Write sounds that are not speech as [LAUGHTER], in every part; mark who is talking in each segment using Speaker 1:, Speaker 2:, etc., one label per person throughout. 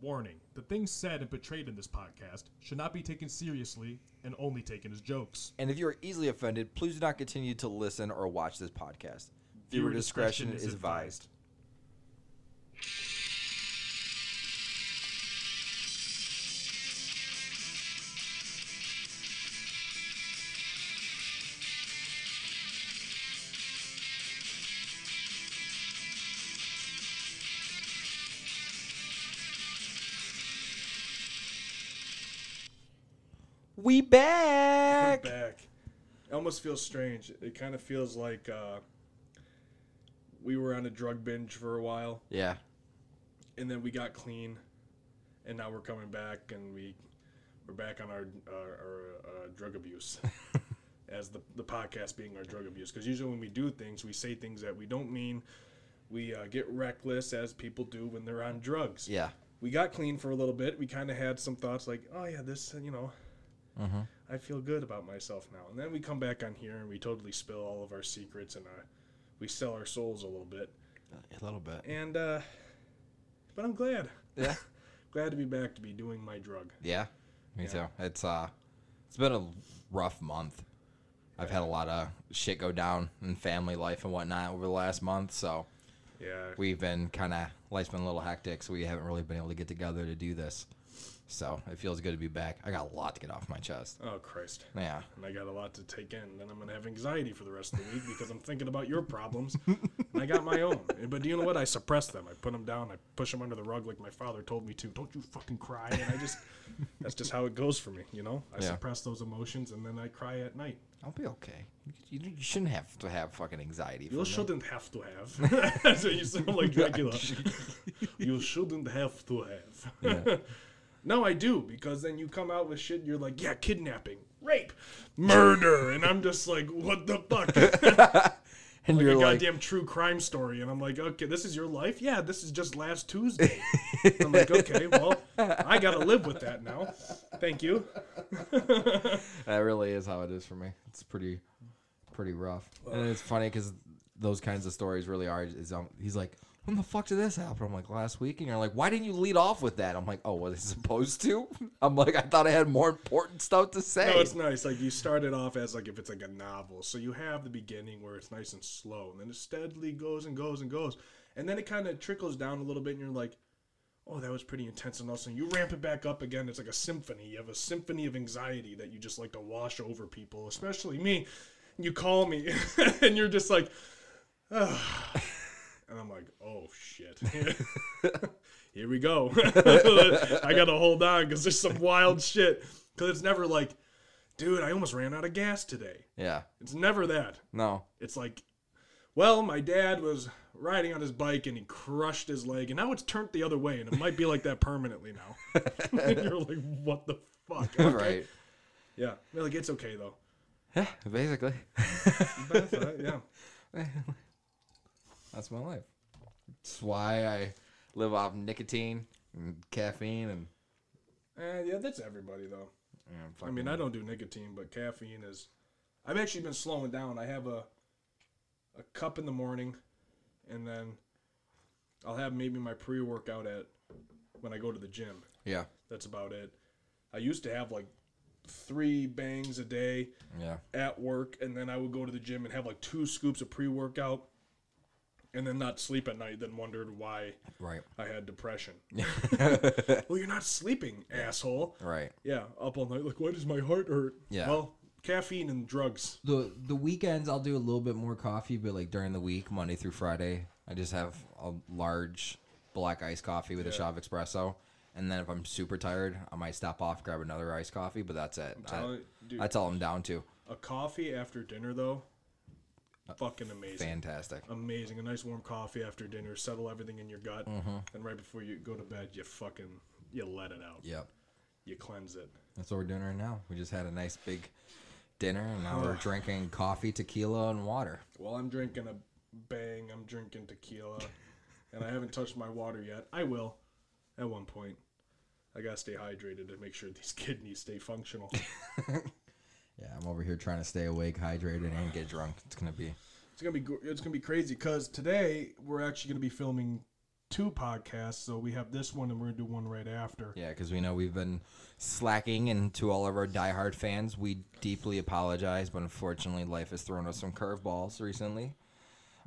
Speaker 1: Warning the things said and portrayed in this podcast should not be taken seriously and only taken as jokes.
Speaker 2: And if you are easily offended, please do not continue to listen or watch this podcast. Viewer discretion is advised. We
Speaker 1: We're
Speaker 2: back.
Speaker 1: back. It almost feels strange. It kind of feels like uh, we were on a drug binge for a while,
Speaker 2: Yeah.
Speaker 1: and then we got clean, and now we're coming back, and we we're back on our our, our uh, drug abuse. As the, the podcast being our drug abuse, because usually when we do things, we say things that we don't mean. We uh, get reckless, as people do when they're on drugs.
Speaker 2: Yeah.
Speaker 1: we got clean for a little bit. We kind of had some thoughts like, oh yeah, this, you know,
Speaker 2: Mhm.
Speaker 1: I feel good about myself now. And then we come back on here and we totally spill all of our secrets and uh, we sell our souls a little bit.
Speaker 2: A little bit.
Speaker 1: And uh, but I'm glad,
Speaker 2: Yeah.
Speaker 1: [LAUGHS] glad to be back to be doing my drug.
Speaker 2: Yeah. Me
Speaker 1: Yeah.
Speaker 2: too. It's uh it's been a rough month. I've had a lot of shit go down in family life and whatnot over the last month, so
Speaker 1: Yeah,
Speaker 2: we've been kind of life's been a little hectic, so we haven't really been able to get together to do this. So it feels good to be back. I got a lot to get off my chest.
Speaker 1: Oh Christ!
Speaker 2: Yeah,
Speaker 1: And I got a lot to take in. And then I'm gonna have anxiety for the rest of the week because I'm thinking about your problems. and I got my own. But do you know what? I suppress them. I put them down. I push them under the rug like my father told me to. Don't you fucking cry. And I just that's just how it goes for me. You know, I
Speaker 2: Yeah.
Speaker 1: suppress those emotions and then I cry at night.
Speaker 2: I'll be okay. You, you shouldn't have to have fucking anxiety.
Speaker 1: You
Speaker 2: For me.
Speaker 1: shouldn't have to have. [LAUGHS] so you sound
Speaker 2: [LAUGHS]
Speaker 1: like Dracula. [LAUGHS] you shouldn't have to have. [LAUGHS] no, I do because then you come out with shit. You're like, yeah, kidnapping, rape, murder, and I'm just like, what the fuck?
Speaker 2: And
Speaker 1: like
Speaker 2: [LAUGHS] you're
Speaker 1: a
Speaker 2: like,
Speaker 1: goddamn true crime story, and I'm like, okay, this is your life. Yeah, this is just last Tuesday. I'm like, okay, well, I gotta live with that now. Thank you.
Speaker 2: that really is how it is for me. It's pretty, pretty rough. And it's funny because those kinds of stories really are. Is um, he's like, when the fuck did this happen? I'm like, last week, and you're like, why didn't you lead off with that? I'm like, oh, was I supposed to? [LAUGHS] I'm like, I thought I had more important stuff to say.
Speaker 1: No, it's nice. Like you start it off as like if it's like a novel, so you have the beginning where it's nice and slow, and then it steadily goes and goes and goes, and then it kind of trickles down a little bit, and you're like, oh, that was pretty intense, and all of a sudden you ramp it back up again. It's like a symphony. You have a symphony of anxiety that you just like to wash over people, especially me. You call me, [LAUGHS] and you're just like, and I'm like, oh shit. [LAUGHS] Here we go. [LAUGHS] I gotta hold on because there's some wild shit. Because it's never like, dude, I almost ran out of gas today.
Speaker 2: yeah,
Speaker 1: It's never that.
Speaker 2: no,
Speaker 1: It's like, well, my dad was riding on his bike and he crushed his leg, and now it's turned the other way, and it might be like that permanently now. [LAUGHS] You're like, what the fuck? [LAUGHS] Okay.
Speaker 2: right?
Speaker 1: Yeah. You're like, it's okay though.
Speaker 2: Yeah, basically,
Speaker 1: But I thought, yeah.
Speaker 2: that's my life. That's why I live off nicotine and caffeine and.
Speaker 1: Eh, yeah, that's everybody though.
Speaker 2: and
Speaker 1: I mean,
Speaker 2: fucking-
Speaker 1: I don't do nicotine, but caffeine is. I've actually been slowing down. I have a a cup in the morning, and then I'll have maybe my pre workout at when I go to the gym.
Speaker 2: yeah,
Speaker 1: That's about it. I used to have like three bangs a day
Speaker 2: yeah,
Speaker 1: at work, and then I would go to the gym and have like two scoops of pre workout, and then not sleep at night. Then wondered why
Speaker 2: right,
Speaker 1: I had depression. well, you're not sleeping, asshole.
Speaker 2: [LAUGHS] right.
Speaker 1: Yeah, up all night. Like, why does my heart hurt?
Speaker 2: Yeah.
Speaker 1: Well, caffeine and drugs.
Speaker 2: the the weekends I'll do a little bit more coffee, but like during the week, Monday through Friday, I just have a large black iced coffee with a shot of espresso, and then if I'm super tired, I might stop off grab another iced coffee, but that's it. I-
Speaker 1: telling- dude.
Speaker 2: that's all I'm down to.
Speaker 1: A coffee after dinner, though, fucking amazing.
Speaker 2: Fantastic.
Speaker 1: Amazing. A nice warm coffee after dinner, settle everything in your gut, and right before you go to bed, you fucking you let it out.
Speaker 2: Yep,
Speaker 1: You cleanse it.
Speaker 2: that's what we're doing right now. We just had a nice big dinner, and now
Speaker 1: [SIGHS]
Speaker 2: we're drinking coffee, tequila, and water.
Speaker 1: Well, I'm drinking a bang. I'm drinking
Speaker 2: [LAUGHS]
Speaker 1: tequila, and I haven't touched my water yet. I will, at one point. I gotta stay hydrated to make sure these [LAUGHS] kidneys stay functional.
Speaker 2: Yeah, I'm over here trying to stay awake, hydrated, and get drunk. It's gonna be
Speaker 1: It's gonna be gr- it's gonna be crazy because today we're actually gonna be filming two podcasts, so we have this one and we're gonna do one right after.
Speaker 2: Yeah, because we know we've been slacking, and to all of our diehard fans, we deeply apologize. But unfortunately, life has thrown us some curveballs recently.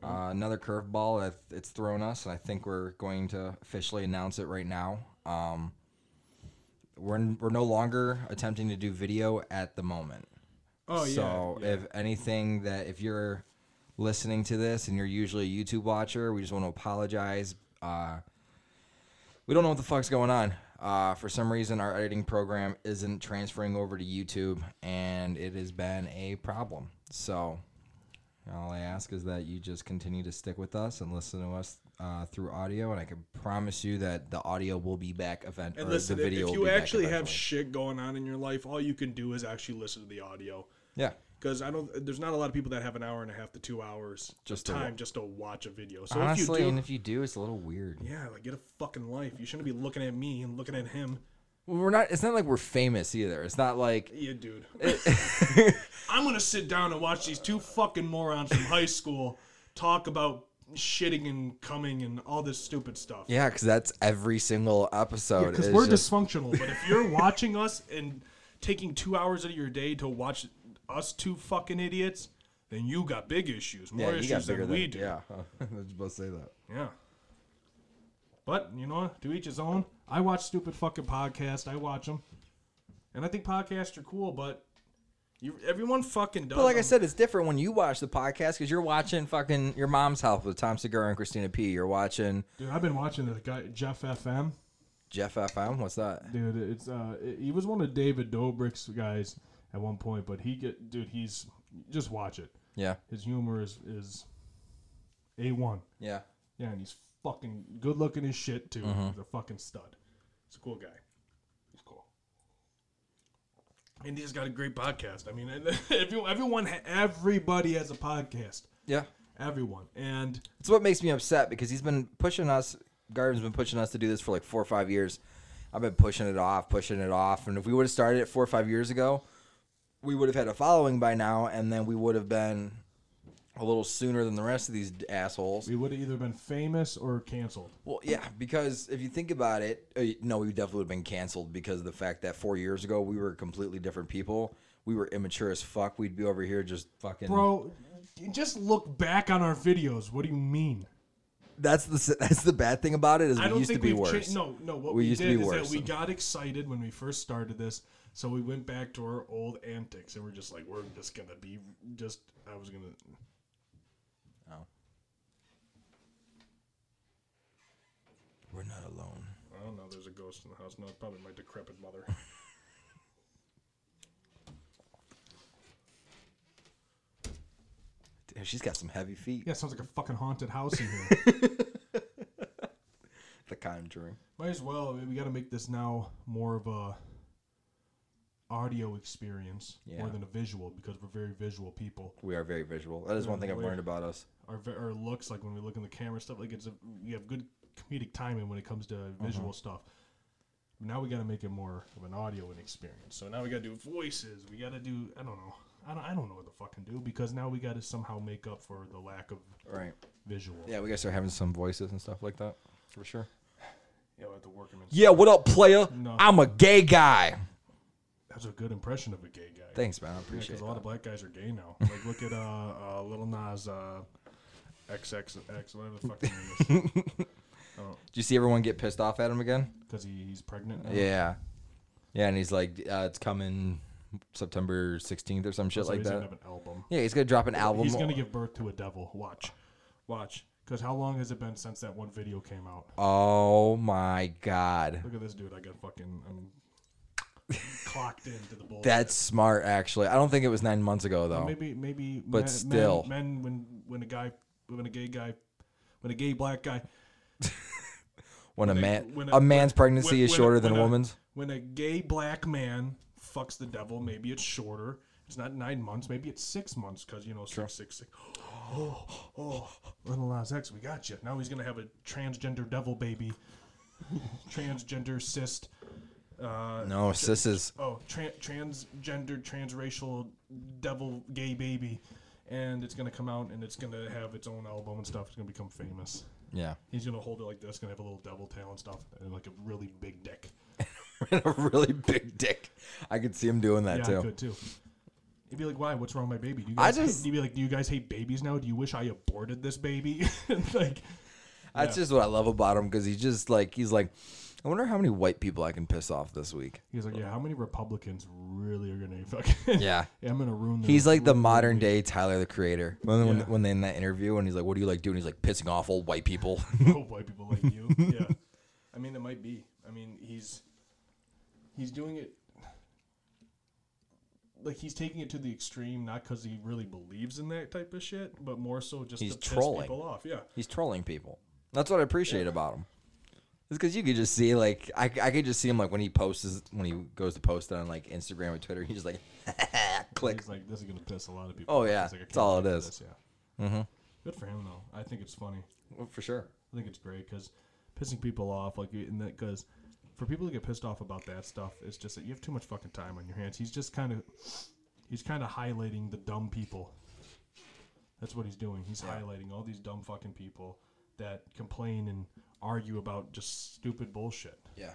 Speaker 2: Uh, another curveball that it's thrown us, and I think we're going to officially announce it right now. Um, we're, we're no longer attempting to do video at the moment.
Speaker 1: Oh yeah.
Speaker 2: so
Speaker 1: yeah.
Speaker 2: if anything that if you're listening to this and you're usually a YouTube watcher, we just want to apologize. Uh, we don't know what the fuck's going on. Uh, for some reason, our editing program isn't transferring over to YouTube, and it has been a problem. So all I ask is that you just continue to stick with us and listen to us. Uh, through audio, and I can promise you that the audio will be back. Event
Speaker 1: and
Speaker 2: or
Speaker 1: listen,
Speaker 2: the
Speaker 1: if- if
Speaker 2: video will
Speaker 1: you
Speaker 2: be back
Speaker 1: actually have
Speaker 2: eventually.
Speaker 1: shit going on in your life, all you can do is actually listen to the audio.
Speaker 2: yeah,
Speaker 1: Because I don't, there's not a lot of people that have an hour and a half to two hours
Speaker 2: Just
Speaker 1: just
Speaker 2: to wa-
Speaker 1: time just to watch a video. So
Speaker 2: honestly,
Speaker 1: if you do,
Speaker 2: and if you do, it's a little weird.
Speaker 1: yeah, like get a fucking life. You shouldn't be looking at me and looking at him.
Speaker 2: Well, we're not. It's not like we're famous either. It's not like
Speaker 1: Yeah,
Speaker 2: [LAUGHS]
Speaker 1: dude. [LAUGHS] I'm gonna sit down and watch these two fucking morons from high school talk about shitting and coming and all this stupid stuff.
Speaker 2: yeah, because that's every single episode.
Speaker 1: because
Speaker 2: is
Speaker 1: we're
Speaker 2: just,
Speaker 1: dysfunctional. But if you're watching us and taking two hours out of your day to watch us two fucking idiots, then you got big issues, more
Speaker 2: yeah, you got
Speaker 1: issues
Speaker 2: bigger
Speaker 1: than
Speaker 2: than
Speaker 1: we do.
Speaker 2: Yeah, [LAUGHS] I was about to say that.
Speaker 1: Yeah. But you know, what? to each his own. I watch stupid fucking podcasts. I watch them, and I think podcasts are cool. But you, everyone fucking does.
Speaker 2: But like I
Speaker 1: them.
Speaker 2: said, it's different when you watch the podcast because you're watching fucking your mom's house with Tom Segura and Christina P. You're watching
Speaker 1: dude, I've been watching this guy Jeff FM.
Speaker 2: Jeff FM. What's that?
Speaker 1: dude. It's uh, he was one of David Dobrik's guys at one point, but he get dude, he's just watch it.
Speaker 2: Yeah,
Speaker 1: His humor is is a one.
Speaker 2: yeah.
Speaker 1: Yeah, and he's fucking good looking as shit too.
Speaker 2: Mm-hmm.
Speaker 1: He's a fucking stud. He's a cool guy. He's cool. And he's got a great podcast. I mean, and [LAUGHS] every- everyone, ha- everybody has a podcast.
Speaker 2: Yeah,
Speaker 1: Everyone, and
Speaker 2: it's what makes me upset because he's been pushing us. Garden's been pushing us to do this for like four or five years. I've been pushing it off, pushing it off. And if we would have started it four or five years ago, we would have had a following by now, and then we would have been a little sooner than the rest of these assholes.
Speaker 1: we would have either been famous or canceled.
Speaker 2: Well, yeah, because if you think about it, uh, no, we definitely would have been canceled because of the fact that four years ago we were completely different people. We were immature as fuck. We'd be over here just fucking.
Speaker 1: Bro, just look back on our videos. What do you mean?
Speaker 2: That's the s- [LAUGHS] that's the bad thing about it is we
Speaker 1: I don't
Speaker 2: used
Speaker 1: think
Speaker 2: to be
Speaker 1: we've
Speaker 2: worse.
Speaker 1: changed. No, no. What
Speaker 2: We
Speaker 1: we,
Speaker 2: used to
Speaker 1: did
Speaker 2: be
Speaker 1: is
Speaker 2: worse.
Speaker 1: that we got excited when we first started this, so we went back to our old antics, and we're just like, we're just gonna be just. I was gonna.
Speaker 2: Oh. We're not alone.
Speaker 1: I don't know. There's a ghost in the house. No, it's probably my decrepit mother.
Speaker 2: Damn, she's got some heavy feet.
Speaker 1: [LAUGHS] yeah, sounds like a fucking haunted house in [LAUGHS] here.
Speaker 2: The Conjuring.
Speaker 1: Might as well. I mean, we got to make this now more of a audio experience
Speaker 2: Yeah.
Speaker 1: more than a visual because we're very visual people.
Speaker 2: We are very visual. That is one thing I've
Speaker 1: We're-
Speaker 2: learned about us.
Speaker 1: Our, ve- our looks like when we look in the camera stuff like it's a, we have good comedic timing when it comes to
Speaker 2: Uh-huh.
Speaker 1: visual stuff now we got to make it more of an audio and experience so now we got to do voices we got to do i don't know I don't, I don't know what to fucking do because now we got to somehow make up for the lack of
Speaker 2: Right.
Speaker 1: visual
Speaker 2: Yeah, we gotta start having some voices and stuff like that for sure.
Speaker 1: yeah we have to work 'em in
Speaker 2: Yeah, what up, player?
Speaker 1: No.
Speaker 2: I'm a gay guy.
Speaker 1: that's a good impression of a gay guy
Speaker 2: Thanks, man. I
Speaker 1: Yeah, 'cause
Speaker 2: appreciate
Speaker 1: a
Speaker 2: that.
Speaker 1: lot of black guys are gay now like look at uh, uh little nas uh xxx whatever the fuck his
Speaker 2: [LAUGHS]
Speaker 1: name is
Speaker 2: Did you see everyone get pissed off at him again?
Speaker 1: because he, he's pregnant now.
Speaker 2: Yeah. Yeah, and he's like, uh, it's coming September 16th or some shit
Speaker 1: Oh, so
Speaker 2: like
Speaker 1: he's gonna
Speaker 2: that.
Speaker 1: have an album
Speaker 2: Yeah, he's gonna drop an album.
Speaker 1: He's gonna give birth to a devil. Watch, watch. Because how long has it been since that one video came out?
Speaker 2: oh my god.
Speaker 1: Look at this dude. I got fucking. I'm
Speaker 2: [LAUGHS]
Speaker 1: clocked into the bull.
Speaker 2: That's smart, actually. I don't think it was nine months ago though.
Speaker 1: maybe maybe.
Speaker 2: But
Speaker 1: men,
Speaker 2: still.
Speaker 1: men, men when when a guy when a gay guy when a gay black guy
Speaker 2: when a
Speaker 1: a-
Speaker 2: man,
Speaker 1: when
Speaker 2: a,
Speaker 1: a-
Speaker 2: man's
Speaker 1: when-
Speaker 2: pregnancy
Speaker 1: when-
Speaker 2: is
Speaker 1: when-
Speaker 2: shorter than
Speaker 1: when
Speaker 2: a woman's.
Speaker 1: when a gay black man fucks the devil, maybe it's shorter. It's not nine months. Maybe it's six months because you know six, six, [GASPS] six. Oh, oh, little Nas X, we got you. Now he's gonna have a transgender devil baby, [LAUGHS] transgender cyst. Uh,
Speaker 2: No, sis is.
Speaker 1: oh, tran transgender, transracial devil gay baby, and it's gonna come out and it's gonna have its own album and stuff. It's gonna become famous.
Speaker 2: Yeah. [LAUGHS]
Speaker 1: He's gonna hold it like this, gonna have a little devil tail and stuff, and like a really big dick.
Speaker 2: a really big dick. I could see him doing that
Speaker 1: yeah,
Speaker 2: too.
Speaker 1: I could too. He'd be like, "Why? What's wrong with my baby? Do you
Speaker 2: I
Speaker 1: guys hate- [LAUGHS]
Speaker 2: just-
Speaker 1: he'd be like, do you guys hate babies now? Do you wish I aborted this baby?" [LAUGHS] And, like,
Speaker 2: That's just what I love about him because he's just like he's like, I wonder how many white people I can piss off this week.
Speaker 1: he's like, "Yeah, how many Republicans really are gonna fucking? [LAUGHS]
Speaker 2: Yeah.
Speaker 1: I'm gonna ruin." Their
Speaker 2: He's like the modern day Tyler the Creator. When, when,
Speaker 1: Yeah.
Speaker 2: when they in that interview and he's like, "What do you like doing?" He's like, "Pissing off old white people." [LAUGHS]
Speaker 1: oh, white people like you. Yeah. I mean, it might be. I mean, he's he's doing it like he's taking it to the extreme, not because he really believes in that type of shit, but more so just
Speaker 2: He's
Speaker 1: to
Speaker 2: trolling.
Speaker 1: piss people off. Yeah.
Speaker 2: he's trolling people. That's what I appreciate about him. It's because you could just see like I, I could just see him like when he posts his- when he goes to post it on like Instagram or Twitter. He's just like, [LAUGHS] click.
Speaker 1: He's like, this is gonna piss a lot of people.
Speaker 2: Oh,
Speaker 1: off.
Speaker 2: yeah.
Speaker 1: He's like, I
Speaker 2: That's
Speaker 1: can't
Speaker 2: all
Speaker 1: wait
Speaker 2: it
Speaker 1: for
Speaker 2: is. Mm-hmm.
Speaker 1: This, yeah. Good for him though. I think it's funny.
Speaker 2: Well, for sure.
Speaker 1: I think it's great because pissing people off, like, in that, because for people to get pissed off about that stuff, it's just that you have too much fucking time on your hands. He's just kind of, he's kind of highlighting the dumb people. That's what he's doing. He's highlighting all these dumb fucking people that complain and argue about just stupid bullshit.
Speaker 2: Yeah.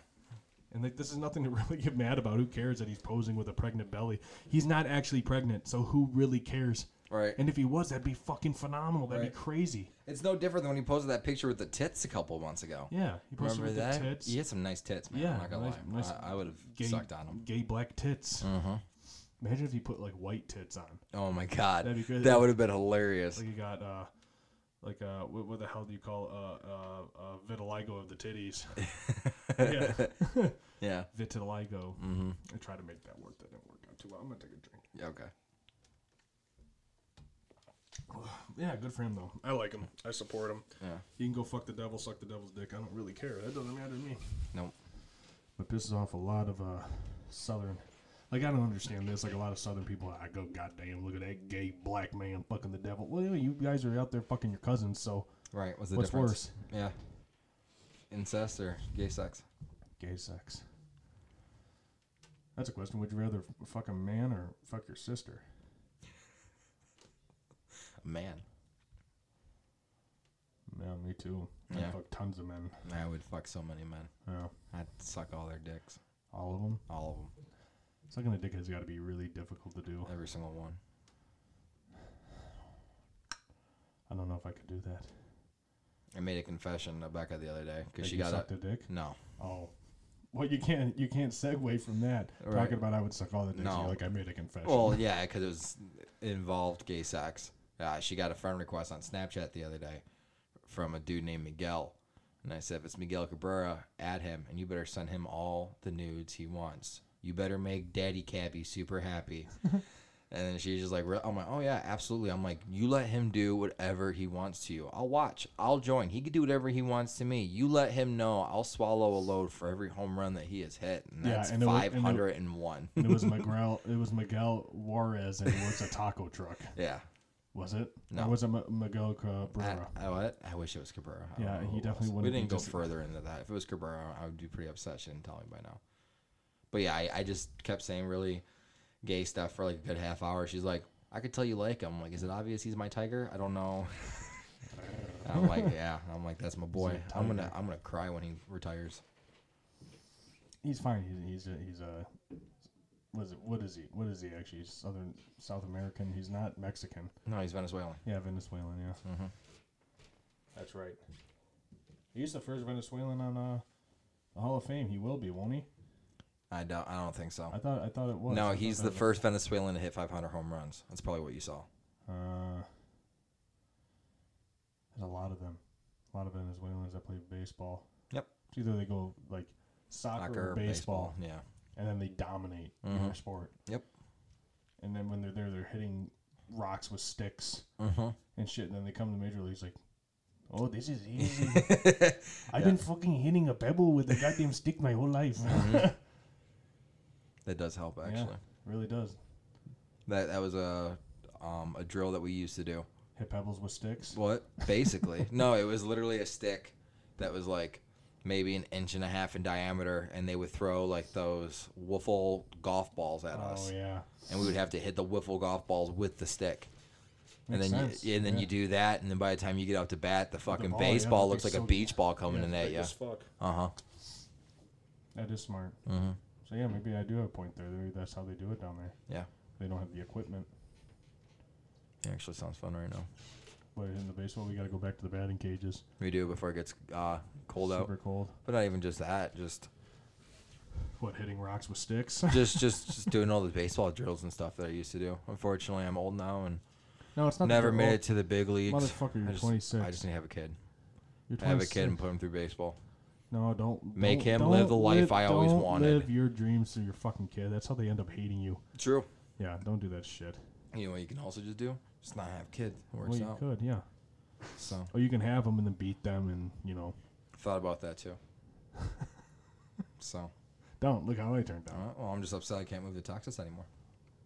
Speaker 1: And like, this is nothing to [LAUGHS] really get mad about. Who cares that he's posing with a pregnant belly? He's not actually pregnant, so who really cares?
Speaker 2: Right.
Speaker 1: And if he was, that'd be fucking phenomenal. That'd
Speaker 2: Right.
Speaker 1: be crazy.
Speaker 2: It's no different than when he posted that picture with the tits a couple months ago.
Speaker 1: Yeah, he posted
Speaker 2: Remember
Speaker 1: with
Speaker 2: that?
Speaker 1: the tits.
Speaker 2: He had some nice tits, man.
Speaker 1: Yeah,
Speaker 2: I'm not gonna
Speaker 1: nice-
Speaker 2: lie.
Speaker 1: nice
Speaker 2: I, I would have
Speaker 1: gay,
Speaker 2: sucked on him.
Speaker 1: gay black tits.
Speaker 2: Uh-huh.
Speaker 1: Imagine if you put like white tits on.
Speaker 2: Oh my god,
Speaker 1: That'd be good.
Speaker 2: that would have been hilarious.
Speaker 1: Like you got uh, like uh, what, what the hell do you call uh, uh, uh vitiligo of the titties?
Speaker 2: [LAUGHS]
Speaker 1: yeah,
Speaker 2: Yeah.
Speaker 1: vitiligo. Mm-hmm. I tried to make that work. That didn't work out too well. I'm gonna take a drink.
Speaker 2: Yeah, Okay.
Speaker 1: Yeah, good for him though. I like him. I support him.
Speaker 2: Yeah.
Speaker 1: You can go fuck the devil, suck the devil's dick. I don't really care. That doesn't matter to me.
Speaker 2: Nope.
Speaker 1: But pisses off a lot of uh, southern. Like I don't understand this. Like a lot of southern people, I go, goddamn, look at that gay black man fucking the devil. Well, you guys are out there fucking your cousins, so
Speaker 2: Right. What's the
Speaker 1: what's
Speaker 2: difference?
Speaker 1: worse,
Speaker 2: Yeah. Incest or gay sex?
Speaker 1: gay sex? That's a question. Would you rather f- fuck a man or fuck your sister?
Speaker 2: Man,
Speaker 1: Yeah, me too. I
Speaker 2: Yeah.
Speaker 1: fuck tons of men.
Speaker 2: I would fuck so many men.
Speaker 1: Yeah,
Speaker 2: I'd suck all their dicks,
Speaker 1: all of them.
Speaker 2: all of them,
Speaker 1: Sucking a dick has got to be really difficult to do.
Speaker 2: every single one.
Speaker 1: I don't know if I could do that.
Speaker 2: I made a confession to Becca the other day
Speaker 1: Like,
Speaker 2: because she
Speaker 1: you
Speaker 2: got a
Speaker 1: sucked a dick.
Speaker 2: no.
Speaker 1: Oh, well, you can't you can't segue from that
Speaker 2: Right.
Speaker 1: talking about I would suck all the dicks.
Speaker 2: No.
Speaker 1: You're like I made a confession.
Speaker 2: Well, yeah, because it was it involved gay sex. Uh, she got a friend request on Snapchat the other day from a dude named Miguel, and I said, "If it's Miguel Cabrera, add him, and you better send him all the nudes he wants. You better make Daddy Cabby
Speaker 1: [LAUGHS]
Speaker 2: super happy." and then she's just like, "Re- "I'm like, oh yeah, absolutely." I'm like, "You let him do whatever he wants to you. I'll watch. I'll join. He can do whatever he wants to me. You let him know. I'll swallow a load for every home run that he has hit, and
Speaker 1: Yeah,
Speaker 2: that's
Speaker 1: and it wa- and
Speaker 2: five
Speaker 1: it-
Speaker 2: hundred and one. [LAUGHS]
Speaker 1: And [LAUGHS] it was Miguel. It was Miguel Juarez, and he works a taco truck.
Speaker 2: yeah."
Speaker 1: Was it?
Speaker 2: No.
Speaker 1: Or was it M- Miguel
Speaker 2: I,
Speaker 1: Cabrera?
Speaker 2: I, what? I wish it was Cabrera. I don't
Speaker 1: Yeah,
Speaker 2: know
Speaker 1: he
Speaker 2: who it
Speaker 1: definitely
Speaker 2: was.
Speaker 1: wouldn't
Speaker 2: We
Speaker 1: be
Speaker 2: didn't go
Speaker 1: just-
Speaker 2: further into that. If it was Cabrera, I would be pretty upset she didn't tell me by now. But yeah, I, I just kept saying really gay stuff for like a good half hour. She's like, I could tell you like him. I'm like, is it obvious he's my tiger? I don't know. [LAUGHS] And I'm like, yeah. I'm like, that's my boy. I'm gonna I'm gonna cry when he retires.
Speaker 1: he's fine. He's he's a, he's a what is it? What is he? What is he actually? He's Southern South American. He's not Mexican.
Speaker 2: No, he's Venezuelan.
Speaker 1: Yeah, Venezuelan. Yeah.
Speaker 2: Mm-hmm.
Speaker 1: That's right. He's the first Venezuelan on uh, the Hall of Fame. He will be, won't he?
Speaker 2: I don't I don't think so.
Speaker 1: I thought I thought it was. I
Speaker 2: No,
Speaker 1: thought
Speaker 2: he's
Speaker 1: that
Speaker 2: the
Speaker 1: was-
Speaker 2: first Venezuelan to hit 500 home runs. That's probably what you saw.
Speaker 1: Uh, there's a lot of them. A lot of Venezuelans that play baseball.
Speaker 2: Yep.
Speaker 1: It's either they go like soccer,
Speaker 2: Soccer,
Speaker 1: or baseball,
Speaker 2: baseball. Yeah.
Speaker 1: and then they dominate their sport.
Speaker 2: Yep.
Speaker 1: And then when they're there, they're hitting rocks with sticks
Speaker 2: Mm-hmm.
Speaker 1: and shit. And then they come to major leagues like, oh, this is easy.
Speaker 2: [LAUGHS]
Speaker 1: Mm-hmm. I've been fucking hitting a pebble with a goddamn stick my whole life. [LAUGHS]
Speaker 2: That does help Mm-hmm, actually.
Speaker 1: yeah, really does.
Speaker 2: That that was a um, a drill that we used to do.
Speaker 1: Hit pebbles with sticks.
Speaker 2: What?
Speaker 1: [LAUGHS]
Speaker 2: Basically, no, it was literally a stick that was like maybe an inch and a half in diameter, and they would throw like those wiffle golf balls at
Speaker 1: Oh
Speaker 2: us,
Speaker 1: yeah.
Speaker 2: and we would have to hit the wiffle golf balls with the stick. and
Speaker 1: Makes
Speaker 2: then
Speaker 1: sense,
Speaker 2: you, and then
Speaker 1: yeah.
Speaker 2: you do that, and then by the time you get up to bat, the fucking
Speaker 1: ball, yeah,
Speaker 2: baseball
Speaker 1: it's
Speaker 2: looks like a
Speaker 1: so-
Speaker 2: beach ball coming
Speaker 3: Yeah,
Speaker 2: in
Speaker 3: thick
Speaker 2: at you.
Speaker 3: as fuck.
Speaker 2: Uh huh.
Speaker 1: That is smart.
Speaker 2: Mhm.
Speaker 1: So yeah, maybe I do have a point there. Maybe that's how they do it down there.
Speaker 2: Yeah.
Speaker 1: They don't have the equipment.
Speaker 2: It actually sounds fun right now.
Speaker 1: But in the baseball, we got to go back to the batting cages.
Speaker 2: We do before it gets uh, cold
Speaker 1: Super
Speaker 2: out,
Speaker 1: cold.
Speaker 2: but not even just that. Just
Speaker 1: What hitting rocks with sticks? [LAUGHS]
Speaker 2: just just just doing all the baseball drills and stuff that I used to do. Unfortunately, I'm old now and
Speaker 1: no, it's not. that
Speaker 2: never
Speaker 1: you're
Speaker 2: made
Speaker 1: old.
Speaker 2: it to the big leagues.
Speaker 1: Motherfucker, you're
Speaker 2: I just,
Speaker 1: 26.
Speaker 2: I just need to have a kid.
Speaker 1: You're
Speaker 2: I have a
Speaker 1: 26.
Speaker 2: kid and put him through baseball.
Speaker 1: No, don't
Speaker 2: Make
Speaker 1: don't-
Speaker 2: him live the
Speaker 1: don't
Speaker 2: life I always
Speaker 1: don't
Speaker 2: wanted.
Speaker 1: Live your dreams through your fucking kid. That's how they end up hating you.
Speaker 2: True.
Speaker 1: Yeah, don't do that shit.
Speaker 2: You know what you can also just do? Just not have kids. It
Speaker 1: well,
Speaker 2: works
Speaker 1: you
Speaker 2: out.
Speaker 1: could, yeah.
Speaker 2: So
Speaker 1: Or you can have them and then beat them, and you know,
Speaker 2: thought about that too. [LAUGHS] so
Speaker 1: don't look how they turned
Speaker 2: all
Speaker 1: out.
Speaker 2: right, well, I'm just upset I can't move to Texas anymore.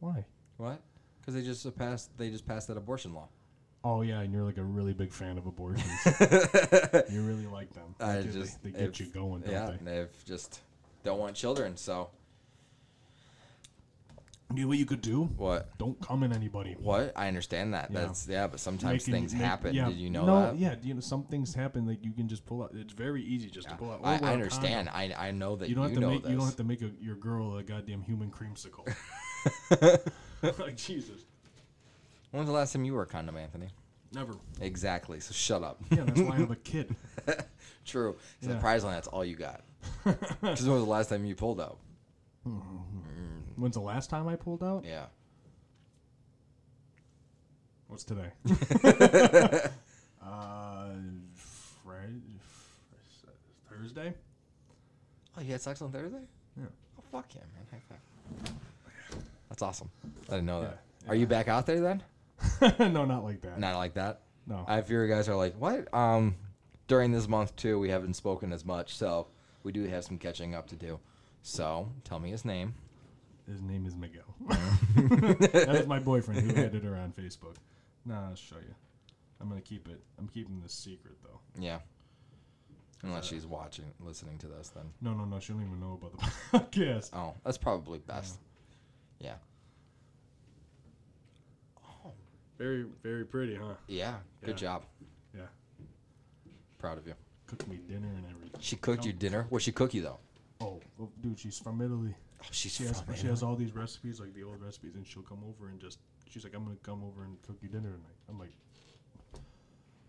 Speaker 1: Why?
Speaker 2: What? Because they just passed they just passed that abortion law.
Speaker 1: Oh yeah, and you're like a really big fan of
Speaker 2: [LAUGHS]
Speaker 1: abortions. you really like them.
Speaker 2: I
Speaker 1: They-
Speaker 2: just-
Speaker 1: they, they get
Speaker 2: if-
Speaker 1: you going, don't
Speaker 2: yeah, they've just don't want children. So
Speaker 1: they? You know what you could do?
Speaker 2: what?
Speaker 1: Don't come in anybody.
Speaker 2: What? I understand that.
Speaker 1: Yeah.
Speaker 2: That's yeah, but sometimes
Speaker 1: Making-
Speaker 2: things
Speaker 1: make-
Speaker 2: happen.
Speaker 1: yeah.
Speaker 2: Did you know
Speaker 1: no,
Speaker 2: that?
Speaker 1: Yeah, you know some things happen that you can just pull out. It's very easy just to pull out.
Speaker 2: I,
Speaker 1: Or wear
Speaker 2: I
Speaker 1: a
Speaker 2: understand. I, I know that
Speaker 1: condom. You don't have to
Speaker 2: know
Speaker 1: make
Speaker 2: this.
Speaker 1: you don't have to make a, your girl a goddamn human
Speaker 2: [LAUGHS]
Speaker 1: creamsicle. [LAUGHS] like Jesus,
Speaker 2: When's the last time you were a condom, Anthony?
Speaker 3: Never.
Speaker 2: Exactly. So shut up. [LAUGHS]
Speaker 1: yeah, that's why I have a kid. [LAUGHS]
Speaker 2: True. So the
Speaker 1: Yeah.
Speaker 2: prize line, that's all you
Speaker 1: [LAUGHS]
Speaker 2: got. Because when was the last time you pulled out?
Speaker 1: When's the last time I pulled out?
Speaker 2: Yeah.
Speaker 1: What's
Speaker 3: [LAUGHS]
Speaker 1: today? uh, Friday, Thursday.
Speaker 2: Oh, you had sex on Thursday?
Speaker 1: Yeah.
Speaker 2: Oh, fuck yeah, man. High five. That's awesome. I didn't know that.
Speaker 1: Yeah,
Speaker 2: Are you back out there then?
Speaker 1: [LAUGHS] no, not like that.
Speaker 2: Not like that.
Speaker 1: No.
Speaker 2: I fear you guys are like, what? Um, during this month too, we haven't spoken as much, so we do have some catching up to do. So tell me his name.
Speaker 1: His name is Miguel. that was my boyfriend who added her on Facebook. Nah, I'll show you. I'm gonna keep it. I'm keeping this secret though.
Speaker 2: Yeah. Unless she's watching, listening to this, then
Speaker 1: No, no, no. She don't even know about the [LAUGHS] podcast.
Speaker 2: oh, that's probably best. Yeah.
Speaker 3: Very, very pretty, huh?
Speaker 2: Yeah. Good
Speaker 3: Yeah.
Speaker 2: job.
Speaker 1: Yeah,
Speaker 2: Proud of you.
Speaker 1: cooked me dinner and everything.
Speaker 2: She cooked you dinner. What she cook you though?
Speaker 1: Oh, oh, dude, she's from Italy.
Speaker 2: Oh, she's
Speaker 1: She has
Speaker 2: from
Speaker 1: she has all these recipes, like the old recipes, and she'll come over and just. She's like, I'm gonna come over and cook you dinner tonight. I'm like,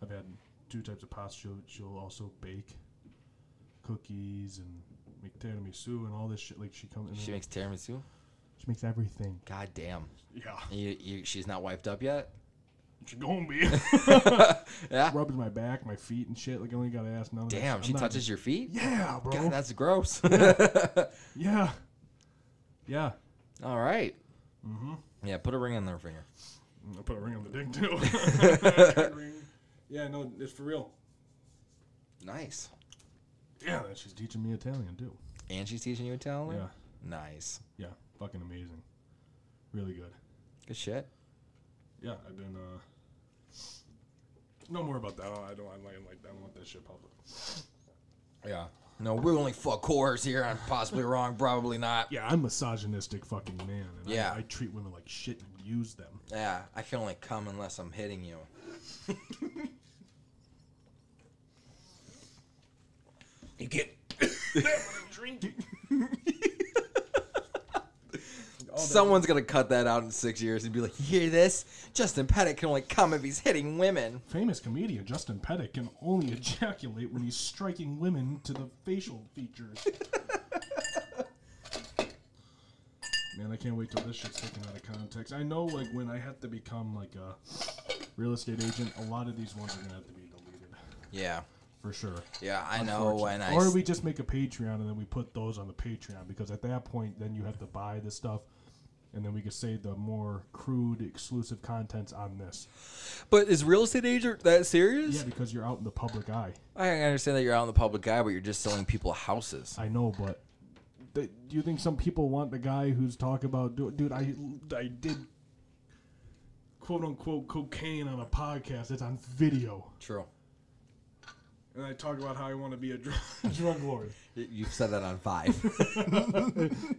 Speaker 1: I've had two types of pasta. She'll, she'll also bake cookies and make tiramisu and all this shit. Like she comes and
Speaker 2: She
Speaker 1: then-
Speaker 2: makes tiramisu.
Speaker 1: she makes everything.
Speaker 2: God damn.
Speaker 3: Yeah.
Speaker 2: You, you, she's not wiped up yet.
Speaker 3: It's gonna be. [LAUGHS]
Speaker 2: Yeah.
Speaker 1: [LAUGHS] rubbing my back, my feet, and shit. Like I only got to ask none of that shit.
Speaker 2: Damn.
Speaker 1: I'm
Speaker 2: She
Speaker 1: not-
Speaker 2: touches your feet.
Speaker 1: Yeah, bro.
Speaker 2: God, that's
Speaker 1: [LAUGHS]
Speaker 2: gross.
Speaker 1: yeah, yeah.
Speaker 2: [LAUGHS] All right.
Speaker 1: Mm-hmm.
Speaker 2: Yeah, put a ring on their finger.
Speaker 3: I put a ring on the dick
Speaker 1: [LAUGHS]
Speaker 3: too. [LAUGHS] Ring. yeah, no, it's for real.
Speaker 2: Nice.
Speaker 1: Yeah, and she's teaching me Italian too.
Speaker 2: And she's teaching you Italian?
Speaker 1: Yeah.
Speaker 2: Nice.
Speaker 1: Yeah, fucking amazing. Really good.
Speaker 2: Good shit.
Speaker 1: Yeah, I've been. uh
Speaker 3: No more about that. I don't. I'm like, I'm like, I don't want that shit public.
Speaker 2: Yeah. No, we only fuck whores here. I'm possibly wrong. Probably not.
Speaker 1: Yeah, I'm misogynistic fucking man, and
Speaker 2: Yeah.
Speaker 1: I, I treat women like shit and use them.
Speaker 2: Yeah, I can only come unless I'm hitting you. you get
Speaker 3: Drinking.
Speaker 2: someone's gonna cut that out in six years and be like, "You hear this? Justin Pettit can only come if he's hitting women."
Speaker 1: Famous comedian Justin Pettit can only [LAUGHS] ejaculate when he's striking women to the facial
Speaker 2: [LAUGHS]
Speaker 1: features. Man, I can't wait till this shit's taken out of context. I know, like, when I have to become like a real estate agent, a lot of these ones are gonna have to be deleted
Speaker 2: Yeah,
Speaker 1: for sure.
Speaker 2: yeah, I know. And I
Speaker 1: or
Speaker 2: s-
Speaker 1: we just make a Patreon and then we put those on the Patreon because at that point, then you have to buy the stuff, and then we could say the more crude, exclusive contents on this.
Speaker 2: but is real estate agent that serious?
Speaker 1: Yeah, because you're out in the public eye.
Speaker 2: I understand that you're out in the public eye, but you're just selling people houses.
Speaker 1: I know, but th- do you think some people want the guy who's talking about, do- dude? I I did
Speaker 3: Quote unquote cocaine
Speaker 1: cocaine
Speaker 3: on
Speaker 1: on a podcast. It's on video.
Speaker 2: True.
Speaker 3: a. And I talk about how I want to be a drug.
Speaker 1: [LAUGHS] Drug lord. [LAUGHS]
Speaker 2: You've said that on five.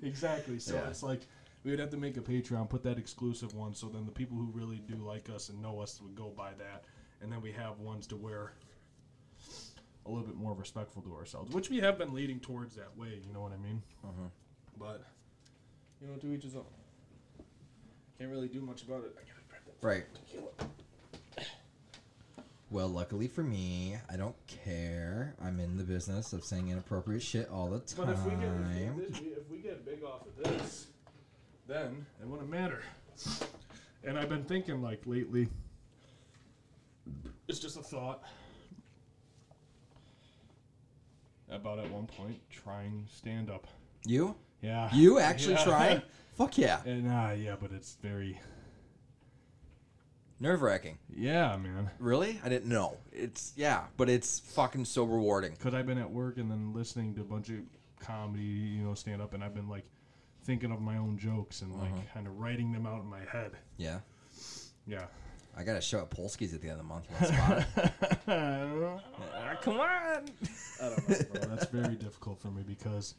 Speaker 1: exactly. So
Speaker 2: Yeah.
Speaker 1: it's like We would have to make a Patreon, put that exclusive one, so then the people who really do like us and know us would go by that, and then we have ones to where a little bit more respectful to ourselves, which we have been leading towards that way. You know what I mean?
Speaker 2: Uh-huh.
Speaker 1: But you know, to each his own. Can't really do much about it. I gotta grab that
Speaker 2: Right.
Speaker 1: tequila.
Speaker 2: Well, luckily for me, I don't care. I'm in the business of saying inappropriate shit all the time.
Speaker 1: But if we get if, we- if we get big off of this, then it wouldn't matter. And I've been thinking like lately. It's just a thought about at one point trying stand up.
Speaker 2: you?
Speaker 1: [LAUGHS] Yeah.
Speaker 2: You actually
Speaker 1: Yeah.
Speaker 2: try? Fuck yeah.
Speaker 1: And ah, yeah, but it's very
Speaker 2: Nerve wracking.
Speaker 1: yeah, man.
Speaker 2: Really? I didn't know. It's, yeah, but it's fucking so rewarding.
Speaker 1: because I've been at work and then listening to a bunch of comedy, you know, stand up, and I've been like thinking of my own jokes and like
Speaker 2: Uh-huh.
Speaker 1: kind of writing them out in my head.
Speaker 2: Yeah.
Speaker 1: Yeah.
Speaker 2: I got a show at Polsky's at the end of the month. One spot. Ah, come on.
Speaker 1: I don't know, bro. That's very difficult for me because,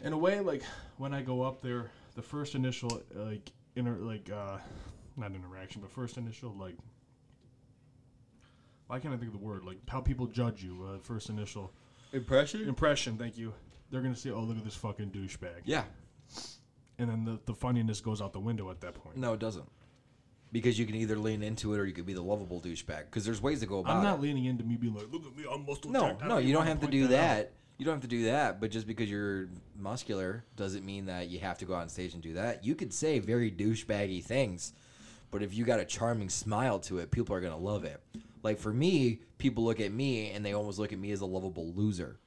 Speaker 1: in a way, like when I go up there, the first initial like inter like uh, not interaction, but first initial like. Why can't I think of the word? Like how people judge you. Uh, first initial
Speaker 2: Impression?
Speaker 1: impression. Thank you. They're gonna say, "Oh, look at this fucking douchebag."
Speaker 2: Yeah.
Speaker 1: and then the, the funniness goes out the window at that point.
Speaker 2: No, it doesn't. Because you can either lean into it or you could be the lovable douchebag. Because there's ways to go about
Speaker 1: I'm
Speaker 2: it.
Speaker 1: not leaning into me being like, look at me, I'm muscle
Speaker 2: No,
Speaker 1: jacked." I
Speaker 2: no, you
Speaker 1: even
Speaker 2: don't
Speaker 1: wanna
Speaker 2: have to
Speaker 1: point
Speaker 2: do
Speaker 1: out.
Speaker 2: that. You don't have to do that, but just because you're muscular doesn't mean that you have to go on stage and do that. You could say very douchebaggy things, but if you got a charming smile to it, people are going to love it. Like for me, people look at me and they almost look at me as a lovable loser.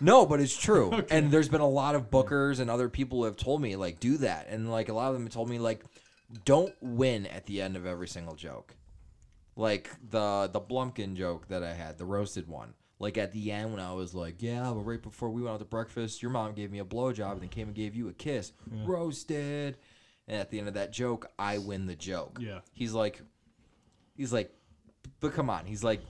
Speaker 2: no, but it's true. And there's been a lot of bookers and other people who have told me like do that. And like a lot of them have told me like don't win at the end of every single joke like the the Blumpkin joke that I had, the roasted one. Like at the end when I was like, "Yeah, but right before we went out to breakfast, your mom gave me a blowjob and then came and gave you a kiss." Roasted. And at the end of that joke, I win the joke.
Speaker 1: Yeah.
Speaker 2: He's like, he's like, but come on. He's like,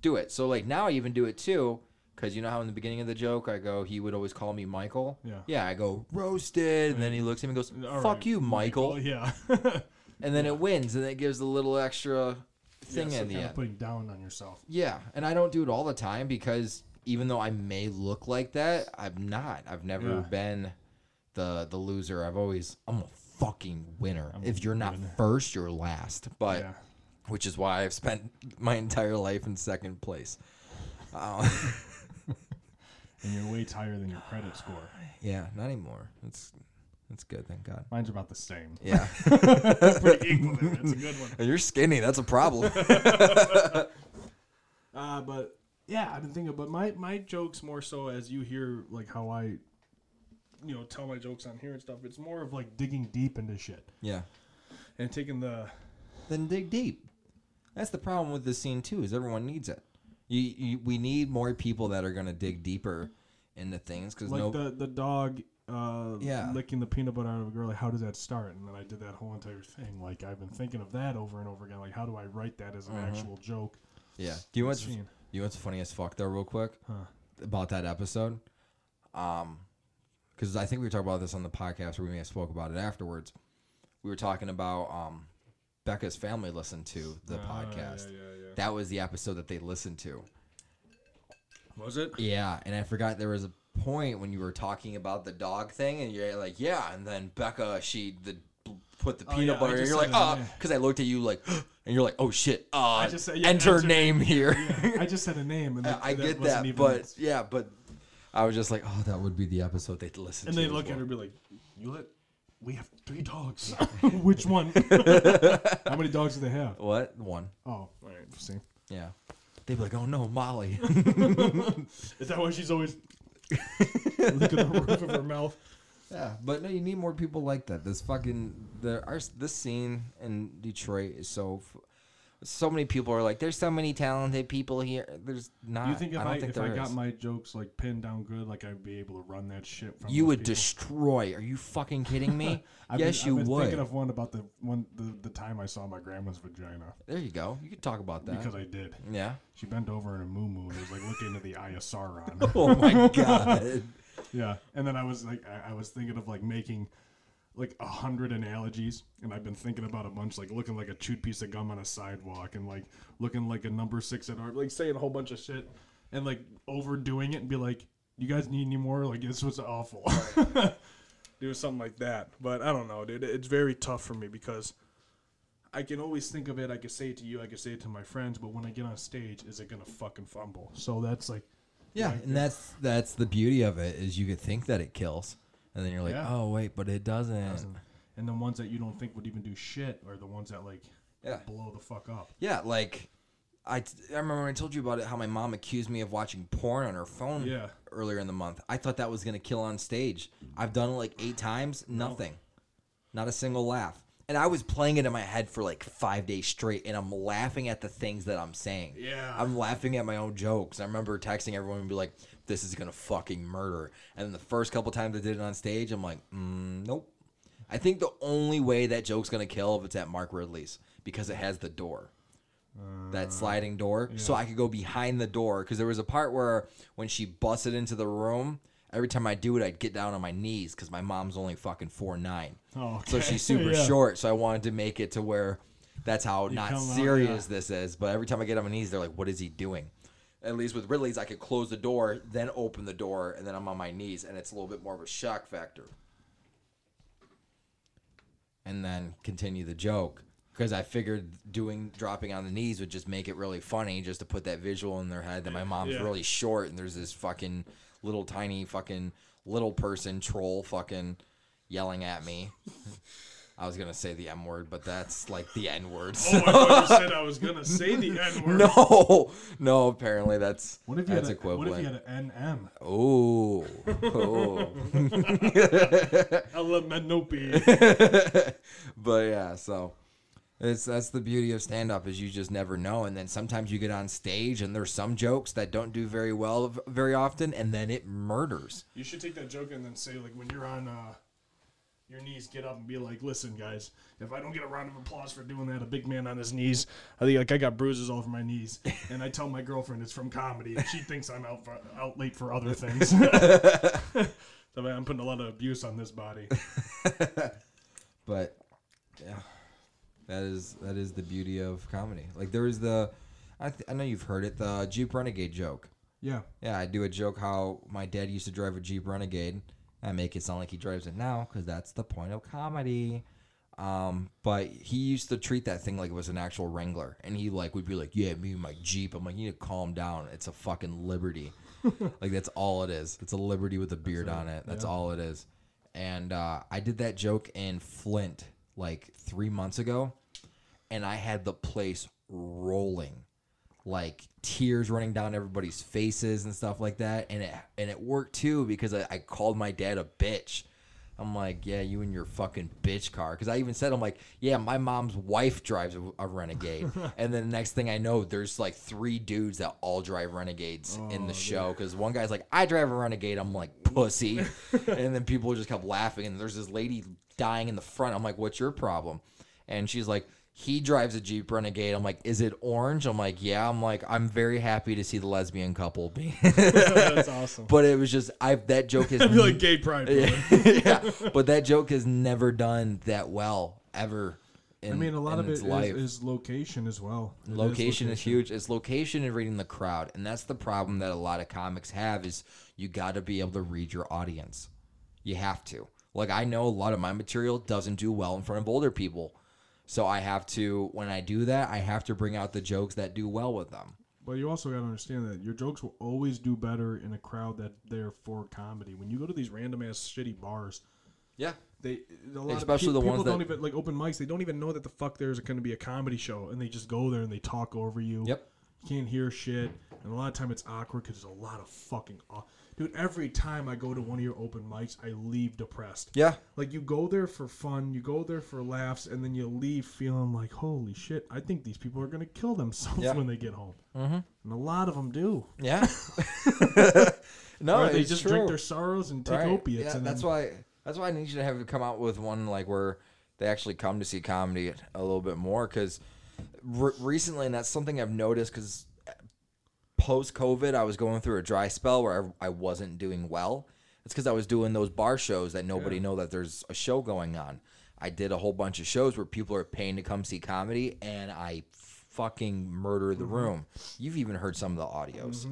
Speaker 2: do it. So like now I even do it too, because you know how in the beginning of the joke I go, he would always call me Michael.
Speaker 1: Yeah.
Speaker 2: Yeah. I go roasted, and then he looks at me and goes,
Speaker 1: All
Speaker 2: "Fuck
Speaker 1: right,
Speaker 2: you, Michael,"
Speaker 1: Well, yeah. [LAUGHS] yeah
Speaker 2: and then it wins, and it gives a little extra thing
Speaker 1: so
Speaker 2: in the
Speaker 1: kinda
Speaker 2: end.
Speaker 1: putting down on yourself.
Speaker 2: Yeah, and I don't do it all the time because even though I may look like that, I'm not. I've never
Speaker 1: Yeah.
Speaker 2: been the the loser. I've always I'm a fucking winner. if you're not first, you're last. But
Speaker 1: Yeah.
Speaker 2: which is why I've spent [LAUGHS] my entire life in second place. Uh, [LAUGHS]
Speaker 1: And you're way higher than your credit [SIGHS] score.
Speaker 2: yeah, not anymore. It's it's good, thank God.
Speaker 1: Mine's about the same.
Speaker 2: Yeah,
Speaker 1: [LAUGHS] Pretty equal there. [LAUGHS] That's a good one.
Speaker 2: you're skinny. That's
Speaker 1: [LAUGHS]
Speaker 2: a problem.
Speaker 1: Uh, but yeah, I've been thinking. But my my jokes more so as you hear like how I, you know, tell my jokes on here and stuff. It's more of like digging deep into shit
Speaker 2: yeah.
Speaker 1: and taking the
Speaker 2: then dig deep. That's the problem with this scene too. Is everyone needs it. You, you we need more people that are gonna dig deeper into things because
Speaker 1: like
Speaker 2: no,
Speaker 1: the the dog uh,
Speaker 2: Yeah.
Speaker 1: licking the peanut butter out of a girl. Like, how does that start? And then I did that whole entire thing. Like I've been thinking of that over and over again. Like how do I write that
Speaker 2: Mm-hmm.
Speaker 1: as an actual joke?
Speaker 2: yeah. Do you want
Speaker 1: scene.
Speaker 2: you what's funny as fuck though, real quick
Speaker 1: Huh.
Speaker 2: about that episode, um, because I think we were talking about this on the podcast or we may have spoke about it afterwards. We were talking about um, Becca's family listened to the
Speaker 1: Ah,
Speaker 2: podcast.
Speaker 1: Yeah, yeah,
Speaker 2: That was the episode that they listened to.
Speaker 1: yeah. Was it?
Speaker 2: Yeah, and I forgot there was a point when you were talking about the dog thing, and you're like, yeah, and then Becca, she the put the
Speaker 1: Oh,
Speaker 2: peanut
Speaker 1: yeah, I
Speaker 2: butter, and
Speaker 1: just
Speaker 2: you're like,
Speaker 1: said
Speaker 2: oh,
Speaker 1: that, yeah.
Speaker 2: because I looked at you like, [GASPS] and you're like, oh shit, uh,
Speaker 1: just said, yeah,
Speaker 2: enter,
Speaker 1: enter
Speaker 2: name here.
Speaker 1: [LAUGHS] I just said a name, and
Speaker 2: I
Speaker 1: that
Speaker 2: get
Speaker 1: wasn't
Speaker 2: that,
Speaker 1: even-
Speaker 2: but yeah, but I was just like, oh, that would be the episode they'd listen
Speaker 1: and
Speaker 2: to.
Speaker 1: they
Speaker 2: as
Speaker 1: look at
Speaker 2: well.
Speaker 1: her and be like, "You let we have three dogs. [LAUGHS] Which
Speaker 2: [LAUGHS]
Speaker 1: one? how many dogs do they have?
Speaker 2: What one?
Speaker 1: Oh, all right, see.
Speaker 2: Yeah, they'd be like, oh
Speaker 1: [LAUGHS]
Speaker 2: no, Molly.
Speaker 1: Is that why she's
Speaker 2: [LAUGHS]
Speaker 1: always look at the roof of her mouth?
Speaker 2: Yeah, but no, you need more people like that. This fucking there are this scene in Detroit is so f- so many people are like, there's so many talented people here. There's not.
Speaker 1: Do you think if
Speaker 2: I
Speaker 1: I,
Speaker 2: don't think
Speaker 1: if
Speaker 2: there
Speaker 1: I
Speaker 2: is.
Speaker 1: got my jokes like pinned down good, like I'd be able to run that shit from
Speaker 2: you
Speaker 1: those
Speaker 2: would
Speaker 1: people?
Speaker 2: destroy. Are you fucking kidding me?
Speaker 1: [LAUGHS] I've
Speaker 2: yes,
Speaker 1: been,
Speaker 2: you
Speaker 1: I've been
Speaker 2: would.
Speaker 1: Thinking of one about the one the, the time I saw my grandma's vagina
Speaker 2: there you go. You could talk about that.
Speaker 1: because I did. [LAUGHS]
Speaker 2: yeah. [LAUGHS]
Speaker 1: She bent over in a moo moo and was like looking into the eye of Sauron. [LAUGHS]
Speaker 2: Oh my god.
Speaker 4: Yeah, and then I was like, I, I was thinking of like making like a hundred analogies, and I've been thinking about a bunch, like looking like a chewed piece of gum on a sidewalk, and like looking like a number six at art, like saying a whole bunch of shit, and like overdoing it, and be like, you guys need any more? Like this was awful. [LAUGHS]
Speaker 1: do something like that. But I don't know, dude. It's very tough for me because I can always think of it. I can say it to you. I can say it to my friends. But when I get on stage, is it gonna fucking fumble? So that's like,
Speaker 2: Yeah, and that's that's the beauty of it is you could think that it kills, and then you're like,
Speaker 4: Yeah.
Speaker 2: oh wait, but it doesn't.
Speaker 4: and the ones that you don't think would even do shit are the ones that like
Speaker 2: Yeah.
Speaker 4: blow the fuck up.
Speaker 2: Yeah, like I, t- I remember when I told you about it how my mom accused me of watching porn on her phone
Speaker 4: Yeah.
Speaker 2: earlier in the month. I thought that was gonna kill on stage. I've done it like eight times, nothing, not a single laugh. And I was playing it in my head for like five days straight, and I'm laughing at the things that I'm saying.
Speaker 4: Yeah.
Speaker 2: I'm laughing at my own jokes. I remember texting everyone and be like, "This is gonna fucking murder." And then the first couple times I did it on stage, I'm like, mm, "Nope." I think the only way that joke's gonna kill if it's at Mark Ridley's because it has the door,
Speaker 4: Uh,
Speaker 2: that sliding door. So I could go behind the door because there was a part where when she busted into the room, every time I do it, I'd get down on my knees because my mom's only fucking four nine,
Speaker 4: Oh,
Speaker 2: so
Speaker 4: [LAUGHS]
Speaker 2: she's super
Speaker 4: Yeah.
Speaker 2: short. So I wanted to make it to where that's how not
Speaker 4: come out,
Speaker 2: serious this is. But every time I get on my knees, they're like, "What is he doing?" At least with Ridley's, I could close the door, then open the door, and then I'm on my knees, and it's a little bit more of a shock factor. And then continue the joke because I figured doing dropping on the knees would just make it really funny, just to put that visual in their head that my mom's
Speaker 1: Yeah.
Speaker 2: really short and there's this fucking little tiny fucking little person troll fucking yelling at me. [LAUGHS] I was gonna say the M word, but that's like the N word.
Speaker 1: oh, I thought you said I was gonna say
Speaker 4: [LAUGHS]
Speaker 1: the N word.
Speaker 2: [LAUGHS] no, no. Apparently, that's
Speaker 4: What if you
Speaker 2: that's
Speaker 4: had a, What
Speaker 2: equivalent.
Speaker 4: if you had an
Speaker 1: [LAUGHS]
Speaker 4: NM?
Speaker 2: Oh, oh. [LAUGHS]
Speaker 1: Elemenope.
Speaker 2: but yeah, so it's that's the beauty of stand up is you just never know, and then sometimes you get on stage and there's some jokes that don't do very well v- very often, and then it murders.
Speaker 1: you should take that joke and then say like, when you're on. uh your knees get up and be like, listen, guys, if I don't get a round of applause for doing that, a big man on his knees, I think like I got bruises all over my
Speaker 2: [LAUGHS]
Speaker 1: knees, and I tell my girlfriend it's from comedy, and she thinks I'm out for, out late for
Speaker 2: [LAUGHS]
Speaker 1: other things. [LAUGHS] so man, I'm putting a lot of abuse on this body.
Speaker 2: but yeah that is that is the beauty of comedy like there is the I, th- I know you've heard it the jeep renegade joke
Speaker 4: Yeah.
Speaker 2: yeah i do a joke how my dad used to drive a jeep renegade i make it sound like he drives it now because that's the point of comedy um, but he used to treat that thing like it was an actual Wrangler, and he like would be like, "Yeah, me and my Jeep." I'm like, "You need to calm down. It's a fucking [LAUGHS] Liberty. like that's all it is. It's a Liberty with a beard on it. That's all it is." And uh, I did that joke in Flint like three months ago, and I had the place rolling, like tears running down everybody's faces and stuff like that. And it and it worked too because I, I called my dad a bitch. I'm like, yeah, you and your fucking bitch car. Because I even said, I'm like, yeah, my mom's wife drives a, a Renegade. and then the next thing I know, there's like three dudes that all drive Renegades in the show. Because one guy's like, I drive a Renegade. I'm like, pussy. and then people just kept laughing. And there's this lady dying in the front. I'm like, what's your problem? And she's like, he drives a Jeep Renegade. I'm like, is it orange? I'm like, yeah. I'm like, I'm very happy to see the lesbian couple being.
Speaker 1: That's awesome.
Speaker 2: [LAUGHS] but it was just, I that joke is
Speaker 1: I feel like gay pride. brother.
Speaker 2: [LAUGHS] yeah, but that joke has never done that well ever. In,
Speaker 4: I mean, a lot
Speaker 2: in
Speaker 4: of it
Speaker 2: its
Speaker 4: is,
Speaker 2: life.
Speaker 4: is location as well. It is
Speaker 2: location is huge. It's location and reading the crowd, and that's the problem that a lot of comics have is you got to be able to read your audience. You have to. Like I know a lot of my material doesn't do well in front of older people, so I have to. When I do that, I have to bring out the jokes that do well with them.
Speaker 4: But you also got to understand that your jokes will always do better in a crowd that they're for comedy. When you go to these random ass shitty bars,
Speaker 2: Yeah,
Speaker 4: they a lot
Speaker 2: Especially
Speaker 4: of
Speaker 2: the
Speaker 4: pe- people
Speaker 2: ones
Speaker 4: don't
Speaker 2: that-
Speaker 4: even like open mics. They don't even know that the fuck there's going to be a comedy show, and they just go there and they talk over you.
Speaker 2: Yep.
Speaker 4: You can't hear shit, and a lot of time it's awkward because there's a lot of fucking. Aw- Dude, every time I go to one of your open mics, I leave depressed.
Speaker 2: yeah.
Speaker 4: Like you go there for fun, you go there for laughs, and then you leave feeling like, holy shit, I think these people are gonna kill themselves
Speaker 2: Yeah.
Speaker 4: when they get home. Mm-hmm. And a lot of them do. [LAUGHS]
Speaker 2: Yeah. [LAUGHS] no,
Speaker 4: Or they
Speaker 2: it's
Speaker 4: just
Speaker 2: true.
Speaker 4: drink their sorrows and take
Speaker 2: Right.
Speaker 4: opiates.
Speaker 2: Yeah,
Speaker 4: and
Speaker 2: that's
Speaker 4: then,
Speaker 2: why. That's why I need you to have come out with one like where they actually come to see comedy a little bit more because re- recently, and that's something I've noticed because post COVID, I was going through a dry spell where I, I wasn't doing well. It's because I was doing those bar shows that nobody know that there's a show going on. I did a whole bunch of shows where people are paying to come see comedy, and I fucking murder the room. You've even heard some of the audios,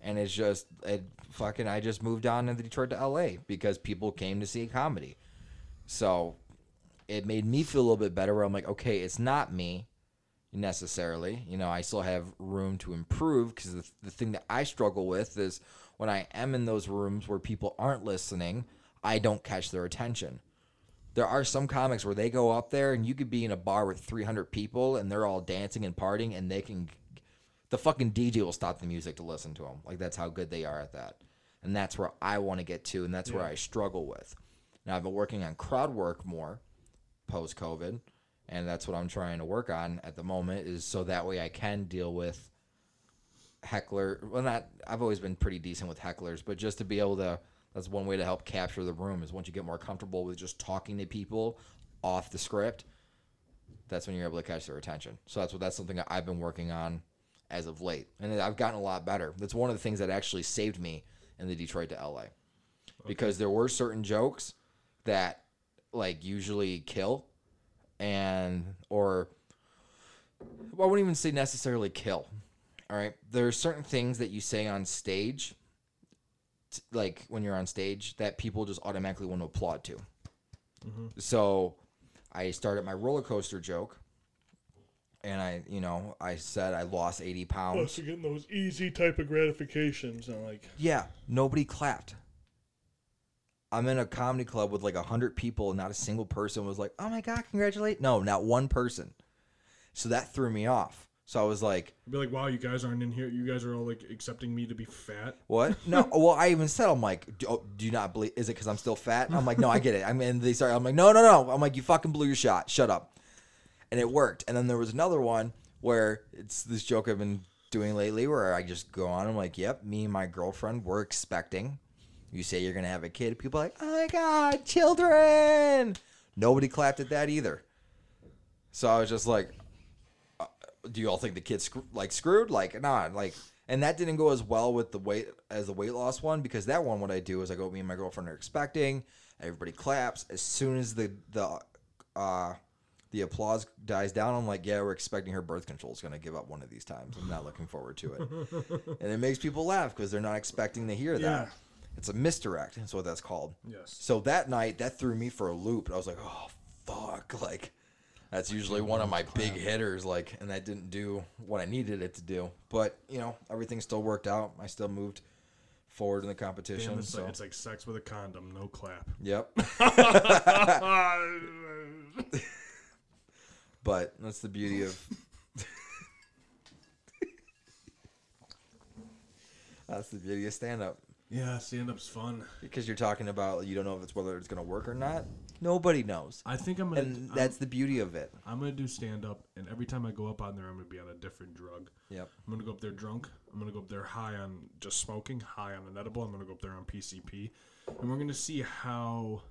Speaker 2: and it's just it fucking. I just moved on in Detroit to L.A. because people came to see comedy, so it made me feel a little bit better. Where I'm like, okay, it's not me necessarily. You know, I still have room to improve because the, the thing that I struggle with is when I am in those rooms where people aren't listening, I don't catch their attention. There are some comics where they go up there and you could be in a bar with 300 people and they're all dancing and partying and they can, the fucking DJ will stop the music to listen to them. Like that's how good they are at that. And that's where I want to get to and that's where I struggle with. Now I've been working on crowd work more post COVID, and that's what I'm trying to work on at the moment. Is so that way I can deal with heckler. Well, not I've always been pretty decent with hecklers, but just to be able to that's one way to help capture the room is once you get more comfortable with just talking to people off the script. That's when you're able to catch their attention. So that's what that's something that I've been working on as of late, and I've gotten a lot better. That's one of the things that actually saved me in the Detroit to LA because there were certain jokes that like usually kill and or well, I wouldn't even say necessarily kill. All right, there are certain things that you say on stage, t- like when you're on stage, that people just automatically want to applaud to. So, I started my roller coaster joke, and I, you know, I said I lost eighty pounds.
Speaker 5: Plus, you're getting those easy type of gratifications. And like,
Speaker 2: Yeah, nobody clapped. I'm in a comedy club with like a hundred people, and not a single person was like, "Oh my god, congratulate!" No, not one person. So that threw me off. So I was like,
Speaker 5: I'd be like, wow, you guys aren't in here. You guys are all like accepting me to be fat.
Speaker 2: "What?" No. well, I even said, "I'm like, do, oh, do you not believe? Is it because I'm still fat?" And I'm like, "No, I get it." I mean, they started. I'm like, "No, no, no." I'm like, "You fucking blew your shot. Shut up." And it worked. And then there was another one where it's this joke I've been doing lately, where I just go on. I'm like, "Yep, me and my girlfriend were expecting." You say you're gonna have a kid, people are like, oh my god, children! Nobody clapped at that either. So I was just like, uh, do you all think the kid's screw- like screwed? Like, nah, like, and that didn't go as well with the weight as the weight loss one because that one, what I do is I go, me and my girlfriend are expecting, everybody claps. As soon as the the uh, the applause dies down, I'm like, yeah, we're expecting her birth control is gonna give up one of these times. I'm not looking forward to it, and it makes people laugh because they're not expecting to hear
Speaker 5: Yeah.
Speaker 2: that. It's a misdirect. That's what that's called.
Speaker 5: Yes.
Speaker 2: So that night, that threw me for a loop. I was like, oh fuck, [LAUGHS] like that's usually one of my big hitters. Like, and that didn't do what I needed it to do. But you know, everything still worked out. I still moved forward in the competition.
Speaker 5: Damn, it's,
Speaker 2: so
Speaker 5: like, it's like sex with a condom, no clap. [LAUGHS]
Speaker 2: yep. [LAUGHS] but that's the beauty of. [LAUGHS] That's the beauty of stand up.
Speaker 5: yeah, stand up's fun.
Speaker 2: Because you're talking about you don't know if it's whether it's gonna work or not. Nobody knows.
Speaker 1: I think I'm gonna.
Speaker 2: And
Speaker 1: I'm-
Speaker 2: that's the beauty of it.
Speaker 1: I'm gonna do stand up, and every time I go up on there, I'm gonna be on a different drug.
Speaker 2: Yep.
Speaker 1: I'm gonna go up there drunk. I'm gonna go up there high on just smoking, high on an edible. I'm gonna go up there on PCP, and we're gonna see how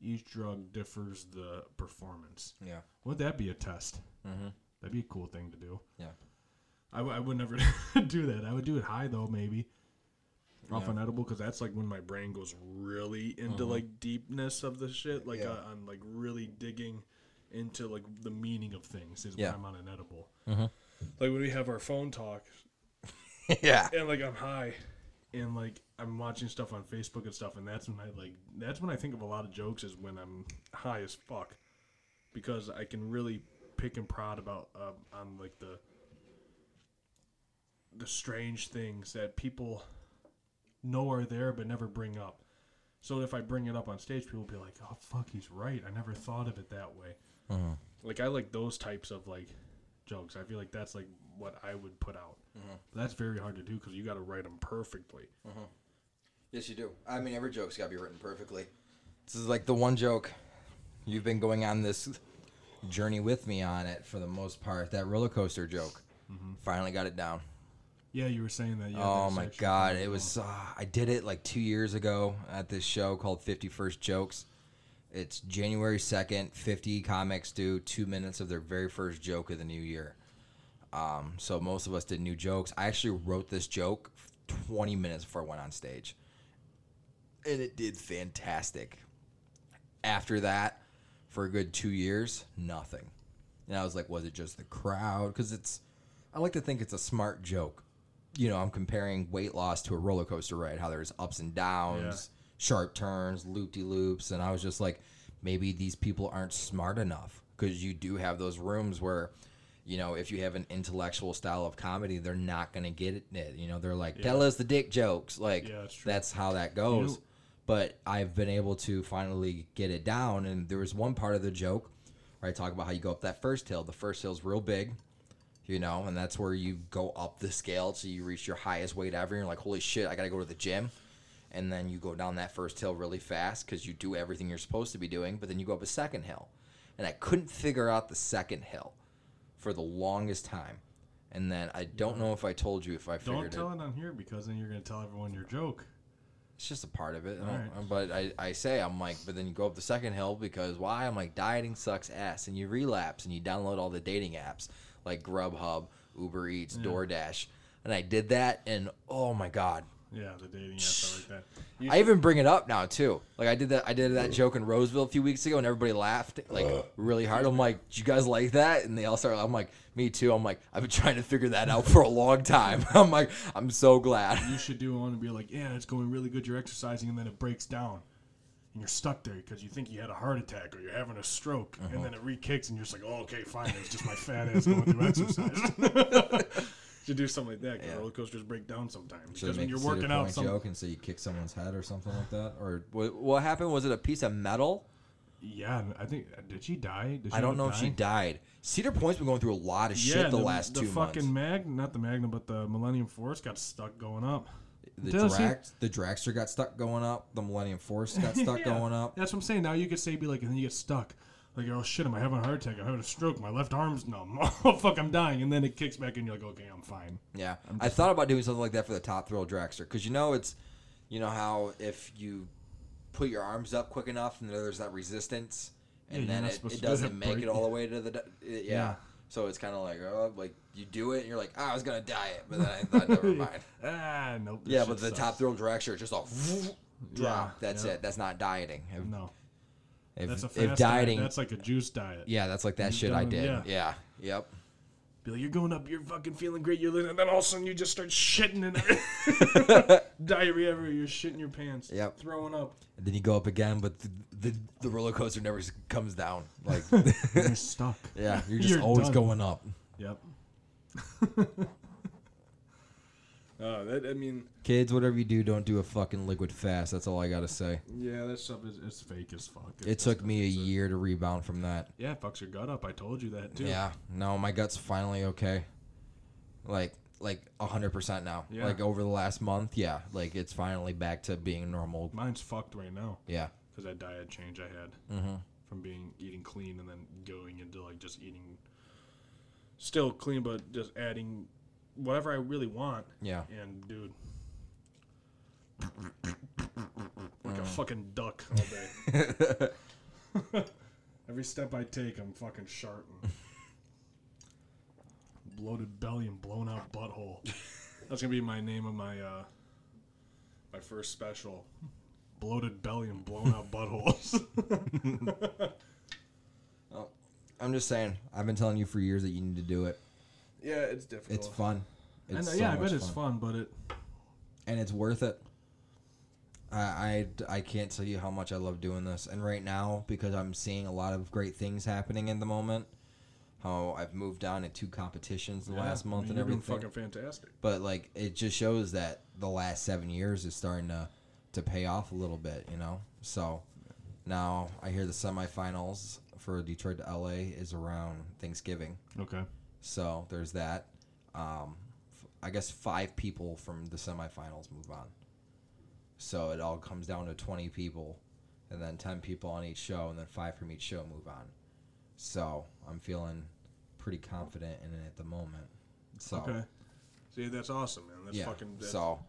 Speaker 1: each drug differs the performance.
Speaker 2: Yeah.
Speaker 1: Would that be a test? Mm-hmm. That'd be a cool thing to do.
Speaker 2: Yeah.
Speaker 1: I, w- I would never [LAUGHS] do that. I would do it high though, maybe off an edible, because that's like when my brain goes really into like deepness of the shit. Like
Speaker 2: Yeah.
Speaker 1: I, I'm like really digging into like the meaning of things is
Speaker 2: Yeah.
Speaker 1: when I'm on an edible.
Speaker 5: Like when we have our phone talk,
Speaker 2: [LAUGHS]
Speaker 1: [LAUGHS]
Speaker 2: yeah.
Speaker 5: and like I'm high.
Speaker 1: and like I'm watching stuff on Facebook and stuff, and that's when I like that's when I think of a lot of jokes is when I'm high as fuck, because I can really pick and prod about uh, on like the the strange things that people know are there but never bring up. So if I bring it up on stage, people will be like, "Oh fuck, he's right. I never thought of it that way." Like I like those types of like jokes. I feel like that's like what I would put out.
Speaker 2: Mm-hmm.
Speaker 1: That's very hard to do because you got to write them perfectly.
Speaker 2: Yes, you do. I mean, every joke's got to be written perfectly. This is like the one joke you've been going on this journey with me on it for the most part. That roller coaster joke. Finally got it down.
Speaker 1: Yeah, you were saying that. Yeah,
Speaker 2: oh
Speaker 1: there's
Speaker 2: my
Speaker 1: actually-
Speaker 2: god, it was. Uh, I did it like two years ago at this show called Fifty First Jokes. It's January second. Fifty comics do two minutes of their very first joke of the new year. Um, so most of us did new jokes. I actually wrote this joke 20 minutes before I went on stage. and it did fantastic. After that, for a good two years, nothing. And I was like, was it just the crowd? Because it's, I like to think it's a smart joke. You know, I'm comparing weight loss to a roller coaster ride, how there's ups and downs, sharp turns, loop de loops. And I was just like, maybe these people aren't smart enough because you do have those rooms where, you know, if you have an intellectual style of comedy, they're not going to get it. You know, they're like, tell us the dick jokes. Like,
Speaker 1: Yeah, that's true.
Speaker 2: that's how that goes. but I've been able to finally get it down. And there was one part of the joke where I talk about how you go up that first hill. The first hill's real big, you know, and that's where you go up the scale so you reach your highest weight ever. And you're like, holy shit, I got to go to the gym. And then you go down that first hill really fast because you do everything you're supposed to be doing. But then you go up a second hill. And I couldn't figure out the second hill for the longest time. And then I don't know if I told you if I figured
Speaker 1: Don't
Speaker 2: it.
Speaker 1: tell it on here because then you're gonna tell everyone your joke.
Speaker 2: It's just a part of it. I don't-
Speaker 1: Alright.
Speaker 2: But I, I say, I'm like, but then you go up the second hill because why? I'm like, dieting sucks ass. And you relapse and you download all the dating apps like Grubhub, Uber Eats, DoorDash. And I did that. And oh my God.
Speaker 1: Yeah, the dating app stuff like that. You
Speaker 2: I even bring it up now, too. Like, I did that I did that joke in Roseville a few weeks ago and everybody laughed like really hard. I'm like, do you guys like that? And they all started, I'm like, me too. I'm like, I've been trying to figure that out for a long time. [LAUGHS] I'm like, I'm so glad.
Speaker 1: you should do one and be like, yeah, it's going really good. You're exercising, and then it breaks down, and you're stuck there because you think you had a heart attack or you're having a stroke,
Speaker 2: Uh-huh.
Speaker 1: and then it re-kicks, and you're just like, oh, okay, fine, it's just my fat ass going through
Speaker 2: [LAUGHS]
Speaker 1: exercise. should do something like that. 'cause
Speaker 2: Yeah.
Speaker 1: Roller coasters break down sometimes
Speaker 2: Should
Speaker 1: because
Speaker 2: I
Speaker 1: when
Speaker 2: make
Speaker 1: you're
Speaker 2: a cedar
Speaker 1: working out,
Speaker 2: point
Speaker 1: some
Speaker 2: joke and say you kick someone's head or something like that, or what, what happened? Was it a piece of metal?
Speaker 1: yeah, I think uh, did she die? Did she
Speaker 2: I don't
Speaker 1: end
Speaker 2: know
Speaker 1: up
Speaker 2: if she
Speaker 1: dying?
Speaker 2: died. Cedar Point's been going through a lot of shit
Speaker 1: Yeah,
Speaker 2: the, last
Speaker 1: the
Speaker 2: two
Speaker 1: fucking mag,
Speaker 2: months.
Speaker 1: not the Magnum, but the Millennium Force got stuck going up.
Speaker 2: The
Speaker 1: Did I see-
Speaker 2: Drax, the Draxter got stuck going up. The Millennium
Speaker 1: [LAUGHS]
Speaker 2: Force got stuck
Speaker 1: Yeah,
Speaker 2: going up.
Speaker 1: That's what I'm saying. Now you could say be like, and then you get stuck. Like, oh shit, am I having a heart attack? I'm having a stroke. My left arm's numb. [LAUGHS] Oh fuck, I'm dying. And then it kicks back, and you're like, okay, I'm fine.
Speaker 2: Yeah, I thought about doing something like that for the Top Thrill Draxter because you know it's, you know how if you put your arms up quick enough and there's that resistance, and
Speaker 1: Yeah, you're
Speaker 2: then
Speaker 1: not
Speaker 2: it,
Speaker 1: supposed
Speaker 2: it
Speaker 1: to do
Speaker 2: doesn't
Speaker 1: that
Speaker 2: make
Speaker 1: break.
Speaker 2: it all the way to the d- it- yeah.
Speaker 1: Yeah.
Speaker 2: So it's kind of like oh, like you do it and you're like "Ah, I was gonna die it, but then I thought [LAUGHS] never mind.
Speaker 1: Ah, nope. this
Speaker 2: Yeah,
Speaker 1: shit
Speaker 2: but the
Speaker 1: sucks.
Speaker 2: top thrill director just all drop. that's
Speaker 1: yeah.
Speaker 2: it. That's not dieting. If,
Speaker 1: No,
Speaker 2: if,
Speaker 1: that's a
Speaker 2: if
Speaker 1: fast
Speaker 2: dieting,
Speaker 1: diet. That's like a juice diet.
Speaker 2: yeah, that's like that shit I
Speaker 1: done,
Speaker 2: did. Yeah.
Speaker 1: yeah.
Speaker 2: Yep.
Speaker 1: Be like, you're going up, you're fucking feeling great, you're living, and then all of a sudden you just start shitting in
Speaker 2: [LAUGHS]
Speaker 1: diarrhea everywhere. You're shitting your pants.
Speaker 2: Yep.
Speaker 1: Throwing up.
Speaker 2: [LAUGHS] And then you go up again, but the, the, the roller coaster never s- comes down. Like, [LAUGHS]
Speaker 1: You're stuck.
Speaker 2: yeah, [LAUGHS] you're just
Speaker 1: You're
Speaker 2: always
Speaker 1: done.
Speaker 2: going up.
Speaker 1: Yep. [LAUGHS]
Speaker 6: Uh, that I mean,
Speaker 2: Kids, whatever you do, don't do a fucking liquid fast. That's all I gotta say.
Speaker 1: Yeah, that stuff is it's fake as fuck. It's
Speaker 2: It
Speaker 1: just
Speaker 2: took
Speaker 1: not-
Speaker 2: me a
Speaker 1: it's
Speaker 2: year to rebound from that.
Speaker 1: Yeah, it fucks your gut up. I told you that too.
Speaker 2: Yeah. No, my gut's finally okay. Like like 100% now.
Speaker 1: Yeah.
Speaker 2: Like over the last month, yeah. Like it's finally back to being normal.
Speaker 1: Mine's fucked right now.
Speaker 2: Yeah.
Speaker 1: because that diet change I had from being eating clean and then going into like just eating still clean, but just adding whatever I really want.
Speaker 2: Yeah.
Speaker 1: And dude, like a fucking duck all day.
Speaker 6: [LAUGHS]
Speaker 1: Every step I take, I'm fucking sharp. Bloated belly and blown out butthole. That's gonna be my name of my uh, my first special. Bloated belly and blown out [LAUGHS] buttholes.
Speaker 2: I'm just saying. I've been telling you for years that you need to do it.
Speaker 6: yeah, it's difficult.
Speaker 2: It's fun. It's
Speaker 1: I know,
Speaker 2: so
Speaker 1: uh, yeah, I
Speaker 2: much
Speaker 1: bet it's fun, but it
Speaker 2: and it's worth it. I, I I can't tell you how much I love doing this, and right now because I'm seeing a lot of great things happening in the moment. How I've moved on in two competitions the
Speaker 1: yeah,
Speaker 2: last
Speaker 1: I
Speaker 2: month
Speaker 1: mean,
Speaker 2: and
Speaker 1: you're doing
Speaker 2: everything.
Speaker 1: fucking fantastic.
Speaker 2: but like it just shows that the last seven years is starting to to pay off a little bit, you know. So now I hear the semifinals for Detroit to LA is around Thanksgiving,
Speaker 1: Okay.
Speaker 2: so there's that. Um, f- I guess five people from the semifinals move on, so it all comes down to 20 people, and then 10 people on each show, and then five from each show move on. So I'm feeling pretty confident in it at the moment. So
Speaker 1: Okay.
Speaker 6: See, that's awesome, man. That's
Speaker 2: yeah.
Speaker 6: fucking. That's,
Speaker 2: so,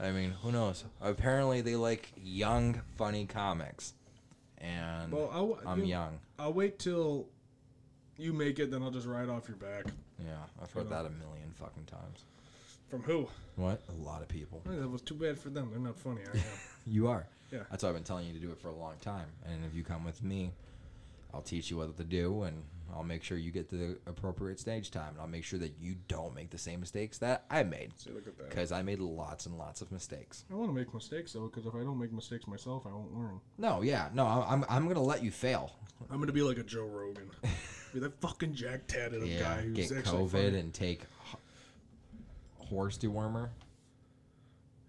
Speaker 2: I mean, who knows? Apparently, they like young, funny comics, and
Speaker 6: Well, I'll,
Speaker 2: I'm
Speaker 6: you-
Speaker 2: young.
Speaker 6: I'll wait till you make it, then I'll just ride off your back.
Speaker 2: Yeah, I've heard that a million fucking times.
Speaker 6: From who?
Speaker 2: What? A lot of people. [LAUGHS]
Speaker 6: Hey, That was too bad for them. They're not funny. I am.
Speaker 2: You are.
Speaker 1: Yeah.
Speaker 2: That's why I've been telling you to do it for a long time. And if you come with me, I'll teach you what to do, and I'll make sure you get to the appropriate stage time, and I'll make sure that you don't make the same mistakes that I made,
Speaker 1: See, look at that.
Speaker 2: because I made lots and lots of mistakes.
Speaker 1: I want to make mistakes though, because if I don't make mistakes myself, I won't learn.
Speaker 2: No, yeah, no, I- I'm I'm gonna let you fail.
Speaker 1: I'm gonna be like a Joe
Speaker 2: [LAUGHS]
Speaker 1: Rogan, be that fucking Jack Tatted up
Speaker 2: Yeah,
Speaker 1: guy who's
Speaker 2: get
Speaker 1: actually
Speaker 2: COVID
Speaker 1: funny.
Speaker 2: and take h- horse dewormer.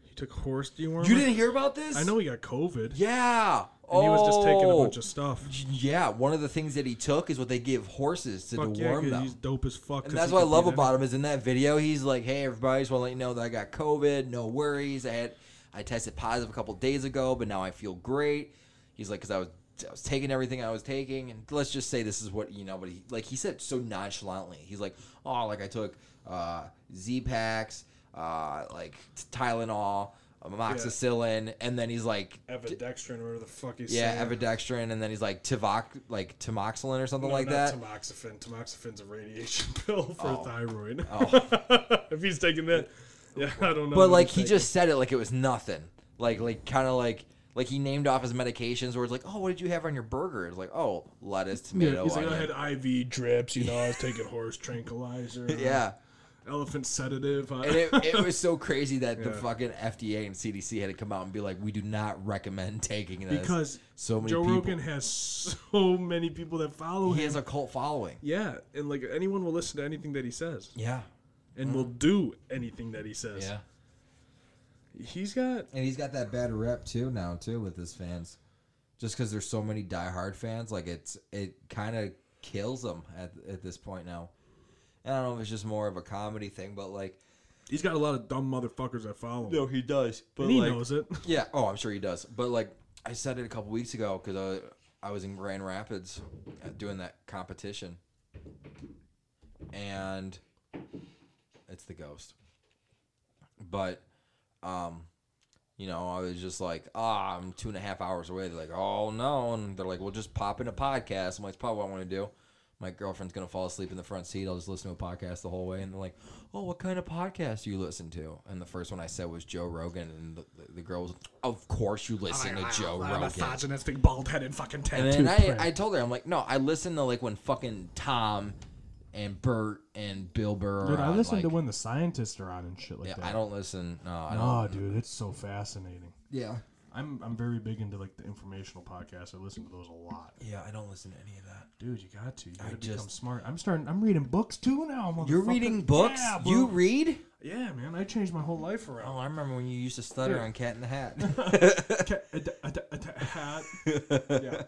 Speaker 1: He took horse dewormer.
Speaker 2: You didn't hear about this?
Speaker 1: I know he got COVID.
Speaker 2: Yeah.
Speaker 1: And he was just taking a
Speaker 2: Oh.
Speaker 1: bunch of stuff.
Speaker 2: Yeah, one of the things that he took is what they give horses to
Speaker 1: Fuck yeah,
Speaker 2: deworm
Speaker 1: 'cause
Speaker 2: them.
Speaker 1: he's dope as fuck.
Speaker 2: And
Speaker 1: 'cause
Speaker 2: that's
Speaker 1: he
Speaker 2: what I
Speaker 1: could
Speaker 2: love
Speaker 1: beat
Speaker 2: about him is in that video he's like, "Hey, everybody, just want to let you know that I got COVID. No worries. I had I tested positive a couple days ago, but now I feel great." He's like, "Cause I was I was taking everything I was taking, and let's just say this is what you know." But he like he said so nonchalantly, he's like, "Oh, like I took uh, Z packs, uh, like Tylenol, amoxicillin, and then he's like."
Speaker 1: any- Evidextrin, whatever the fuck he's
Speaker 2: Yeah,
Speaker 1: saying.
Speaker 2: evidextrin, and then he's like tivoc, like timoxilin or something
Speaker 1: No,
Speaker 2: like
Speaker 1: not
Speaker 2: that.
Speaker 1: Tamoxifen. Tamoxifen's a radiation [LAUGHS] pill for
Speaker 2: Oh.
Speaker 1: thyroid.
Speaker 2: Oh.
Speaker 1: [LAUGHS] if he's taking that, yeah, I don't know. what
Speaker 2: But like
Speaker 1: he's
Speaker 2: he
Speaker 1: taking.
Speaker 2: just said it like it was nothing. Like like kind of like like he named off his medications where it's like, oh, what did you have on your burger? It's like, oh, lettuce,
Speaker 1: [LAUGHS] Yeah,
Speaker 2: tomato,
Speaker 1: he's like, "Oh, I
Speaker 2: onion.
Speaker 1: had IV drips, you know, I was taking horse tranquilizer, uh,
Speaker 2: [LAUGHS] yeah.
Speaker 1: elephant sedative. Uh,
Speaker 2: And it, it was so crazy that the
Speaker 1: Yeah.
Speaker 2: fucking FDA and CDC had to come out and be like, we do not recommend taking this
Speaker 1: [LAUGHS] because
Speaker 2: so many
Speaker 1: Joe
Speaker 2: people.
Speaker 1: Rogan has so many people that follow
Speaker 2: he
Speaker 1: him.
Speaker 2: has a cult following.
Speaker 1: yeah, and like anyone will listen to anything that he says
Speaker 2: Yeah,
Speaker 1: and will do anything that he says.
Speaker 2: Mm. yeah.
Speaker 1: He's got
Speaker 2: And he's got that bad rep too now too with his fans, just because there's so many diehard fans. Like it's it kind of kills him at at this point now. And I don't know if it's just more of a comedy thing, but like
Speaker 1: he's got a lot of dumb motherfuckers that follow him.
Speaker 2: he does, but
Speaker 1: and he knows it.
Speaker 2: yeah. Oh, I'm sure he does. But like I said it a couple weeks ago because I, I was in Grand Rapids uh, doing that competition, and it's the ghost. But, um, you know, I was just like, ah, I'm two and a half hours away. They're like, oh no, and they're like, well, just pop in a podcast. I'm like, it's probably what I want to do. My girlfriend's gonna fall asleep in the front seat. I'll just listen to a podcast the whole way. And they're like, oh, what kind of podcast do you listen to? And the first one I said was Joe Rogan, and the, the girl was, of course you listen to Joe
Speaker 1: I'm a
Speaker 2: Rogan.
Speaker 1: misogynistic, bald-headed fucking
Speaker 2: And
Speaker 1: tattoo.
Speaker 2: then
Speaker 1: prick.
Speaker 2: I, I told her, I'm like, no, I listen to like when fucking Tom and Bert and Bill Burr. Are
Speaker 4: Dude, I
Speaker 2: on,
Speaker 4: listen to
Speaker 2: like-
Speaker 4: when the scientists are on and shit like
Speaker 2: Yeah,
Speaker 4: that.
Speaker 2: I don't listen. No, I don't.
Speaker 4: No, dude, it's so fascinating.
Speaker 2: Yeah.
Speaker 4: I'm I'm very big into like the informational podcasts. I listen to those a lot.
Speaker 2: Yeah, I don't listen to any of that.
Speaker 4: Dude, you got to. You gotta become
Speaker 2: just-
Speaker 4: smart. I'm starting. I'm reading books too now. motherfucker.
Speaker 2: You're reading books?
Speaker 4: Yeah, bro.
Speaker 2: you read?
Speaker 4: yeah, man. I changed my whole life around.
Speaker 2: [LAUGHS] Oh, I remember when you used to stutter
Speaker 4: Dude.
Speaker 2: on Cat in the Hat.
Speaker 4: Ca- a da- a da- a da- had- yeah,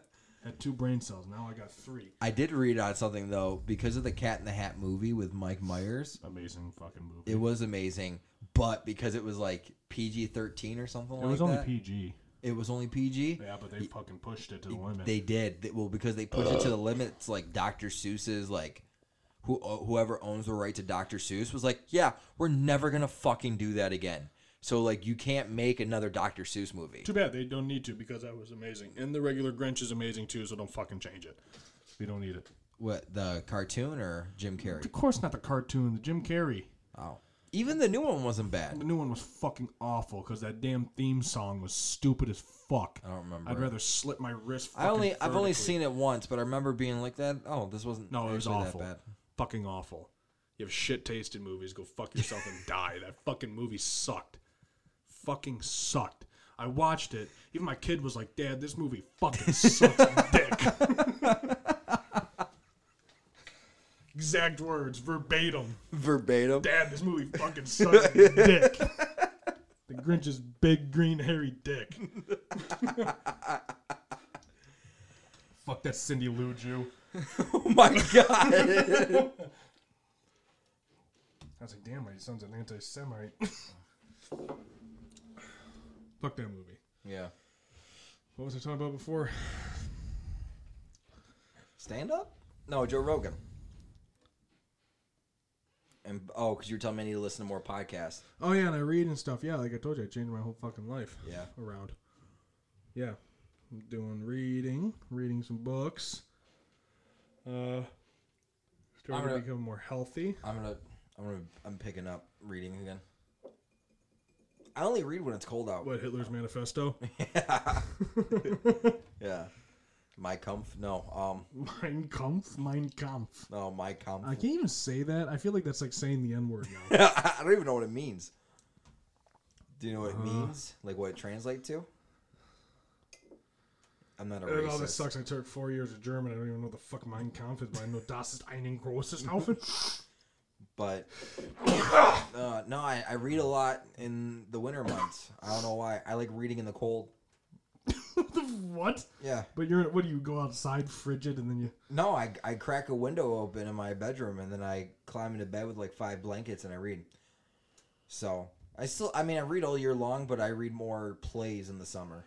Speaker 4: had two brain cells. Now I got three.
Speaker 2: [LAUGHS] I did read on something though because of the Cat in the Hat movie with Mike Myers.
Speaker 4: Amazing fucking movie.
Speaker 2: It was amazing, but because it was like PG thirteen or something
Speaker 4: It
Speaker 2: like
Speaker 4: was only
Speaker 2: that,
Speaker 4: PG.
Speaker 2: it was only PG.
Speaker 4: Yeah, but they fucking pushed it to the limit.
Speaker 2: They did They- well because they pushed it to the limits. Like Dr. Seuss's, like who uh, whoever owns the right to Dr. Seuss was like, yeah, we're never gonna fucking do that again. So like, you can't make another Dr. Seuss movie.
Speaker 1: Too bad they don't need to because that was amazing. And the regular Grinch is amazing too, so don't fucking change it.
Speaker 4: we don't need it.
Speaker 2: What the cartoon or Jim Carrey?
Speaker 4: Of course not the cartoon. The Jim Carrey.
Speaker 2: Oh, even the new one wasn't bad.
Speaker 4: The new one was fucking awful because that damn theme song was stupid as fuck.
Speaker 2: I don't remember.
Speaker 4: I'd rather slit my wrist.
Speaker 2: I only
Speaker 4: fucking
Speaker 2: I've only
Speaker 4: vertically.
Speaker 2: seen it once, but I remember being like that. Oh, this wasn't
Speaker 4: No, it was
Speaker 2: actually
Speaker 4: awful. Fucking awful.
Speaker 1: You have shit taste in movies, go fuck yourself and die. That fucking movie sucked.
Speaker 4: Fucking sucked. I watched it. Even my kid was like, "Dad, this movie fucking sucks, dick."
Speaker 1: Exact words, verbatim.
Speaker 2: Verbatim.
Speaker 1: Dad, this movie fucking sucks dick.
Speaker 4: The Grinch's big green hairy dick. Fuck that Cindy Lou Jew.
Speaker 2: [LAUGHS] Oh my [LAUGHS] god.
Speaker 4: I was like, damn, my son's an anti Semite.
Speaker 1: [LAUGHS] Fuck that movie.
Speaker 2: yeah.
Speaker 1: What was I talking about before?
Speaker 2: Stand up? No, Joe Rogan. And oh, because you were telling me I need to listen to more podcasts.
Speaker 1: Oh yeah, and I read and stuff. Yeah, like I told you, I changed my whole fucking life
Speaker 2: Yeah.
Speaker 1: around. Yeah. I'm doing reading, reading some books. Uh starting
Speaker 2: gonna-
Speaker 1: to become more healthy.
Speaker 2: I'm gonna I'm gonna I'm picking up reading again. I only read when it's cold out.
Speaker 1: What Hitler's
Speaker 2: [LAUGHS]
Speaker 1: manifesto?
Speaker 2: Yeah. yeah. My Kampf? No. Um.
Speaker 4: Mein Kampf, Mein Kampf.
Speaker 2: No, My Kampf. [LAUGHS]
Speaker 1: I can't even say that. I feel like that's like saying the N word now.
Speaker 2: I don't even know what it means. Do you know what it
Speaker 1: Uh-huh.
Speaker 2: means? Like what it translates to? I'm not a
Speaker 1: And all this
Speaker 2: racist.
Speaker 1: sucks. I took four years of German. I don't even know what the fuck Mein Kampf is, but I know Das ist einen großes
Speaker 2: [LAUGHS]
Speaker 1: Haufen.
Speaker 2: But [COUGHS] uh, no, I, I read a lot in the winter months. I don't know why. I like reading in the cold.
Speaker 1: what?
Speaker 2: Yeah.
Speaker 1: But you're what do you go outside frigid and then you?
Speaker 2: No, I, I crack a window open in my bedroom and then I climb into bed with like five blankets and I read. So I still, I mean, I read all year long, but I read more plays in the summer.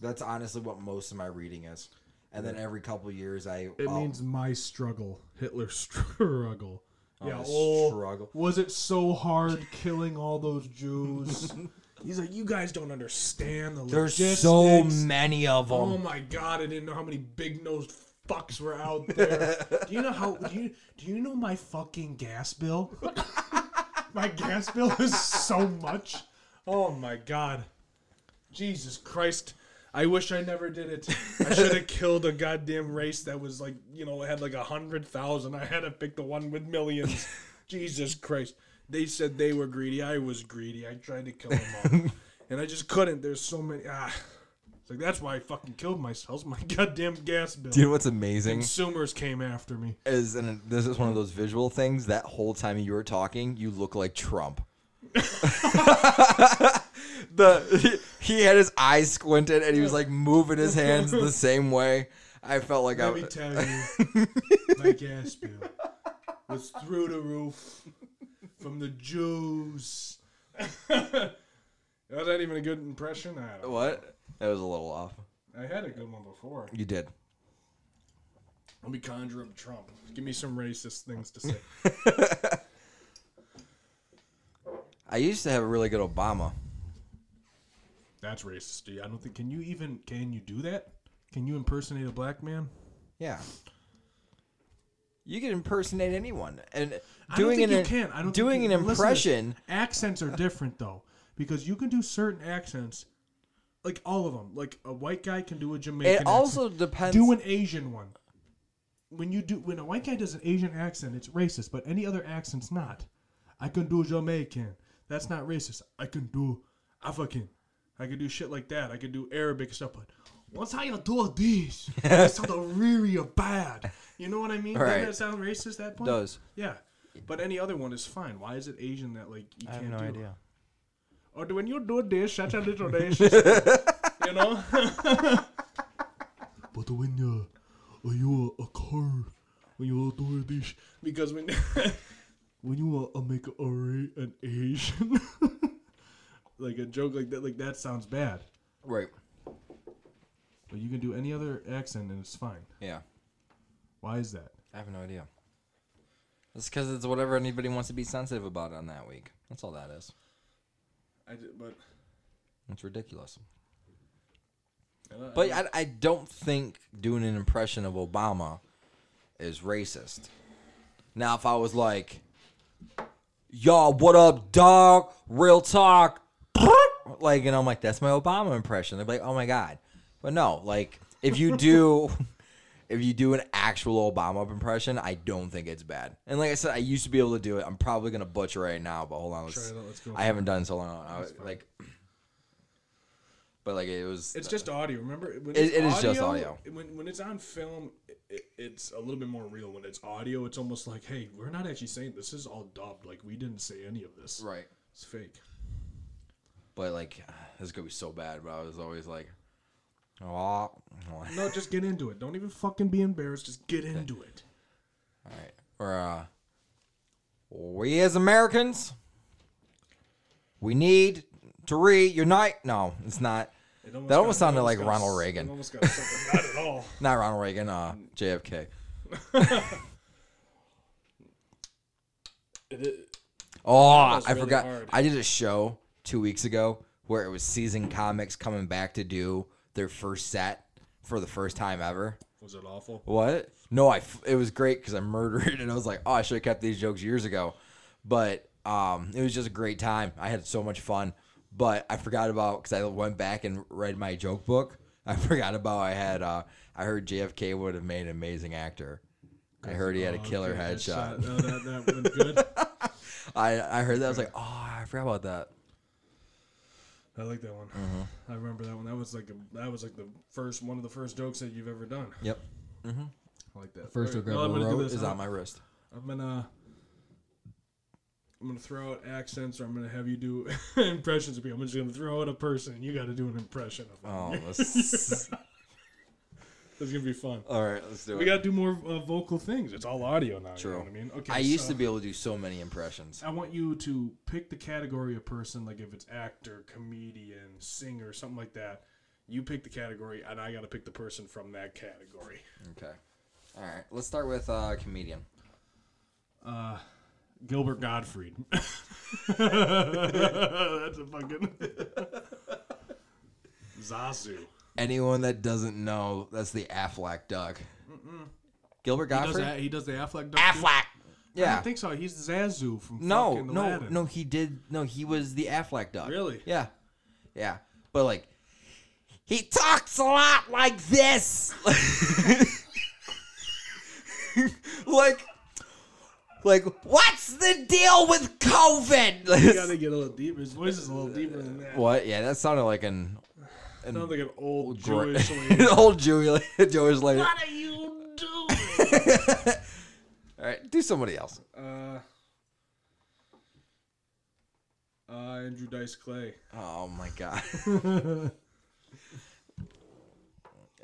Speaker 2: That's honestly what most of my reading is. And then every couple years, I
Speaker 1: Mm. It
Speaker 2: I'll-
Speaker 1: means my struggle, Hitler's struggle.
Speaker 2: I'll
Speaker 1: yeah, oh,
Speaker 2: struggle.
Speaker 1: was it so hard killing all those
Speaker 2: [LAUGHS]
Speaker 1: Jews? He's like, you guys don't understand the
Speaker 2: There's
Speaker 1: logistics.
Speaker 2: so many of them.
Speaker 1: Oh my god, I didn't know how many big nosed fucks were out there. do you know how do you do you know my fucking gas bill? [LAUGHS] my gas bill is so much. Oh my god. Jesus Christ. I wish I never did it. I should have killed a goddamn race that was like, you know, had like a hundred thousand. I had to pick the one with millions. Jesus Christ. They said they were greedy. I was greedy. I tried to kill them all. and I just couldn't. There's so many. Ah. It's like, that's why I fucking killed myself. [LAUGHS] My goddamn gas bill.
Speaker 2: Do you know what's amazing?
Speaker 1: Consumers came after me.
Speaker 2: Is and this is one of those visual things. That whole time you were talking, you look like Trump. [LAUGHS] the he had his eyes squinted and he was like moving his hands the same way. I felt like
Speaker 1: Let
Speaker 2: I
Speaker 1: me tell you, my gas bill was through the roof from the [LAUGHS] Jews. Was that even a good impression? I, don't know.
Speaker 2: what? That was a little off.
Speaker 1: I had a good one before.
Speaker 2: You did.
Speaker 1: Let me conjure up Trump. Give me some racist things to say.
Speaker 2: I used to have a really good Obama.
Speaker 1: That's racist. dude. I don't think. Can you even? Can you do that? Can you impersonate a black man?
Speaker 2: Yeah. You could impersonate anyone and
Speaker 1: I don't
Speaker 2: doing
Speaker 1: think
Speaker 2: an
Speaker 1: you can. I don't think
Speaker 2: doing
Speaker 1: you- listen
Speaker 2: an
Speaker 1: to this.
Speaker 2: impression.
Speaker 1: accents are different though because you can do certain accents like all of them like a white guy can do a jamaican
Speaker 2: It also
Speaker 1: accent.
Speaker 2: depends.
Speaker 1: do an asian one when you do when a white guy does an asian accent it's racist but any other accent's not i can do jamaican that's not racist i can do african i can do shit like that i can do arabic stuff but once I do
Speaker 2: [LAUGHS]
Speaker 1: this, it's not really bad. You know what I mean?
Speaker 2: Right.
Speaker 1: Doesn't that sound racist at that point?
Speaker 2: does.
Speaker 1: Yeah, but any other one is fine. Why is it Asian that like you can't do? Or do- when you do this, such a little dish, [LAUGHS] you know?
Speaker 4: But when you, when you a car, when you do this,
Speaker 1: because when
Speaker 4: [LAUGHS] when you uh, make a ra- an Asian, [LAUGHS]
Speaker 1: like a joke like that, like that sounds bad.
Speaker 2: Right.
Speaker 1: But you can do any other accent and it's fine.
Speaker 2: Yeah.
Speaker 1: Why is that?
Speaker 2: I have no idea. It's because it's whatever anybody wants to be sensitive about on that week. That's all that is.
Speaker 1: I d- but
Speaker 2: It's ridiculous.
Speaker 1: I don't-
Speaker 2: But I, I don't think doing an impression of Obama is racist. Now, if I was like, "Yo, what up, dog? Real talk," like, and I'm like, "That's my Obama impression," they'd be like, "Oh my god." But no, like, if you do, [LAUGHS] if you do an actual Obama impression, I don't think it's bad. And like I said, I used to be able to do it. I'm probably gonna butcher it now, but hold on, let's,
Speaker 1: Try it out, let's go for
Speaker 2: I haven't done it in so long. I was, like, [CLEARS THROAT] but like it was.
Speaker 1: it's just audio. Remember, when
Speaker 2: Uh, It- it is just audio.
Speaker 1: When, when it's on film, it, it's a little bit more real. When it's audio, it's almost like, hey, we're not actually saying this. This is all dubbed. Like we didn't say any of this.
Speaker 2: right.
Speaker 1: It's fake.
Speaker 2: But like, [SIGHS] this could be so bad. But I was always like, oh, all right.
Speaker 1: No, just get into it. Don't even fucking be embarrassed. Just get into it.
Speaker 2: Or uh, we as Americans, we need to reunite. No, it's not.
Speaker 1: It
Speaker 2: that almost
Speaker 1: got- it
Speaker 2: sounded like
Speaker 1: got-
Speaker 2: Ronald
Speaker 1: It
Speaker 2: Reagan.
Speaker 1: almost got something. Not at
Speaker 2: [LAUGHS]
Speaker 1: all.
Speaker 2: Not Ronald Reagan. Uh, JFK.
Speaker 1: It, it,
Speaker 2: Oh,
Speaker 1: was
Speaker 2: I
Speaker 1: really
Speaker 2: forgot.
Speaker 1: hard.
Speaker 2: I did a show two weeks ago where it was seasoned comics coming back to do their first set for the first time ever.
Speaker 1: was it awful?
Speaker 2: What? [LAUGHS] No, I. f- It was great because I murdered it, and I was like, oh, I should have kept these jokes years ago. But Um, it was just a great time. I had so much fun, but I forgot about because I went back and read my joke book. [LAUGHS] I forgot about I had. Uh, I heard JFK would have made an amazing actor. I heard he had a killer
Speaker 1: Oh, Okay,
Speaker 2: headshot.
Speaker 1: No, that, that went
Speaker 2: [LAUGHS]
Speaker 1: good.
Speaker 2: I, I heard that. I was like, oh, I forgot about that.
Speaker 1: I like that one.
Speaker 2: Mm-hmm.
Speaker 1: I remember that one. That was like a, that was like the first one of the first jokes that you've ever done.
Speaker 2: Yep.
Speaker 1: I like that.
Speaker 2: First
Speaker 1: Alright,
Speaker 2: regret
Speaker 1: no, I'm gonna do this.
Speaker 2: is
Speaker 1: I'm-
Speaker 2: on my
Speaker 1: [LAUGHS]
Speaker 2: wrist.
Speaker 1: I'm gonna I'm gonna throw out accents or I'm gonna have you do [LAUGHS] impressions of people. I'm just gonna throw out a person and you gotta do an impression of them.
Speaker 2: Oh, this-
Speaker 1: It's gonna be fun.
Speaker 2: all right, let's do
Speaker 1: We
Speaker 2: it.
Speaker 1: gotta do more uh, vocal things. It's all audio now. You
Speaker 2: True.
Speaker 1: know what I mean? Okay.
Speaker 2: I used
Speaker 1: so
Speaker 2: to be able to do so many impressions.
Speaker 1: I want you to pick the category of person, like if it's actor, comedian, singer, something like that. You pick the category, and I gotta pick the person from that category.
Speaker 2: Okay. All right, let's start with uh, comedian.
Speaker 1: Gilbert Gottfried. [LAUGHS] That's a fucking [LAUGHS] Zazu.
Speaker 2: Anyone that doesn't know, that's the Affleck Doug. Gilbert Gottfried.
Speaker 1: he does the Affleck.
Speaker 2: Affleck.
Speaker 1: I
Speaker 2: Yeah.
Speaker 1: don't think so. He's Zazu from
Speaker 2: No,
Speaker 1: fucking
Speaker 2: no,
Speaker 1: Aladdin.
Speaker 2: no. He did. No, he was the Affleck Doug.
Speaker 1: Really?
Speaker 2: Yeah. Yeah. But like, he talks a lot like this. [LAUGHS] like. Like, what's the deal with
Speaker 1: You
Speaker 2: COVID?
Speaker 1: gotta get a little deeper. His voice is a little deeper than that.
Speaker 2: [LAUGHS] what? Yeah, that sounded like an
Speaker 1: Sounds like an old
Speaker 2: Gr- [LAUGHS]
Speaker 1: [LAUGHS] Jewish lady. [LAUGHS]
Speaker 2: old Jewish, Jewish lady. All
Speaker 1: what are you doing?
Speaker 2: right, do somebody else.
Speaker 1: uh, uh, Andrew Dice Clay.
Speaker 2: Oh my
Speaker 1: [LAUGHS]
Speaker 2: god.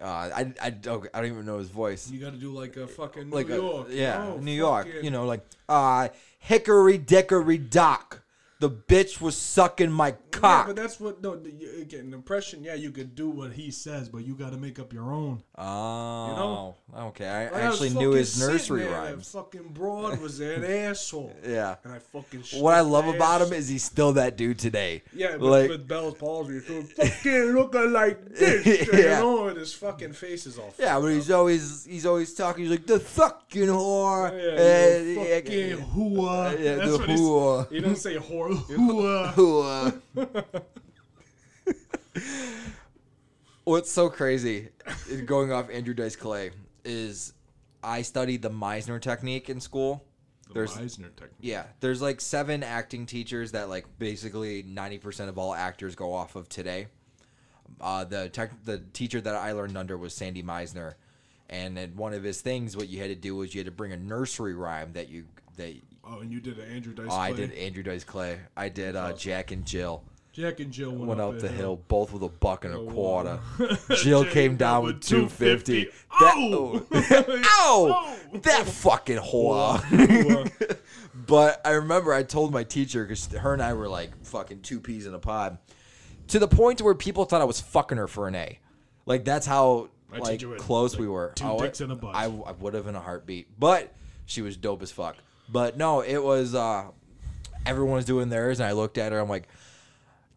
Speaker 2: uh, I, I, don't, I don't even know his voice.
Speaker 1: You gotta do like a fucking New
Speaker 2: Like a-
Speaker 1: York.
Speaker 2: yeah,
Speaker 1: Oh,
Speaker 2: New York.
Speaker 1: fucking-
Speaker 2: You know, like uh, Hickory Dickory Dock. The bitch was sucking my
Speaker 1: Yeah,
Speaker 2: cock.
Speaker 1: but that's what no. the- you- Again, an impression. Yeah, you could do what he says, but you got to make up your own.
Speaker 2: oh,
Speaker 1: know?
Speaker 2: okay. I,
Speaker 1: I was
Speaker 2: actually knew
Speaker 1: fucking
Speaker 2: his
Speaker 1: sitting
Speaker 2: nursery
Speaker 1: there,
Speaker 2: rhymes.
Speaker 1: That fucking broad was that [LAUGHS] asshole.
Speaker 2: Yeah.
Speaker 1: And I fucking.
Speaker 2: What I
Speaker 1: shit
Speaker 2: love
Speaker 1: his
Speaker 2: about
Speaker 1: ass.
Speaker 2: him is he's still that dude today.
Speaker 1: Yeah, but,
Speaker 2: like
Speaker 1: but Bell's palsy, so fucking looking
Speaker 2: [LAUGHS]
Speaker 1: like this, you
Speaker 2: Yeah.
Speaker 1: know, and his fucking face is all.
Speaker 2: Yeah, but he's always he's always talking. He's like the fucking whore.
Speaker 1: Yeah, you
Speaker 2: Uh,
Speaker 1: fucking whoa.
Speaker 2: yeah,
Speaker 1: That's
Speaker 2: the
Speaker 1: what he's-
Speaker 2: whoa.
Speaker 1: [LAUGHS] He doesn't say
Speaker 2: [LAUGHS]
Speaker 1: whore. Whoa.
Speaker 2: whoa.
Speaker 1: [LAUGHS]
Speaker 2: What's so crazy, is going off Andrew Dice Clay, is I studied the Meisner technique in school.
Speaker 4: The
Speaker 2: There's-
Speaker 4: Meisner technique.
Speaker 2: Yeah, there's like seven acting teachers that like basically 90% of all actors go off of today. Uh, the tech, the teacher that I learned under was Sandy Meisner, and then one of his things, what you had to do was you had to bring a nursery rhyme that you that
Speaker 1: Oh, and you did an Andrew Dice
Speaker 2: oh, I
Speaker 1: Clay.
Speaker 2: did Andrew Dice Clay, I did uh, Jack and Jill
Speaker 1: Jack and Jill went,
Speaker 2: went
Speaker 1: up,
Speaker 2: up the hill, both with a buck and a quarter. Jill
Speaker 1: Jill
Speaker 2: came down with two fifty. That
Speaker 1: Oh!
Speaker 2: oh, [LAUGHS] ow, that fucking [LAUGHS] whore.
Speaker 1: [LAUGHS] Whoa.
Speaker 2: But I remember I told my teacher because her and I were like fucking two peas in a pod, to the point where people thought I was fucking her for an A. Like that's how
Speaker 1: My
Speaker 2: like
Speaker 1: teacher was,
Speaker 2: close
Speaker 1: like,
Speaker 2: we were.
Speaker 1: two
Speaker 2: I would-
Speaker 1: dicks in a butt.
Speaker 2: I, I would have in a heartbeat. But she was dope as fuck. But no, it was uh, everyone was doing theirs, and I looked at her. I'm like,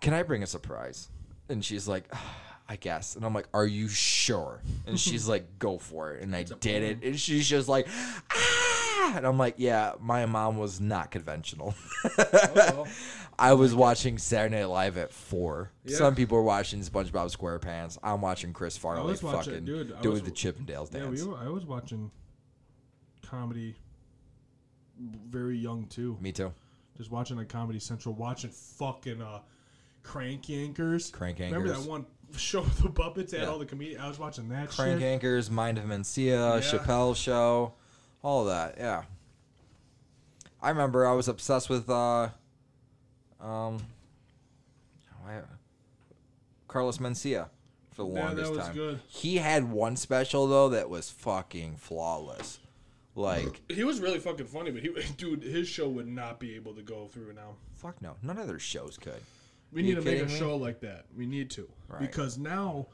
Speaker 2: "Can I bring a surprise?" And she's like, "Ah, "I guess." And I'm like, "Are you sure?"
Speaker 1: [LAUGHS]
Speaker 2: And she's like, "Go for it." And I did it. And she's just like, "Ah!" And I'm like, "Yeah, my mom was not conventional."
Speaker 1: Oh,
Speaker 2: [LAUGHS] I was watching Saturday Night Live at four. Some people were watching SpongeBob SquarePants. I'm watching Chris Farley
Speaker 1: was watching-
Speaker 2: fucking
Speaker 1: dude, I
Speaker 2: doing
Speaker 1: was-
Speaker 2: the Chippendales
Speaker 1: Yeah,
Speaker 2: dance.
Speaker 1: we were, I was watching comedy very young too.
Speaker 2: Me too.
Speaker 1: Just watching on Comedy Central, watching fucking uh, Crank Yankers.
Speaker 2: Crank
Speaker 1: Remember that
Speaker 2: Yankers.
Speaker 1: one show with the puppets had
Speaker 2: Yeah.
Speaker 1: all the comedians? I was watching that
Speaker 2: Frank
Speaker 1: shit.
Speaker 2: Anchors, Mind of Mencia,
Speaker 1: Yeah.
Speaker 2: Chappelle Show, all that. Yeah. I remember I was obsessed with uh, um, why- Carlos Mencia for
Speaker 1: Yeah,
Speaker 2: the
Speaker 1: that
Speaker 2: longest
Speaker 1: was
Speaker 2: time.
Speaker 1: good.
Speaker 2: He had one special though that was fucking flawless. Like
Speaker 1: He was really fucking funny, but he [LAUGHS] dude, his show would not be able to go through now.
Speaker 2: fuck no, none of their shows could.
Speaker 1: We
Speaker 2: You
Speaker 1: need to make a
Speaker 2: kidding me?
Speaker 1: show like that. We need to
Speaker 2: Right.
Speaker 1: because now,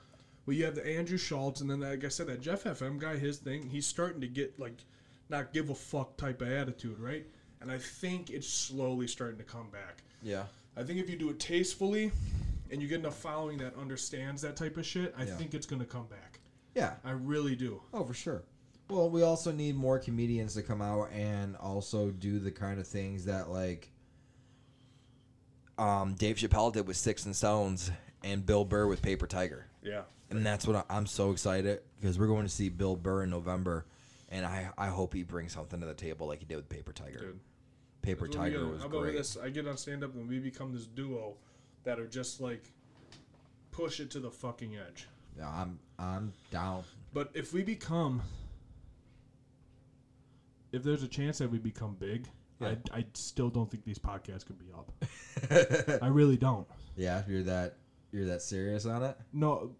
Speaker 1: well, you have the Andrew Schultz, and then like I said, that Jeff FM guy, his thing, he's starting to get like, not give a fuck type of attitude, right? And I think it's slowly starting to come back.
Speaker 2: Yeah.
Speaker 1: I think if you do it tastefully, and you get enough following that understands that type of shit, I
Speaker 2: Yeah.
Speaker 1: think it's gonna come back.
Speaker 2: Yeah.
Speaker 1: I really do.
Speaker 2: Oh, for sure. Well, we also need more comedians to come out and also do the kind of things that like um, Dave Chappelle did with Six and Stones and Bill Burr with Paper Tiger.
Speaker 1: Yeah.
Speaker 2: And that's what I, I'm so excited because we're going to see Bill Burr in November, and I I hope he brings something to the table like he did with Paper Tiger.
Speaker 1: Dude.
Speaker 2: Paper
Speaker 1: That's what we
Speaker 2: Tiger
Speaker 1: gotta-
Speaker 2: was
Speaker 1: How about
Speaker 2: great.
Speaker 1: this? I get on stand up and we become this duo that are just like push it to the fucking edge.
Speaker 2: Yeah, I'm I'm down.
Speaker 1: But if we become,
Speaker 4: If there's a chance that we become big,
Speaker 2: Yeah.
Speaker 4: I, I still don't think these podcasts could be up. I really don't.
Speaker 2: yeah, you're that you're that serious on it.
Speaker 4: No,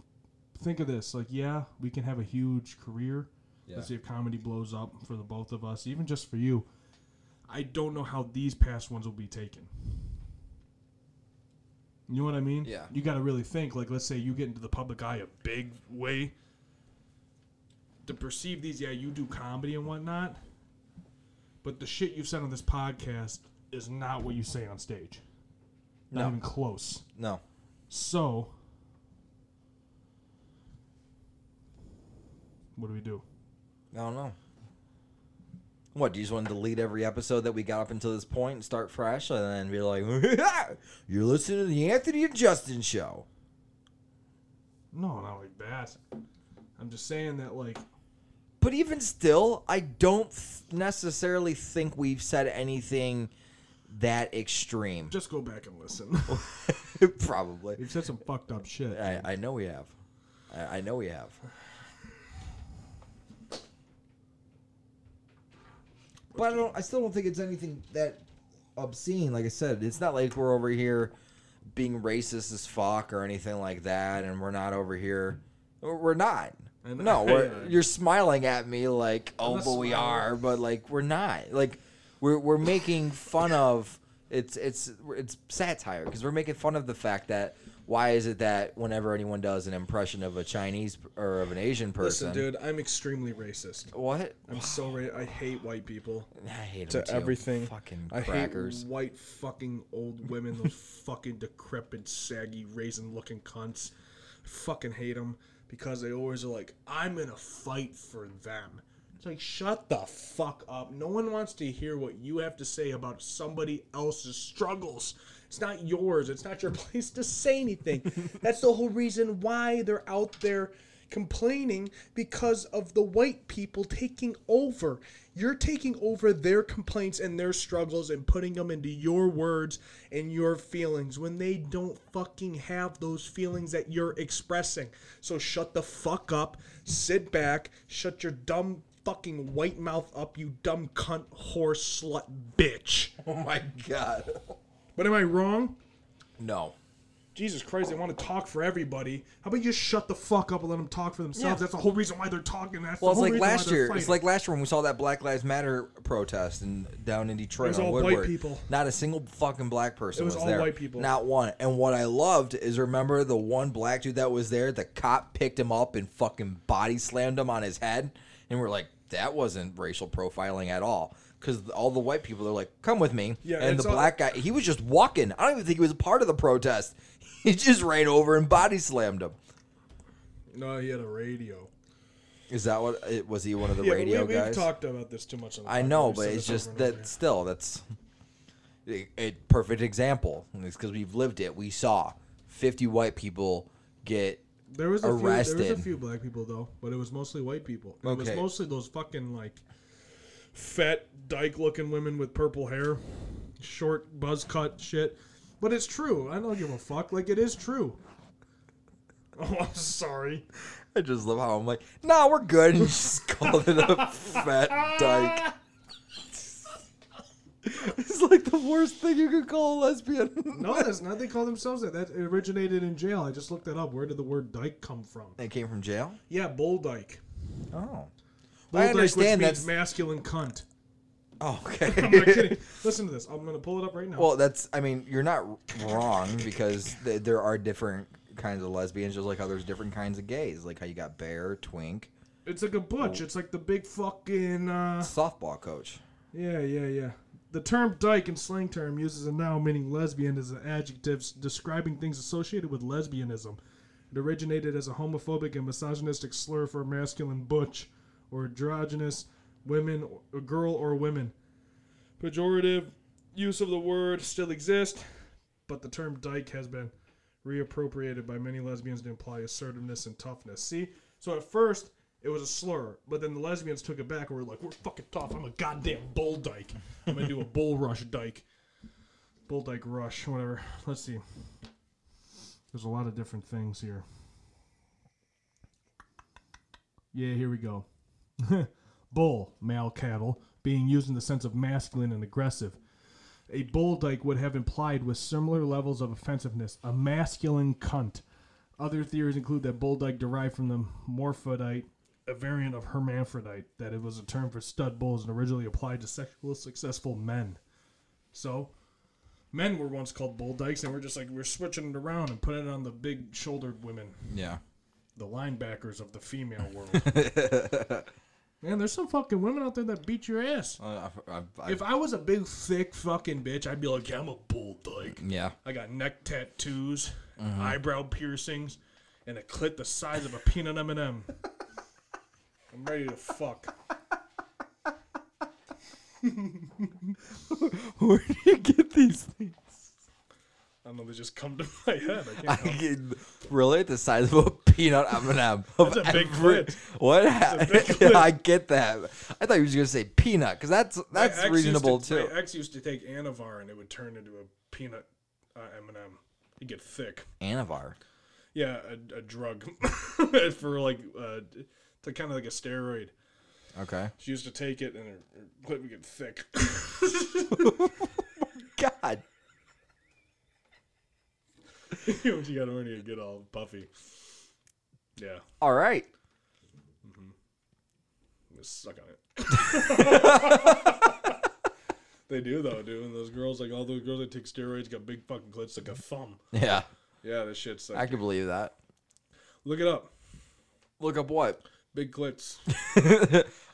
Speaker 4: think of this. Like, yeah, we can have a huge career.
Speaker 2: Yeah.
Speaker 4: Let's see if comedy blows up for the both of us, even just for you. I don't know how these past ones will be taken. You know what I mean?
Speaker 2: Yeah.
Speaker 4: You got to really think. Like, let's say you get into the public eye a big way. To perceive these, yeah, you do comedy and whatnot, but the shit you've said on this podcast is not what you say on stage. Not
Speaker 2: No.
Speaker 4: even close.
Speaker 2: No.
Speaker 4: So, what do we do?
Speaker 2: I don't know. What, do you just want to delete every episode that we got up until this point and start fresh and then be like, [LAUGHS] you're listening to the Anthony and Justin show?
Speaker 4: No, not like that. I'm just saying that, like,
Speaker 2: But even still, I don't th- necessarily think we've said anything that extreme. [LAUGHS]
Speaker 1: just go back and listen.
Speaker 2: Probably.
Speaker 4: we've said some fucked up shit.
Speaker 2: I, I know we have. I, I know we have. But I don't. I still don't think it's anything that obscene. Like I said, it's not like we're over here being racist as fuck or anything like that, and we're not over here. We're we're not.
Speaker 1: And-
Speaker 2: no, we're,
Speaker 1: yeah.
Speaker 2: you're smiling at me like, oh,
Speaker 1: not
Speaker 2: but we
Speaker 1: smiling.
Speaker 2: are, but like we're not. Like we're we're making fun of it's it's it's satire because we're making fun of the fact that why is it that whenever anyone does an impression of a Chinese p- or of an Asian person,
Speaker 1: listen, dude, I'm extremely racist.
Speaker 2: what
Speaker 1: I'm so ra- I hate white people.
Speaker 2: I hate
Speaker 1: To
Speaker 2: them too.
Speaker 1: everything.
Speaker 2: fucking
Speaker 1: I [LAUGHS]
Speaker 2: crackers.
Speaker 1: hate white fucking old women,
Speaker 2: [LAUGHS]
Speaker 1: those fucking decrepit, saggy, raisin looking cunts. I fucking hate them because they always are like, I'm in a fight for them. It's like, shut the fuck up. No one wants to hear what you have to say about somebody else's struggles. It's not yours. It's not your [LAUGHS] place to say
Speaker 2: [LAUGHS]
Speaker 1: anything. That's the whole reason why they're out there complaining because of the white people taking over. You're taking over their complaints and their struggles and putting them into your words and your feelings when they don't fucking have those feelings that you're expressing. So shut the fuck up, sit back, shut your dumb fucking white mouth up, you dumb cunt, horse, slut, bitch.
Speaker 2: oh my god.
Speaker 1: But am I wrong?
Speaker 2: No.
Speaker 1: Jesus Christ, they want to talk for everybody. How about you shut the fuck up and let them talk for themselves? That's the whole reason why they're talking. That's
Speaker 2: Well,
Speaker 1: the
Speaker 2: it's
Speaker 1: whole
Speaker 2: like
Speaker 1: reason why
Speaker 2: last
Speaker 1: they're
Speaker 2: year. It's
Speaker 1: fighting.
Speaker 2: like last year when we saw that Black Lives Matter protest and down in Detroit
Speaker 1: It was
Speaker 2: on
Speaker 1: all white
Speaker 2: Woodward.
Speaker 1: people.
Speaker 2: Not a single fucking black person
Speaker 1: It was all
Speaker 2: there.
Speaker 1: white people.
Speaker 2: Not one. And what I loved is remember the one black dude that was there. The cop picked him up and fucking body slammed him on his head. And we're like, that wasn't racial profiling at all. Because all the white people are like, come with me.
Speaker 1: Yeah,
Speaker 2: and
Speaker 1: it's
Speaker 2: the
Speaker 1: all-
Speaker 2: black guy, he was just walking. I don't even think he was a part of the protest. [LAUGHS] He just ran over and body slammed him.
Speaker 1: No, he had a radio.
Speaker 2: Is that what it was? He one of the radio
Speaker 1: we,
Speaker 2: guys?
Speaker 1: We've talked about this too much. On the
Speaker 2: I
Speaker 1: podcast.
Speaker 2: know,
Speaker 1: We've
Speaker 2: but
Speaker 1: said
Speaker 2: it's
Speaker 1: this over
Speaker 2: just
Speaker 1: and over
Speaker 2: that still that's [LAUGHS] a, a perfect example. It's because we've lived it. We saw fifty white people get
Speaker 1: again. there was a Few, there was
Speaker 2: arrested.
Speaker 1: a few black people though, but it was mostly white people. It was
Speaker 2: Okay.
Speaker 1: mostly those fucking like fat dyke-looking women with purple hair, short buzz cut shit. But it's true. I don't give a fuck. Like it is true. [LAUGHS] Oh, I'm sorry.
Speaker 2: I just love how I'm like, nah, we're good, and [LAUGHS] just called it a fat dyke. [LAUGHS] it's like the worst thing you could call a lesbian. [LAUGHS]
Speaker 1: No, that's not. They call themselves that. That originated in jail. I just looked that up. Where did the word dyke come from?
Speaker 2: They came from jail.
Speaker 1: Yeah, bull dyke.
Speaker 2: Oh,
Speaker 1: Bull
Speaker 2: I
Speaker 1: dyke,
Speaker 2: understand
Speaker 1: which
Speaker 2: that's
Speaker 1: means masculine cunt.
Speaker 2: [LAUGHS] oh, okay.
Speaker 1: [LAUGHS] I'm not kidding. Listen to this. I'm gonna pull it up right now.
Speaker 2: Well, that's. I mean, you're not wrong because th- there are different kinds of lesbians, just like how there's different kinds of gays, like how you got bear, twink,
Speaker 1: It's like a butch. It's like the big fucking. Uh,
Speaker 2: softball coach.
Speaker 1: yeah, yeah, yeah. The term dyke in slang term uses a noun meaning lesbian as an adjective s- describing things associated with lesbianism. It originated as a homophobic and misogynistic slur for a masculine butch or androgynous women, or, a girl or women. Pejorative use of the word still exists. but the term dyke has been reappropriated by many lesbians to imply assertiveness and toughness. See, so at first it was a slur, but then the lesbians took it back and were like, "We're fucking tough. I'm a goddamn bull dyke. I'm gonna do a bull rush dyke, bull dyke rush, whatever." Let's see. There's a lot of different things here. Yeah, here we go. [LAUGHS] bull, male cattle, being used in the sense of masculine and aggressive. A bull dyke would have implied with similar levels of offensiveness a masculine cunt. Other theories include that bull dyke derived from the morphodite, a variant of hermaphrodite, that it was a term for stud bulls and originally applied to sexual successful men. So, men were once called bull dykes, and we're just like, we're switching it around and putting it on the big shouldered women
Speaker 2: Yeah.
Speaker 1: the linebackers of the female world. Man, there's some fucking women out there that beat your ass.
Speaker 2: Uh, I, I, I,
Speaker 1: If I was a big, thick fucking bitch, I'd be like, yeah, I'm a bull dyke. [LAUGHS]
Speaker 2: yeah.
Speaker 1: I got neck tattoos,
Speaker 2: Mm-hmm.
Speaker 1: eyebrow piercings, and a clit the size of a peanut M&M. I'm ready to fuck.
Speaker 2: Where do you get these things?
Speaker 1: I don't know, they just come to [LAUGHS] my head. I
Speaker 2: I
Speaker 1: can't help it.
Speaker 2: can relate the size of a [LAUGHS] peanut M&M. Of
Speaker 1: That's a big
Speaker 2: every-
Speaker 1: clit.
Speaker 2: What?
Speaker 1: big
Speaker 2: [LAUGHS]
Speaker 1: clit.
Speaker 2: I get that. I thought you were just gonna say peanut because that's
Speaker 1: My
Speaker 2: [LAUGHS] that's
Speaker 1: ex used
Speaker 2: reasonable
Speaker 1: to-
Speaker 2: too.
Speaker 1: My ex used to take Anavar and it would turn into a peanut uh, M&M. It'd get thick.
Speaker 2: Anavar.
Speaker 1: Yeah, a, a drug [LAUGHS] for like uh, to kind of like a steroid.
Speaker 2: Okay.
Speaker 1: She used to take it, and her, her clit would get thick.
Speaker 2: God.
Speaker 1: [LAUGHS] when she got horny, it'd get all puffy. Yeah,
Speaker 2: All right.
Speaker 1: just suck on it. [LAUGHS] they do though, dude. And those girls, like all those girls that take steroids, got big fucking clits like a thumb.
Speaker 2: Yeah,
Speaker 1: Yeah, this shit's
Speaker 2: I
Speaker 1: like.
Speaker 2: can believe that.
Speaker 1: Look it up.
Speaker 2: Look up what?
Speaker 1: Big clits.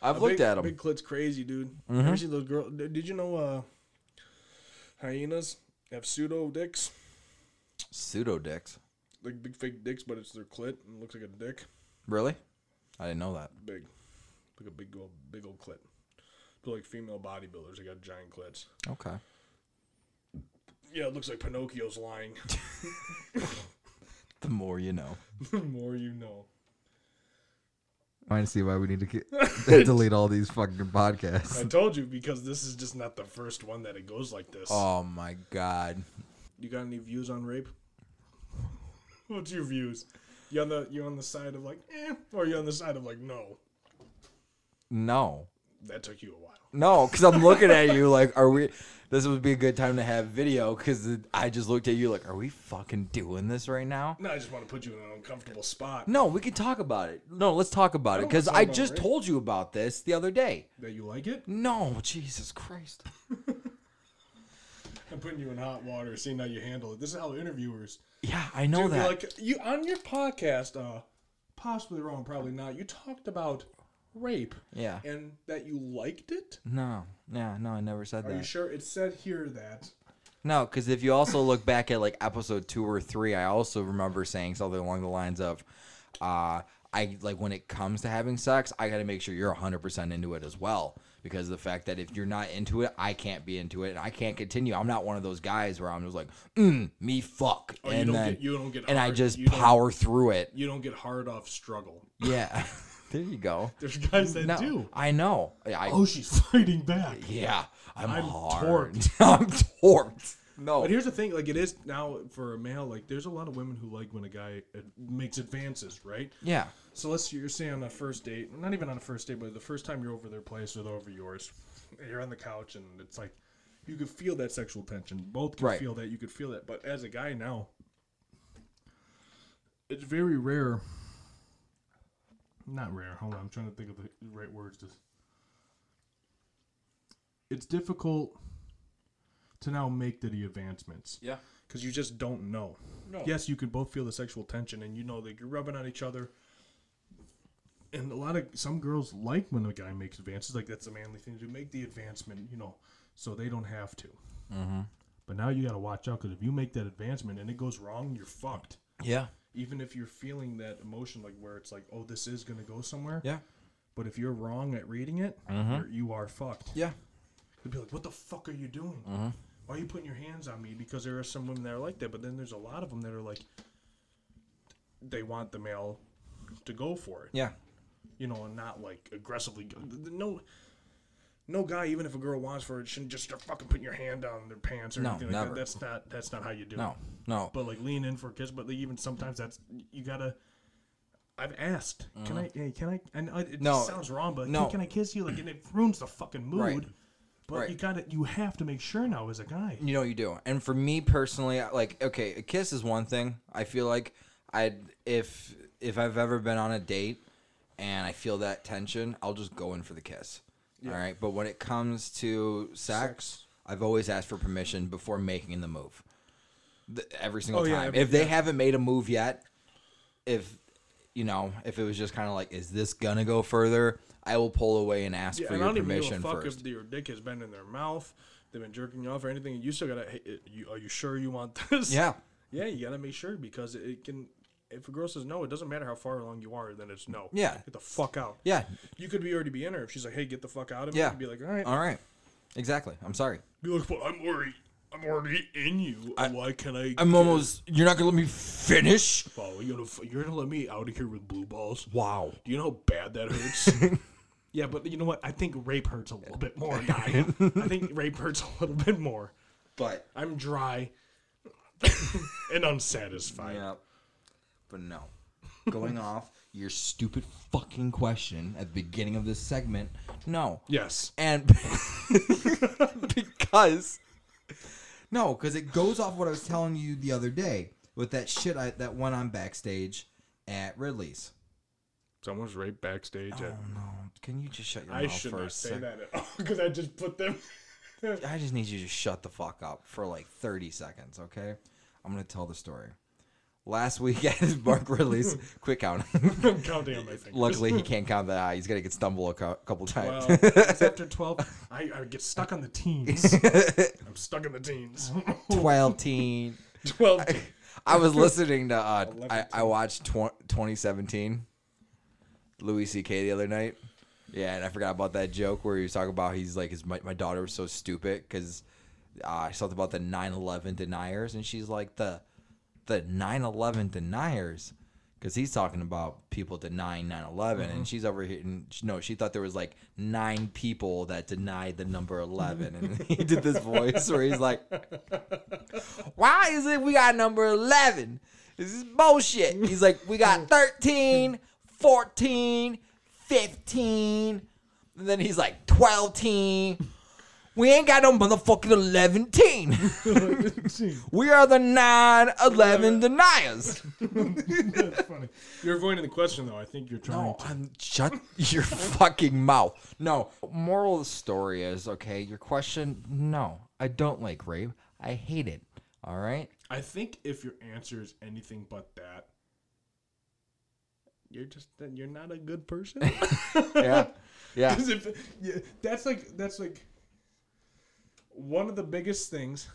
Speaker 2: I've
Speaker 1: A
Speaker 2: looked
Speaker 1: big,
Speaker 2: at 'em. Mm-hmm.
Speaker 1: Big clit's crazy, dude. Ever seen those girls? Did you know uh, hyenas have pseudo dicks?
Speaker 2: Pseudo dicks.
Speaker 1: like big fake dicks, but it's their clit and it looks like a dick.
Speaker 2: Really? I didn't know that.
Speaker 1: Big, like a big old big old clit. But like female bodybuilders, they got giant clits.
Speaker 2: Okay.
Speaker 1: Yeah, it looks like Pinocchio's lying. [LAUGHS]
Speaker 2: The more you know.
Speaker 1: the more you know.
Speaker 2: I see why we need to
Speaker 1: [LAUGHS]
Speaker 2: get, [LAUGHS] delete all these fucking podcasts.
Speaker 1: I told you because this is just not the first one that it goes like this.
Speaker 2: Oh my god.
Speaker 1: You got any views on rape? What's your views? You on the you on the side of like eh, or you on the side of like no?
Speaker 2: No.
Speaker 1: That took you a while.
Speaker 2: No, because I'm looking at you like, are we? This would be a good time to have video because I just looked at you like, are we fucking doing this right now?
Speaker 1: No, I just want to put you in an uncomfortable spot
Speaker 2: No, we can talk about it. No, let's talk about it
Speaker 1: don't
Speaker 2: because
Speaker 1: wanna talk
Speaker 2: I
Speaker 1: about
Speaker 2: just
Speaker 1: rape.
Speaker 2: told you about this the other day.
Speaker 1: that you like it.
Speaker 2: No,
Speaker 1: [LAUGHS]
Speaker 2: Jesus Christ.
Speaker 1: I'm putting you in hot water, seeing how you handle it. This is how interviewers
Speaker 2: Yeah, I know
Speaker 1: Dude, be
Speaker 2: that.
Speaker 1: Like you on your podcast, uh, possibly wrong, probably not. You talked about rape
Speaker 2: yeah.
Speaker 1: and that you liked it.
Speaker 2: No, yeah, no, I never said
Speaker 1: Are you
Speaker 2: that.
Speaker 1: sure it said here that?
Speaker 2: No, because if you also look back at like episode two or three, I also remember saying something along the lines of, uh, I like when it comes to having sex, I got to make sure you're 100% into it as well. Because of the fact that if you're not into it, I can't be into it and I can't continue. I'm not one of those guys where I'm just like, mm, me fuck.
Speaker 1: Oh, you
Speaker 2: and
Speaker 1: don't
Speaker 2: then,
Speaker 1: get- you don't get
Speaker 2: and I
Speaker 1: hard-
Speaker 2: just
Speaker 1: you don't-
Speaker 2: power through
Speaker 1: [LAUGHS]
Speaker 2: it.
Speaker 1: You don't get hard off struggle.
Speaker 2: Yeah. [LAUGHS] there you go.
Speaker 1: There's guys that
Speaker 2: No,
Speaker 1: do.
Speaker 2: I know. I,
Speaker 1: Oh, she's [LAUGHS] fighting back.
Speaker 2: yeah. I'm,
Speaker 1: I'm
Speaker 2: hard. [LAUGHS] I'm torqued. No.
Speaker 1: But here's the thing: like it is now for a male. Like there's a lot of women who like when a guy uh, makes advances, right?
Speaker 2: yeah.
Speaker 1: So let's you're saying on a first date, not even on a first date, but the first time you're over their place or they're over yours, and you're on the couch and it's like you could feel that sexual tension. Both can
Speaker 2: Right.
Speaker 1: feel that. You could feel that. But as a guy now, it's very rare. Not rare. Hold on, I'm trying to think of the right words. To... It's difficult to now make the advancements
Speaker 2: Yeah.
Speaker 1: because you just don't know.
Speaker 2: No.
Speaker 1: Yes, you can both feel the sexual tension, and you know that you're rubbing on each other. And a lot of some girls like when a guy makes advances, like that's a manly thing to do. Make the advancement, you know, so they don't have to. Mm-hmm. But now you got to watch out because if you make that advancement and it goes wrong, you're fucked.
Speaker 2: Yeah.
Speaker 1: Even if you're feeling that emotion, like where it's like, oh, this is gonna go somewhere.
Speaker 2: Yeah.
Speaker 1: But if you're wrong at reading it, you're, you are fucked.
Speaker 2: Yeah. Mm-hmm.
Speaker 1: They'd be like, "What the fuck are you doing?" why are you putting your hands on me? Because there are some women that are like that, but then there's a lot of them that are like, they want the male to go for it,
Speaker 2: Yeah.
Speaker 1: you know, and not like aggressively. Go. th- th- No, no guy, even if a girl wants for it, shouldn't just start fucking putting your hand down their pants or
Speaker 2: No,
Speaker 1: anything like that.
Speaker 2: never.
Speaker 1: That's not that's not how you do it
Speaker 2: No. No.
Speaker 1: but like lean in for a kiss. But like, even sometimes that's you gotta. I've asked, can I? Hey, can I? And I, it
Speaker 2: Uh-huh. No.
Speaker 1: just sounds wrong, but
Speaker 2: No.
Speaker 1: can, can I kiss you? Like, and it ruins the fucking mood.
Speaker 2: Right.
Speaker 1: But
Speaker 2: Right.
Speaker 1: you gotta, you have to make sure now as a guy.
Speaker 2: You know you do. And for me personally, I- like okay, a kiss is one thing. I feel like I if if I've ever been on a date and I feel that tension, I'll just go in for the kiss. All right, but when it comes to sex, I've always asked for permission before making the move. Th- every single
Speaker 1: Oh,
Speaker 2: time.
Speaker 1: yeah, every-
Speaker 2: if they haven't made a move yet, if you know, if it was just kind of like, is this gonna go further? I will pull away and ask
Speaker 1: Yeah,
Speaker 2: for
Speaker 1: and I
Speaker 2: your
Speaker 1: don't even give
Speaker 2: permission
Speaker 1: a fuck
Speaker 2: first.
Speaker 1: if your dick has been in their mouth. They've been jerking you off or anything. You still gotta. Hey, it- you, are you sure you want [LAUGHS] this?
Speaker 2: Yeah,
Speaker 1: Yeah, you gotta make sure because it can. If a girl says no, it doesn't matter how far along you are. Then it's no.
Speaker 2: Yeah.
Speaker 1: Get the fuck out.
Speaker 2: yeah,
Speaker 1: You could be already be in her if she's like, hey, get the fuck out of me.
Speaker 2: Yeah.
Speaker 1: You'd be like, all right.
Speaker 2: All right. Exactly. I'm sorry.
Speaker 1: Be like, but I'm already, I'm already in you. Why can I?
Speaker 2: I'm almost. You're not gonna let me finish.
Speaker 1: Oh, you're gonna, you're gonna let me out of here with blue balls?
Speaker 2: Wow.
Speaker 1: Do you know how bad that hurts?
Speaker 2: [LAUGHS]
Speaker 1: yeah, but you know what? I think rape hurts a little bit more. guy. I think rape hurts a little bit more.
Speaker 2: But
Speaker 1: I'm dry [LAUGHS] and unsatisfied.
Speaker 2: yeah. But no. [LAUGHS] Going off your stupid fucking question at the beginning of this segment. No.
Speaker 1: Yes.
Speaker 2: And [LAUGHS] because no, because it goes off what I was telling you the other day with that shit I, that went on backstage at Ridley's.
Speaker 1: Someone's raped backstage.
Speaker 2: Oh no! Can you just shut your
Speaker 1: I
Speaker 2: mouth
Speaker 1: should
Speaker 2: for a
Speaker 1: not say
Speaker 2: second?
Speaker 1: that at all because I just put
Speaker 2: [LAUGHS]
Speaker 1: them. [LAUGHS]
Speaker 2: I just need you to shut the fuck up for like 30 seconds, okay? I'm going to tell the story. Last week [LAUGHS] at Mark Ridley's quick count. [LAUGHS]
Speaker 1: I'm counting on my fingers.
Speaker 2: Luckily, he can't count that high. He's going to get stumbled a cou- couple times.
Speaker 1: Well, it's after 12. I, I get stuck on the
Speaker 2: [LAUGHS]
Speaker 1: teens. I'm stuck in the teens. [LAUGHS]
Speaker 2: 12 teen.
Speaker 1: 12 [LAUGHS] teens.
Speaker 2: I was listening to, uh, I,
Speaker 1: Eleven
Speaker 2: I watched tw- 2017, Louis C.K. the other night. Yeah, and I forgot about that joke where he was talking about he's like, his, my, my daughter was so stupid because uh, something about the 9 11 deniers. And she's like, the the 9 11 deniers. Because he's talking about people denying 9 11. And she's over here, and she, no, she thought there was like nine people that denied the number 11. And [LAUGHS] he did this voice where he's like, why is it we got number 11? This is bullshit. He's like, we got 13, 14, 15. And then he's like, 12 teen. We ain't got no motherfucking 11 teen. we are the 9 11 deniers.
Speaker 4: funny.
Speaker 1: You're avoiding the question, though. I think you're trying
Speaker 2: No,
Speaker 1: to.
Speaker 2: I'm shut [LAUGHS] your fucking mouth. No. Moral of the story is okay, your question, no, I don't like rape. I hate it. All right?
Speaker 1: I think if your answer is anything but that, you're just then you're not a good
Speaker 2: [LAUGHS]
Speaker 1: person. [LAUGHS]
Speaker 2: Yeah. Yeah.
Speaker 1: 'Cause if- yeah, that's like that's like one of the biggest things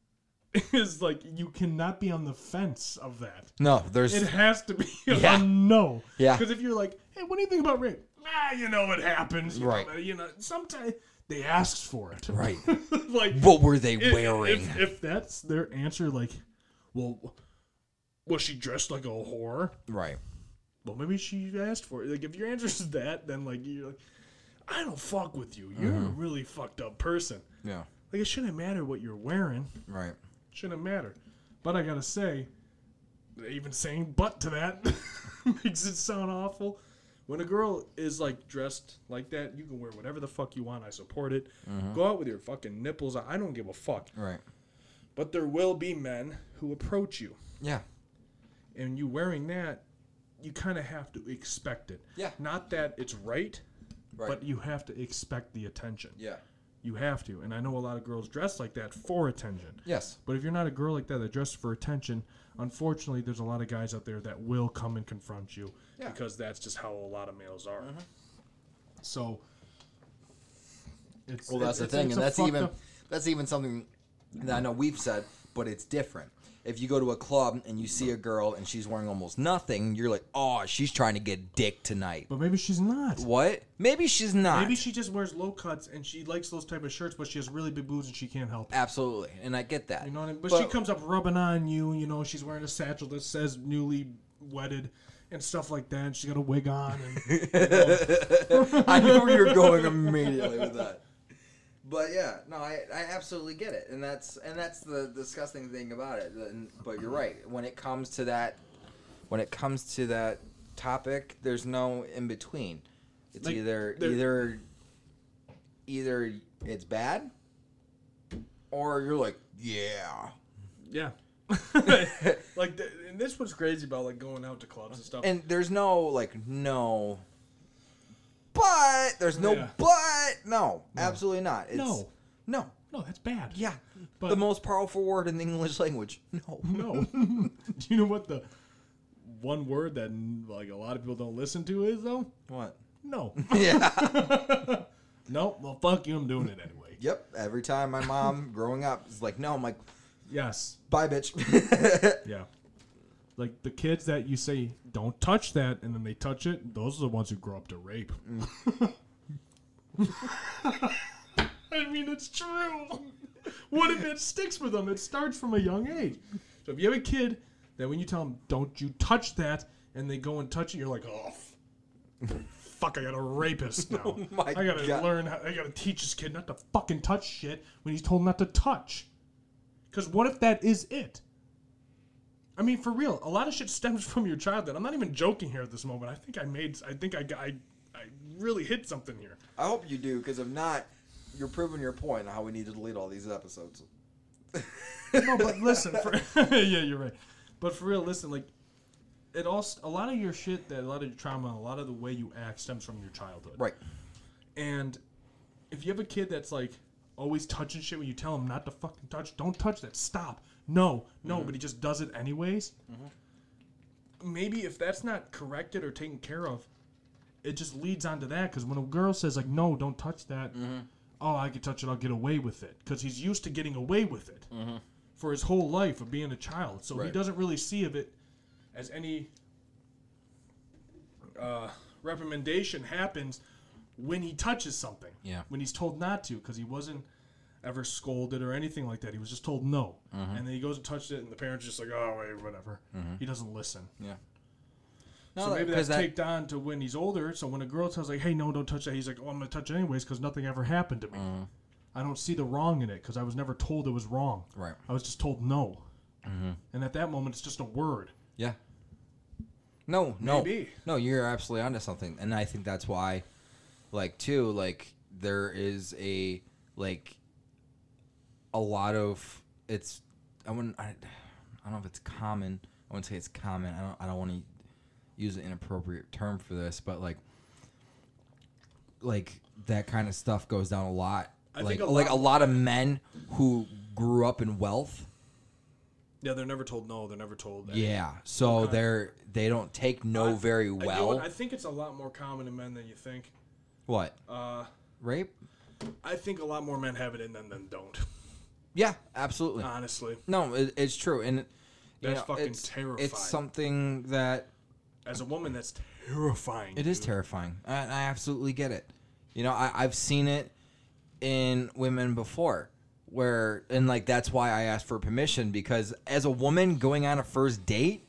Speaker 1: [LAUGHS] is like you cannot be on the fence of that.
Speaker 2: No, there's
Speaker 1: It has to be [LAUGHS] a
Speaker 2: Yeah.
Speaker 1: no.
Speaker 2: Yeah.
Speaker 1: Because if you're like, hey, what do you think about rape? Ah, you know it happens. You
Speaker 2: Right.
Speaker 1: Know, you know, sometimes they ask for it.
Speaker 2: Right.
Speaker 1: [LAUGHS] like
Speaker 2: What were they
Speaker 1: if-
Speaker 2: wearing?
Speaker 1: If, if that's their answer, like, well, was she dressed like a whore?
Speaker 2: right.
Speaker 1: Well, maybe she asked for it. Like, if your answer is that, then like you're like, I don't fuck with you. You're
Speaker 2: Uh-huh.
Speaker 1: a really fucked up person.
Speaker 2: Yeah.
Speaker 1: Like, it shouldn't matter what you're wearing.
Speaker 2: Right.
Speaker 1: Shouldn't matter. But I gotta say, even saying "but" to that [LAUGHS] makes it sound awful. When a girl is like dressed like that, you can wear whatever the fuck you want. I support it.
Speaker 2: Mm-hmm.
Speaker 1: Go out with your fucking nipples. out. I don't give a fuck.
Speaker 2: Right.
Speaker 1: But there will be men who approach you,
Speaker 2: Yeah.
Speaker 1: and you wearing that, you kind of have to expect it.
Speaker 2: Yeah.
Speaker 1: Not that it's right,
Speaker 2: Right.
Speaker 1: but you have to expect the attention.
Speaker 2: Yeah.
Speaker 1: You have to. And I know a lot of girls dress like that for attention.
Speaker 2: Yes.
Speaker 1: But if you're not a girl like that that dresses for attention, unfortunately, there's a lot of guys out there that will come and confront you
Speaker 2: Yeah.
Speaker 1: because that's just how a lot of males are. So. It's,
Speaker 2: Well,
Speaker 1: it's-
Speaker 2: that's the
Speaker 1: it's-
Speaker 2: thing,
Speaker 1: it's
Speaker 2: and
Speaker 1: a
Speaker 2: that's
Speaker 1: fucked
Speaker 2: even
Speaker 1: up-
Speaker 2: that's even something that I know we've said, but it's different. if you go to a club and you see a girl and she's wearing almost nothing, you're like, oh, she's trying to get dick tonight.
Speaker 7: But maybe she's not.
Speaker 2: What? Maybe she's not.
Speaker 1: Maybe she just wears low cuts and she likes those type of shirts, but she has really big boobs and she can't help it.
Speaker 2: Absolutely, and I get that.
Speaker 1: You know what I mean? But, she
Speaker 2: But-
Speaker 1: comes up rubbing on you. You know, she's wearing a satchel that says "newly wedded" and stuff like that. And she's got a wig on. And
Speaker 2: [LAUGHS] I knew where you were going immediately with that. But yeah, no, I, I absolutely get it, and that's and that's the disgusting thing about it. And, but you're right. When it comes to that, when it comes to that topic, there's no in between. It's
Speaker 1: Like,
Speaker 2: either
Speaker 1: there-
Speaker 2: either either it's bad, or you're like, yeah,
Speaker 1: [LAUGHS] yeah. like, th- and this was crazy about like going out to clubs and stuff.
Speaker 2: and there's no like no. But there's no
Speaker 1: Yeah.
Speaker 2: but no, absolutely not. It's,
Speaker 1: No.
Speaker 2: no,
Speaker 1: no, that's bad.
Speaker 2: Yeah.
Speaker 1: But-
Speaker 2: the most powerful word in the English language. No.
Speaker 1: [LAUGHS] No. Do you know what the one word that like a lot of people don't listen to is though?
Speaker 2: What?
Speaker 1: No.
Speaker 2: [LAUGHS]
Speaker 1: [LAUGHS]
Speaker 2: Yeah.
Speaker 1: no. Well, fuck you. I'm doing it anyway.
Speaker 2: yep. Every time my mom growing up is like, no, I'm like,
Speaker 1: Yes.
Speaker 2: bye, bitch. [LAUGHS]
Speaker 1: Yeah. Like the kids that you say don't touch that, and then they touch it. Those are the ones who grow up to rape.
Speaker 2: Mm.
Speaker 1: [LAUGHS] I mean, it's true. What if it sticks with them? It starts from a young age. So if you have a kid that when you tell them don't you touch that, and they go and touch it, you're like, oh, f- fuck, I got a rapist
Speaker 2: [LAUGHS]
Speaker 1: now.
Speaker 2: Oh my
Speaker 1: I gotta
Speaker 2: God.
Speaker 1: learn. How, I gotta teach this kid not to fucking touch shit when he's told not to touch. Because what if that is it? I mean, for real, a lot of shit stems [LAUGHS] from your childhood. I'm not even joking here at this moment. I think I made. I think I got- I, I really hit something here.
Speaker 2: I hope you do, because if not, you're proving your point on how we need to delete all these episodes.
Speaker 1: No, but listen. For, [LAUGHS] yeah, you're right. But for real, listen. Like, it all. st- A lot of your shit, that a lot of your trauma, a lot of the way you act stems from your childhood.
Speaker 2: Right.
Speaker 1: And if you have a kid that's like always touching shit when you tell him not to fucking touch, don't touch that. Stop. No, no, but he just does it anyways. Maybe if that's not corrected or taken care of, it just leads on to that. Because when a girl says like, "No, don't touch that,"
Speaker 2: Mm-hmm.
Speaker 1: oh, I can touch it. I'll get away with it. Because he's used to getting away with it for his whole life of being a child. So he
Speaker 2: Mm-hmm. Right.
Speaker 1: doesn't really see of it as any uh, reprimandation happens when he touches something.
Speaker 2: Yeah.
Speaker 1: When he's told not to, because he wasn't ever scolded or anything like that. He was just told no,
Speaker 2: Mm-hmm.
Speaker 1: and then he goes and touches it, and the parents just like, oh, wait, whatever. He doesn't listen.
Speaker 2: Yeah.
Speaker 1: so maybe that's
Speaker 2: Oh, that,
Speaker 1: taped on to when he's older. So when a girl tells like, hey, no, don't touch that, he's like, oh, I'm gonna touch it anyways because nothing ever happened to me.
Speaker 2: Mm.
Speaker 1: I don't see the wrong in it because I was never told it was wrong.
Speaker 2: Right. Mm-hmm.
Speaker 1: I was just told no. And at that moment, it's just a word.
Speaker 2: Yeah. No, no,
Speaker 1: Maybe.
Speaker 2: no. You're absolutely onto something, and I think that's why, like, too, like there is a like a lot of it's. I wouldn't. I, I don't know if it's common. I wouldn't say it's common. I don't. I don't want to use an inappropriate term for this, but like, like that kind of stuff goes down a lot.
Speaker 1: I
Speaker 2: like,
Speaker 1: think a
Speaker 2: like
Speaker 1: lot-
Speaker 2: a lot of men who grew up in wealth.
Speaker 1: Yeah, they're never told no. They're never told. any-
Speaker 2: Yeah, so they're they don't take no
Speaker 1: I-
Speaker 2: very
Speaker 1: I get
Speaker 2: well.
Speaker 1: what- I think it's a lot more common in men than you think.
Speaker 2: What?
Speaker 1: Uh,
Speaker 2: Rape?
Speaker 1: I think a lot more men have it in them than
Speaker 2: [LAUGHS]
Speaker 1: don't.
Speaker 2: Yeah, absolutely.
Speaker 1: Honestly,
Speaker 2: no, it, it's true, and you
Speaker 1: Uh, That's
Speaker 2: know,
Speaker 1: fucking
Speaker 2: it's,
Speaker 1: terrifying.
Speaker 2: It's something that
Speaker 1: as a woman, that's terrifying.
Speaker 2: it is
Speaker 1: dude.
Speaker 2: terrifying. I, I absolutely get it. You know, I, I've seen it in women before, where and like that's why I asked for permission because as a woman going on a first date,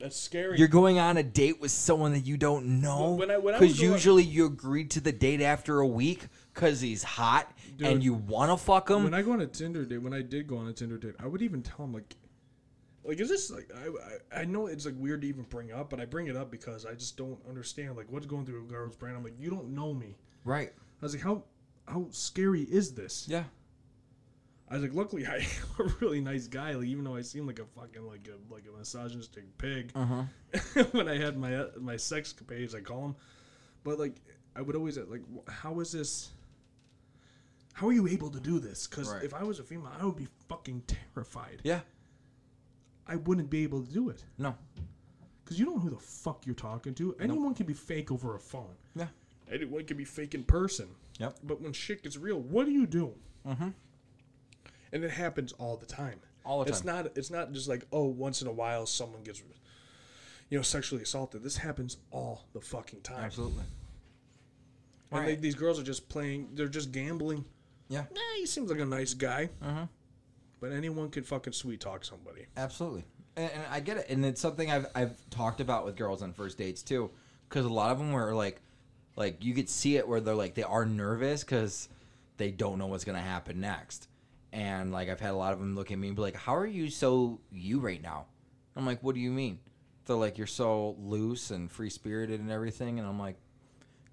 Speaker 1: That's scary.
Speaker 2: you're going on a date with someone that you don't know
Speaker 1: When I- when I was
Speaker 2: because
Speaker 1: going-
Speaker 2: usually you agreed to the date after a week because he's hot
Speaker 1: Dude.
Speaker 2: and you want to fuck him.
Speaker 1: when I go on a Tinder date, when I did go on a Tinder date, I would even tell him like, like is this like I, I I know it's like weird to even bring up, but I bring it up because I just don't understand like what's going through a girl's brain. I'm like, you don't know me.
Speaker 2: right?
Speaker 1: I was like, how how scary is this?
Speaker 2: Yeah.
Speaker 1: I was like, luckily I [LAUGHS] am a really nice guy. Like even though I seem like a fucking like a like a misogynistic pig [LAUGHS] when I had my uh, my sex capades, I call them. But like I would always uh, like, wh- how is this? How are you able to do this? Because
Speaker 2: Right.
Speaker 1: if I was a female, I would be fucking terrified.
Speaker 2: Yeah.
Speaker 1: I wouldn't be able to do it
Speaker 2: No.
Speaker 1: because you don't know who the fuck you're talking to. Anyone can be fake over a phone.
Speaker 2: Yeah.
Speaker 1: Anyone can be fake in person.
Speaker 2: Yep.
Speaker 1: But when shit gets real, what do you do? Mm-hmm. And it happens all the time.
Speaker 8: All the
Speaker 1: It's
Speaker 8: time.
Speaker 1: not it's not just like oh once in a while someone gets you know sexually assaulted. This happens all the fucking time.
Speaker 8: Absolutely.
Speaker 1: And
Speaker 8: Right.
Speaker 1: they, these girls are just playing. They're just gambling.
Speaker 8: Yeah.
Speaker 1: Nah, he seems like a nice guy.
Speaker 2: Mm-hmm.
Speaker 8: Uh-huh.
Speaker 1: But anyone could fucking sweet talk somebody. [LAUGHS]
Speaker 8: Absolutely.
Speaker 2: and, and I get it, and it's something I've I've talked about with girls on first dates too, because a lot of them were like, like you could see it where they're like they are nervous because they don't know what's gonna happen next, and like I've had a lot of them look at me and be like, "How are you so you right now?" I'm like, "What do you mean?" They're like, "You're so loose and free spirited and everything," and I'm like,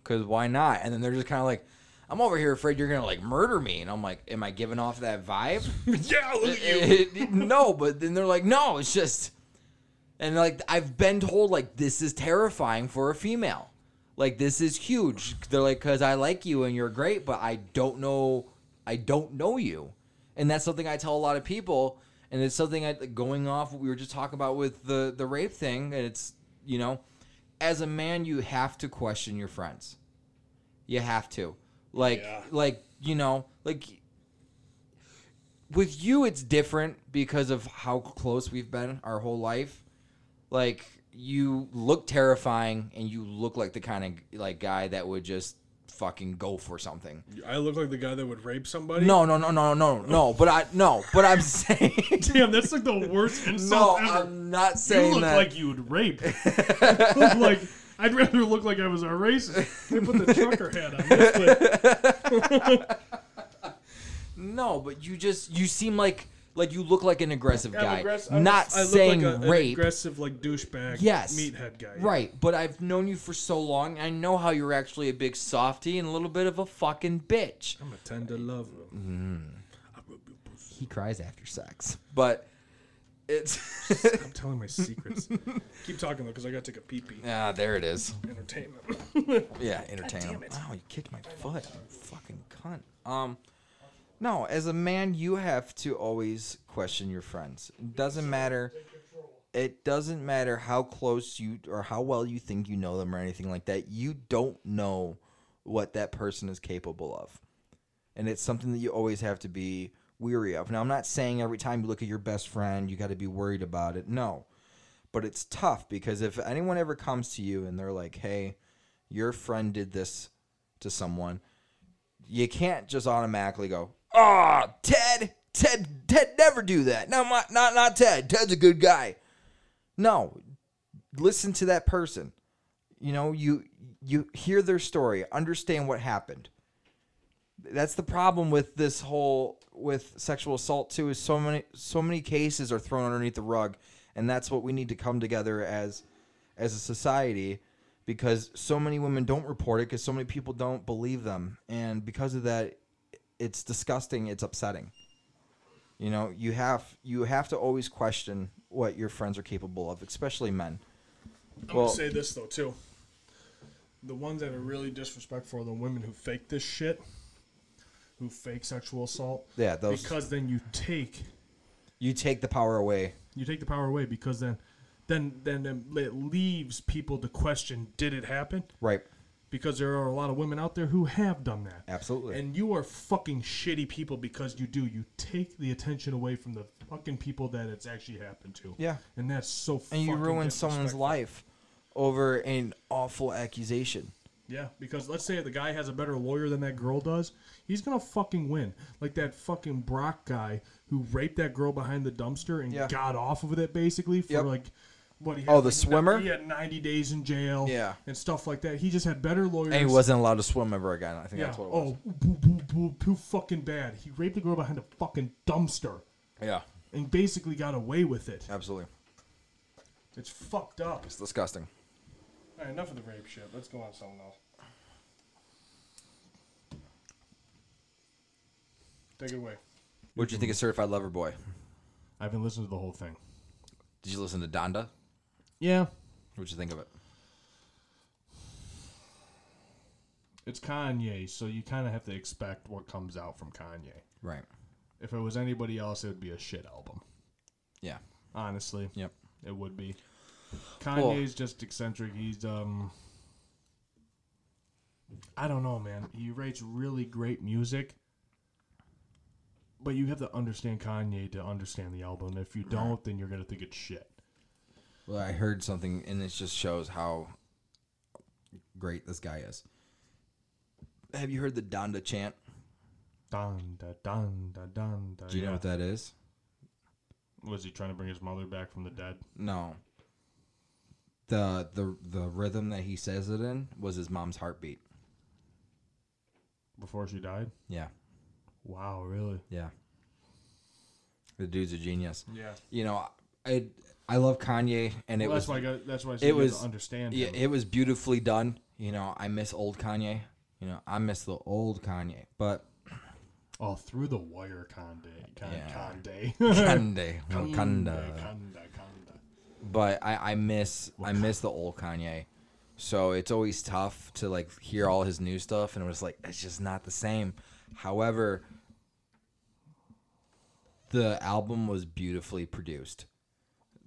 Speaker 2: "Cause why not?" And then they're just kind of like. I'm over here afraid you're gonna like murder me, and I'm like, am I giving off that vibe?
Speaker 1: yeah, look
Speaker 2: [LAUGHS]
Speaker 1: at you.
Speaker 2: no, but then they're like, no, it's just, and like I've been told like this is terrifying for a female, like this is huge. They're like, cause I like you and you're great, but I don't know, I don't know you, and that's something I tell a lot of people, and it's something I going off what we were just talking about with the the rape thing, and it's you know, as a man you have to question your friends, you have to, like
Speaker 1: Yeah.
Speaker 2: like you know like with you it's different because of how close we've been our whole life like you look terrifying and you look like the kind of like guy that would just fucking go for something
Speaker 1: I look like the guy that would rape somebody.
Speaker 2: no no no no no no but i no but i'm [LAUGHS] saying
Speaker 4: Damn, that's like the
Speaker 2: [LAUGHS]
Speaker 4: worst
Speaker 2: no
Speaker 4: insult ever.
Speaker 2: i'm not
Speaker 4: You
Speaker 2: saying
Speaker 4: look
Speaker 2: that
Speaker 4: like
Speaker 2: [LAUGHS]
Speaker 4: you'd rape. [LAUGHS] like I'd rather look like I was a racist. They put the trucker hat on. That's
Speaker 2: [LAUGHS]
Speaker 4: what-
Speaker 2: no but you just you seem like like you look like an aggressive
Speaker 1: I'm
Speaker 2: guy
Speaker 1: aggress- I'm-
Speaker 2: not
Speaker 1: I look
Speaker 2: saying
Speaker 1: like a- an
Speaker 2: rape
Speaker 1: aggressive like douchebag.
Speaker 2: Yes.
Speaker 1: meathead guy.
Speaker 2: Right, but I've known you for so long. I know how you're actually a big softy and a little bit of a fucking bitch.
Speaker 1: I'm a tender lover. I rub your pussy.
Speaker 2: He cries after sex, but it's [LAUGHS]
Speaker 1: I'm telling my secrets. Keep talking though, because I gotta take a pee pee.
Speaker 2: ah, there it is.
Speaker 1: Entertainment.
Speaker 2: Yeah, entertaining. Wow, you kicked my foot, you fucking cunt. Um, no, as a man, you have to always question your friends. It doesn't matter. It doesn't matter how close you or how well you think you know them or anything like that. You don't know what that person is capable of, and it's something that you always have to be weary of. Now, I'm not saying every time you look at your best friend, you got to be worried about it. No, but it's tough because if anyone ever comes to you and they're like, "Hey," your friend did this to someone, you can't just automatically go, "Ah, Ted, Ted, Ted never do that." No, my, not not Ted. Ted's a good guy. No, listen to that person. You know, you you hear their story, understand what happened. That's the problem with this whole with sexual assault too is so many so many cases are thrown underneath the rug and that's what we need to come together as as a society because so many women don't report it because so many people don't believe them and because of that it's disgusting it's upsetting you know you have you have to always question what your friends are capable of especially men
Speaker 1: I'm
Speaker 2: Well-
Speaker 1: gonna say this though too. The ones that are really disrespectful are the women who fake this shit, who fake sexual assault.
Speaker 2: Yeah, those-
Speaker 1: Because then you take
Speaker 2: you take the power away
Speaker 1: you take the power away because then, then then then it leaves people to question: Did it happen?
Speaker 2: right
Speaker 1: Because there are a lot of women out there who have done that.
Speaker 2: absolutely
Speaker 1: And you are fucking shitty people because you do. You take the attention away from the fucking people that it's actually happened to.
Speaker 2: Yeah.
Speaker 1: And that's so fucking
Speaker 2: and you ruin someone's
Speaker 1: disrespectful.
Speaker 2: life over an awful accusation
Speaker 1: Yeah, because let's say the guy has a better lawyer than that girl does, he's gonna fucking win. Like that fucking Brock guy who raped that girl behind the dumpster and
Speaker 2: Yeah.
Speaker 1: got off of it basically for
Speaker 2: Yep.
Speaker 1: like what he had,
Speaker 2: Oh, the
Speaker 1: like,
Speaker 2: swimmer?
Speaker 1: He had ninety days in jail.
Speaker 2: Yeah.
Speaker 1: and stuff like that. He just had better lawyers.
Speaker 2: and he wasn't allowed to swim ever again i think
Speaker 1: Yeah.
Speaker 2: that's what it was
Speaker 1: Oh, boo, boo, boo, too fucking bad. He raped a girl behind a fucking dumpster
Speaker 2: yeah
Speaker 1: and basically got away with it.
Speaker 2: absolutely
Speaker 1: It's fucked up.
Speaker 2: it's disgusting
Speaker 1: All right, enough of the rape shit. Let's go on something else. Take it away.
Speaker 2: what do you think of certified lover boy
Speaker 4: I haven't listened to the whole thing.
Speaker 2: did you listen to donda
Speaker 4: Yeah,
Speaker 2: What'd you think of it?
Speaker 4: it's Kanye, so you kind of have to expect what comes out from Kanye.
Speaker 2: Right.
Speaker 4: If it was anybody else, it would be a shit album.
Speaker 2: Yeah.
Speaker 4: Honestly,
Speaker 2: Yep.
Speaker 4: it would be.
Speaker 2: Well-
Speaker 4: Kanye's just eccentric. He's um. I don't know, man. He writes really great music, But you have to understand Kanye to understand the album. and If you don't, then you're gonna think it's shit.
Speaker 2: Well, I heard something, and it just shows how great this guy is. Have you heard the Donda chant?
Speaker 4: Dun da dun da dun da.
Speaker 2: Do you know
Speaker 4: yeah.
Speaker 2: what that is?
Speaker 4: Was he trying to bring his mother back from the dead?
Speaker 2: No. The the the rhythm that he says it in was his mom's heartbeat.
Speaker 4: before she died.
Speaker 2: Yeah,
Speaker 4: Wow, really?
Speaker 2: yeah. The dude's a genius.
Speaker 1: Yeah.
Speaker 2: You know, I I love Kanye, and it
Speaker 4: well,
Speaker 2: was
Speaker 4: that's why I got, that's why I said you have
Speaker 2: was-
Speaker 4: to understand.
Speaker 2: yeah,
Speaker 4: him.
Speaker 2: it was beautifully done. You know, I miss old Kanye. You know, I miss the old Kanye, but
Speaker 4: [LAUGHS] oh, through the wire, Conde, Con,
Speaker 2: Yeah. [LAUGHS]
Speaker 4: Conde,
Speaker 2: Kanye, Wakanda.
Speaker 4: Conde, Conde.
Speaker 2: but I, I miss I miss the old Kanye. So it's always tough to like hear all his new stuff and it was like it's just not the same. However, the album was beautifully produced.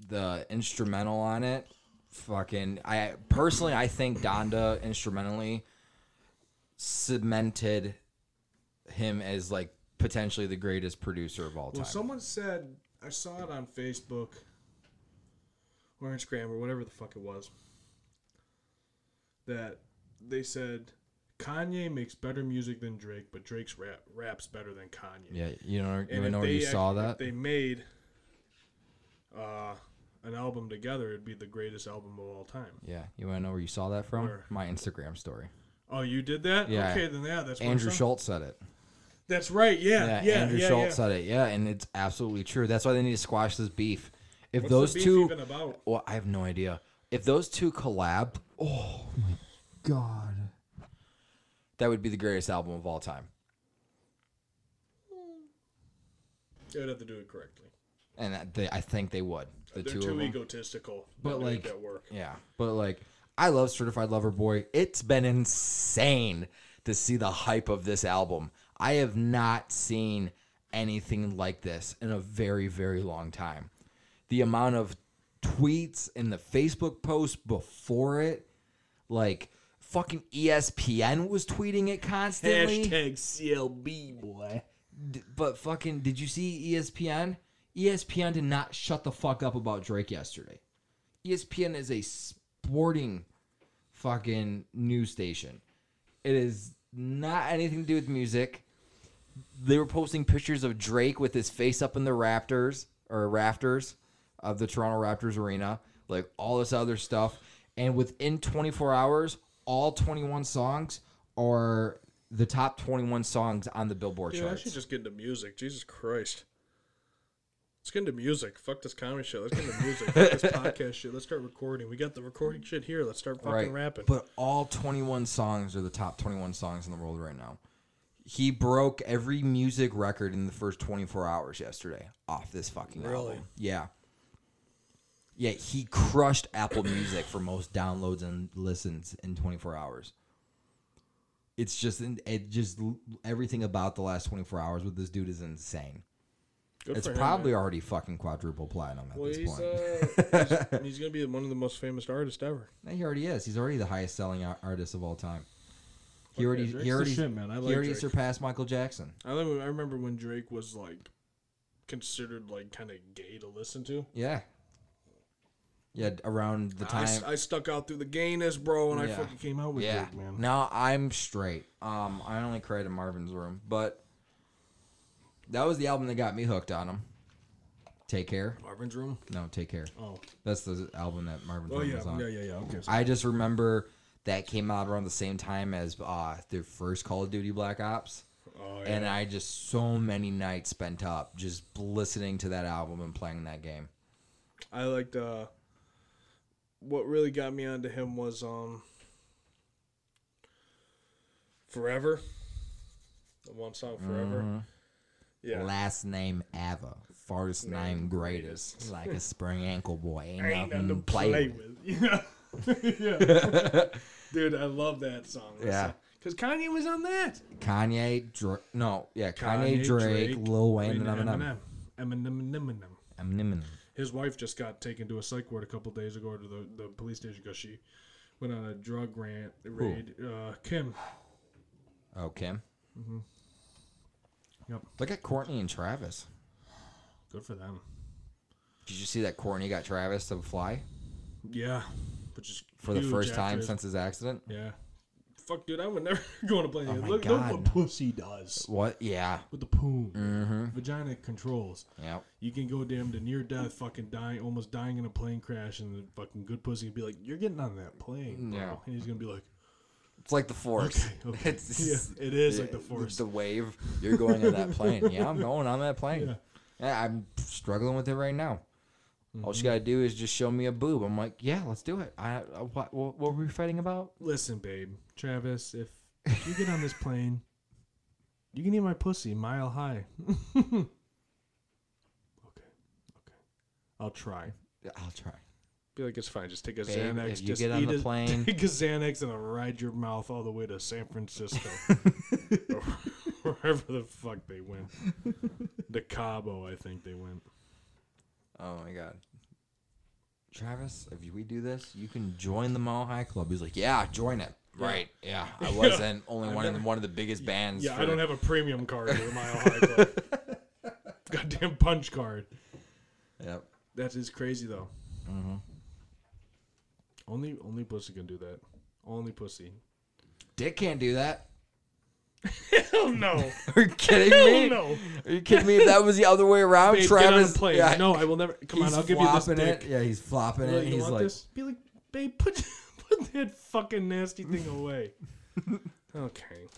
Speaker 2: The instrumental on it, fucking I personally I think Donda instrumentally cemented him as like potentially the greatest producer of all time.
Speaker 1: Well, someone said I saw it on Facebook or Instagram or whatever the fuck it was that they said Kanye makes better music than Drake, but Drake's rap raps better than Kanye.
Speaker 2: yeah, you know, you
Speaker 1: And if
Speaker 2: know where you
Speaker 1: they
Speaker 2: saw
Speaker 1: act- if
Speaker 2: that?
Speaker 1: they made uh, an album together, it'd be the greatest album of all time.
Speaker 2: Yeah, you want to know where you saw that from?
Speaker 1: Where?
Speaker 2: My Instagram story.
Speaker 1: Oh, you did that?
Speaker 2: Yeah.
Speaker 1: Okay, then yeah, that's what
Speaker 2: Andrew
Speaker 1: I'm-
Speaker 2: Schultz said it.
Speaker 1: That's right. Yeah,
Speaker 2: Yeah,
Speaker 1: yeah, yeah.
Speaker 2: Andrew
Speaker 1: yeah,
Speaker 2: Schultz said it. Yeah, and it's absolutely true. That's why they need to squash this beef. If
Speaker 1: What's
Speaker 2: uh, those
Speaker 1: the beef
Speaker 2: two,
Speaker 1: even about?
Speaker 2: well, I have no idea. If those two collabed, oh my god, that would be the greatest album of all time.
Speaker 1: They would have to do it correctly.
Speaker 2: And that- they, I think they would. The
Speaker 1: They're
Speaker 2: two
Speaker 1: too
Speaker 2: of them.
Speaker 1: egotistical.
Speaker 2: But,
Speaker 1: They make
Speaker 2: like,
Speaker 1: that work.
Speaker 2: Yeah, but like, I love Certified Lover Boy. It's been insane to see the hype of this album. I have not seen anything like this in a very, very long time. The amount of tweets and the Facebook posts before it, like fucking E ESPN was tweeting it constantly.
Speaker 4: CLB boy.
Speaker 2: D- but fucking, did you see E ESPN? ESPN did not shut the fuck up about Drake yesterday. ESPN is a sporting fucking news station. It is not anything to do with music. They were posting pictures of Drake with his face up in the Raptors or rafters of the Toronto Raptors arena, like all this other stuff. And within 24 hours, all 21 songs are the top 21 songs on the Billboard
Speaker 1: Dude, I
Speaker 2: charts.
Speaker 1: should just get into music. Jesus Christ. Let's get into music. Fuck this comedy shit. Let's get into music.
Speaker 2: [LAUGHS]
Speaker 1: Fuck this podcast shit. Let's start recording. We got the recording shit here. Let's start fucking rapping.
Speaker 2: But all 21 songs are the top 21 songs in the world right now. He broke every music record in the first 24 hours yesterday off this fucking
Speaker 1: Really?
Speaker 2: album. Yeah. Yeah, he crushed Apple Music for most downloads and listens in 24 hours. It's just it just everything about the last 24 hours with this dude is insane.
Speaker 1: Good
Speaker 2: it's
Speaker 1: for him,
Speaker 2: probably
Speaker 1: man.
Speaker 2: already fucking quadruple platinum at
Speaker 1: Well,
Speaker 2: this
Speaker 1: he's,
Speaker 2: point. [LAUGHS]
Speaker 1: uh, he's, he's going to be one of the most famous artists ever.
Speaker 2: No, he already is. He's already the highest selling ar- artist of all time. He
Speaker 1: yeah,
Speaker 2: already,
Speaker 1: Drake's
Speaker 2: he
Speaker 1: the
Speaker 2: already,
Speaker 1: shit, man. I
Speaker 2: he
Speaker 1: like
Speaker 2: already
Speaker 1: Drake.
Speaker 2: surpassed Michael Jackson.
Speaker 1: I remember, I remember when Drake was like considered like kind of gay to listen to.
Speaker 2: Yeah. Yeah, d- around the
Speaker 1: I, s-
Speaker 2: time.
Speaker 1: I stuck out through the gayness, bro, and I
Speaker 2: Yeah.
Speaker 1: fucking came out with
Speaker 2: yeah.
Speaker 1: Drake, man.
Speaker 2: Now I'm straight. Um, I only cried in Marvin's room, but that was the album that got me hooked on him. Take care.
Speaker 1: Marvin's room.
Speaker 2: No, take care.
Speaker 1: Oh,
Speaker 2: That's the album that Marvin's
Speaker 1: oh
Speaker 2: room
Speaker 1: yeah,
Speaker 2: was on.
Speaker 1: yeah, yeah, yeah. Okay. So
Speaker 2: I just remember that came out around the same time as uh, their first Call of Duty Black Ops.
Speaker 1: oh, yeah.
Speaker 2: and I just so many nights spent up just listening to that album and playing that game.
Speaker 1: I liked uh what really got me onto him was um Forever. The one song Forever.
Speaker 2: Mm-hmm.
Speaker 1: Yeah.
Speaker 2: Last name ever, first name greatest. Like a spring ankle boy, ain't,
Speaker 1: Ain't nothing
Speaker 2: nothing
Speaker 1: to
Speaker 2: play.
Speaker 1: play
Speaker 2: with.
Speaker 1: with. [LAUGHS] Yeah. yeah.
Speaker 2: [LAUGHS]
Speaker 1: Dude, I love that song.
Speaker 2: Yeah.
Speaker 1: Because Kanye was on that.
Speaker 2: Kanye, Drake, no, yeah, Kanye, Drake, Lil Wayne, and Eminem.
Speaker 1: Eminem. Eminem.
Speaker 2: Eminem.
Speaker 1: His wife just got taken to a psych ward a couple days ago to the, the police station because she went on a drug rant raid. Uh, Kim.
Speaker 2: Oh, Kim.
Speaker 4: Yep.
Speaker 2: Look at Courtney and Travis.
Speaker 4: Good for them.
Speaker 2: Did you see that Courtney got Travis to fly
Speaker 1: Yeah, which is
Speaker 2: for the
Speaker 1: huge
Speaker 2: first
Speaker 1: after
Speaker 2: time
Speaker 1: his-
Speaker 2: since his accident?
Speaker 1: Yeah. Fuck, dude, I would never [LAUGHS] go on a plane.
Speaker 2: Oh
Speaker 1: again.
Speaker 2: my
Speaker 1: look,
Speaker 2: God.
Speaker 1: look what pussy does
Speaker 2: What? Yeah.
Speaker 1: with the poon.
Speaker 2: Mm-hmm.
Speaker 1: Vagina controls.
Speaker 2: Yep.
Speaker 1: You can go damn to near death, fucking dying, almost dying in a plane crash, and the fucking good pussy would be like, "You're getting on that plane." Bro.
Speaker 2: Yeah.
Speaker 1: And he's gonna be like,
Speaker 2: It's like the force.
Speaker 1: "Okay, okay."
Speaker 2: [LAUGHS] It's-
Speaker 1: yeah, it is like the force.
Speaker 2: The wave. You're going on
Speaker 1: [LAUGHS]
Speaker 2: that plane. Yeah, I'm going on that plane.
Speaker 1: Yeah.
Speaker 2: Yeah, I'm struggling with it right now. All
Speaker 1: Mm-hmm.
Speaker 2: she gotta do is just show me a boob. I'm like, yeah, let's do it. I, I what, what, what were we fighting about?
Speaker 1: Listen, babe, Travis, if you get on this plane, you can eat my pussy mile high. [LAUGHS] okay, okay, I'll try.
Speaker 2: Yeah, I'll try.
Speaker 1: Be like, it's fine. Just take a
Speaker 2: Babe,
Speaker 1: Xanax.
Speaker 2: if you
Speaker 1: just
Speaker 2: get on
Speaker 1: eat
Speaker 2: the
Speaker 1: a,
Speaker 2: plane-
Speaker 1: [LAUGHS] take a Xanax and I'll ride your mouth all the way to San Francisco, [LAUGHS] Or wherever the fuck they
Speaker 2: [LAUGHS]
Speaker 1: went. To Cabo, I think they went.
Speaker 2: Oh my god. Travis, if we do this, you can join the Mile High Club. He's like, yeah, join it. Right. Yeah.
Speaker 1: [LAUGHS]
Speaker 2: I wasn't only one of the, one of the biggest bands.
Speaker 1: Yeah,
Speaker 2: for-
Speaker 1: I don't have a premium card [LAUGHS] at the Mile High Club. Goddamn punch card.
Speaker 2: Yep.
Speaker 1: That is crazy though.
Speaker 2: Mm-hmm.
Speaker 1: Only only pussy can do that. Only pussy.
Speaker 2: Dick can't do that. [LAUGHS]
Speaker 1: Hell no.
Speaker 2: Are you kidding me?
Speaker 1: [LAUGHS] no.
Speaker 2: Are you kidding me? If that was the other way around,
Speaker 1: Babe,
Speaker 2: Travis.
Speaker 1: get on a plane.
Speaker 2: Yeah,
Speaker 1: no, I will never. Come on,
Speaker 2: he's
Speaker 1: I'll give you this
Speaker 2: flopping
Speaker 1: dick.
Speaker 2: It. Yeah, he's flopping
Speaker 1: You
Speaker 2: it.
Speaker 1: you
Speaker 2: He's
Speaker 1: want
Speaker 2: like,
Speaker 1: this? Be like, babe, put [LAUGHS] put that fucking nasty
Speaker 2: [LAUGHS]
Speaker 1: thing away. okay. [LAUGHS]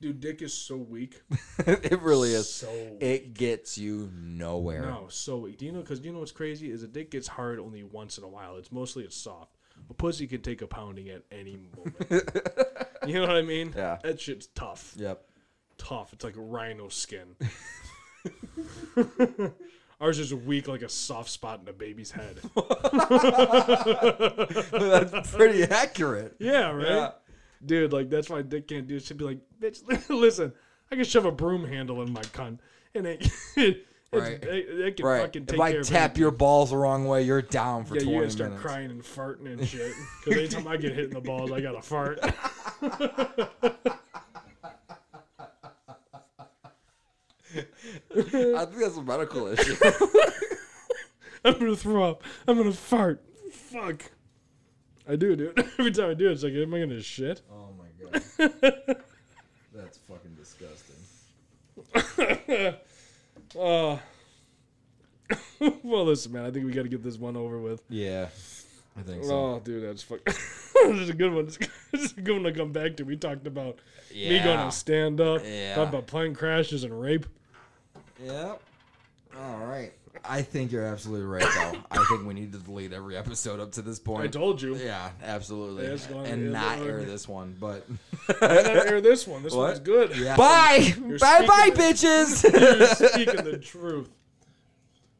Speaker 1: Dude, dick is so weak.
Speaker 2: [LAUGHS] it
Speaker 1: [LAUGHS]
Speaker 2: really is.
Speaker 1: So
Speaker 2: It gets you nowhere.
Speaker 1: no, so weak. Do you know? Because you know what's crazy is a dick gets hard only once in a while. It's mostly it's soft. A pussy can take a pounding at any
Speaker 2: [LAUGHS]
Speaker 1: moment. you know what I mean?
Speaker 2: Yeah.
Speaker 1: That shit's tough. [LAUGHS]
Speaker 2: Yep. [LAUGHS]
Speaker 1: Tough. It's like rhino skin. Ours is weak like a soft spot in a baby's
Speaker 2: [LAUGHS]
Speaker 1: head.
Speaker 2: Oh, That's pretty accurate.
Speaker 1: Yeah, right?
Speaker 2: Yeah.
Speaker 1: Dude, like, that's why Dick can't do it. Should be like, bitch, [LAUGHS] listen, I can shove a broom handle in my cunt. And it, [LAUGHS] it,
Speaker 2: Right.
Speaker 1: it, it can
Speaker 2: Right.
Speaker 1: fucking take
Speaker 2: If I
Speaker 1: care
Speaker 2: tap
Speaker 1: of
Speaker 2: your balls the wrong way, you're down for
Speaker 1: Yeah,
Speaker 2: 20
Speaker 1: you gotta start
Speaker 2: minutes.
Speaker 1: crying and farting and shit. Because anytime I get hit in the balls, I gotta
Speaker 2: [LAUGHS]
Speaker 1: fart.
Speaker 2: [LAUGHS]
Speaker 1: [LAUGHS]
Speaker 2: I think that's
Speaker 1: [LAUGHS]
Speaker 2: a medical issue.
Speaker 1: I'm gonna throw up. I'm gonna fart. Fuck. I do, dude. [LAUGHS] Every time I do it, it's like, am I gonna shit? [LAUGHS]
Speaker 2: oh [LAUGHS] my god. [LAUGHS] That's fucking disgusting.
Speaker 1: Uh, [LAUGHS] well, listen, man, I think we gotta get this one over with.
Speaker 2: Yeah. I think so.
Speaker 1: Oh, dude, that's fuck. [LAUGHS] this is a good one. [LAUGHS] This is a good one to come back to. We talked about
Speaker 2: Yeah.
Speaker 1: me going to stand up,
Speaker 2: Yeah.
Speaker 1: talked about plane crashes and rape.
Speaker 2: Yep. All right. I think you're absolutely right, though. I think we need to delete every episode up to this point.
Speaker 1: I told you.
Speaker 2: Yeah, absolutely.
Speaker 1: It's going-
Speaker 2: and
Speaker 1: it's
Speaker 2: not
Speaker 1: going-
Speaker 2: air this one,
Speaker 1: [LAUGHS]
Speaker 2: but.
Speaker 1: Why not air this one? This
Speaker 2: [LAUGHS] What?
Speaker 1: one's good.
Speaker 2: Bye! Bye bye,
Speaker 1: speaking [LAUGHS]
Speaker 2: bitches!
Speaker 1: You're speaking the truth.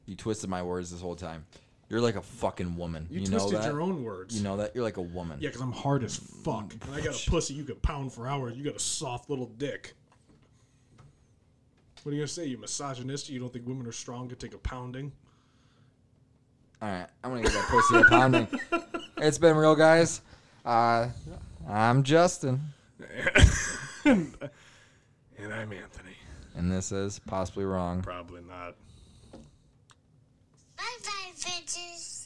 Speaker 2: you twisted my words this whole time. You're like a fucking woman.
Speaker 1: You,
Speaker 2: You, know
Speaker 1: twisted
Speaker 2: that?
Speaker 1: your own words.
Speaker 2: You know that? You're like a woman.
Speaker 1: Yeah, because I'm hard as fuck. And I got a pussy you could pound for hours. You got a soft little dick. What are you going to say? You misogynist? You don't think women are strong to take a pounding?
Speaker 2: All right, I'm gonna get that pussy a
Speaker 1: [LAUGHS]
Speaker 2: pounding. It's been real, guys. Uh, I'm Justin,
Speaker 1: And I'm Anthony.
Speaker 2: and this is possibly wrong.
Speaker 1: Probably not.
Speaker 9: Bye bye, bitches.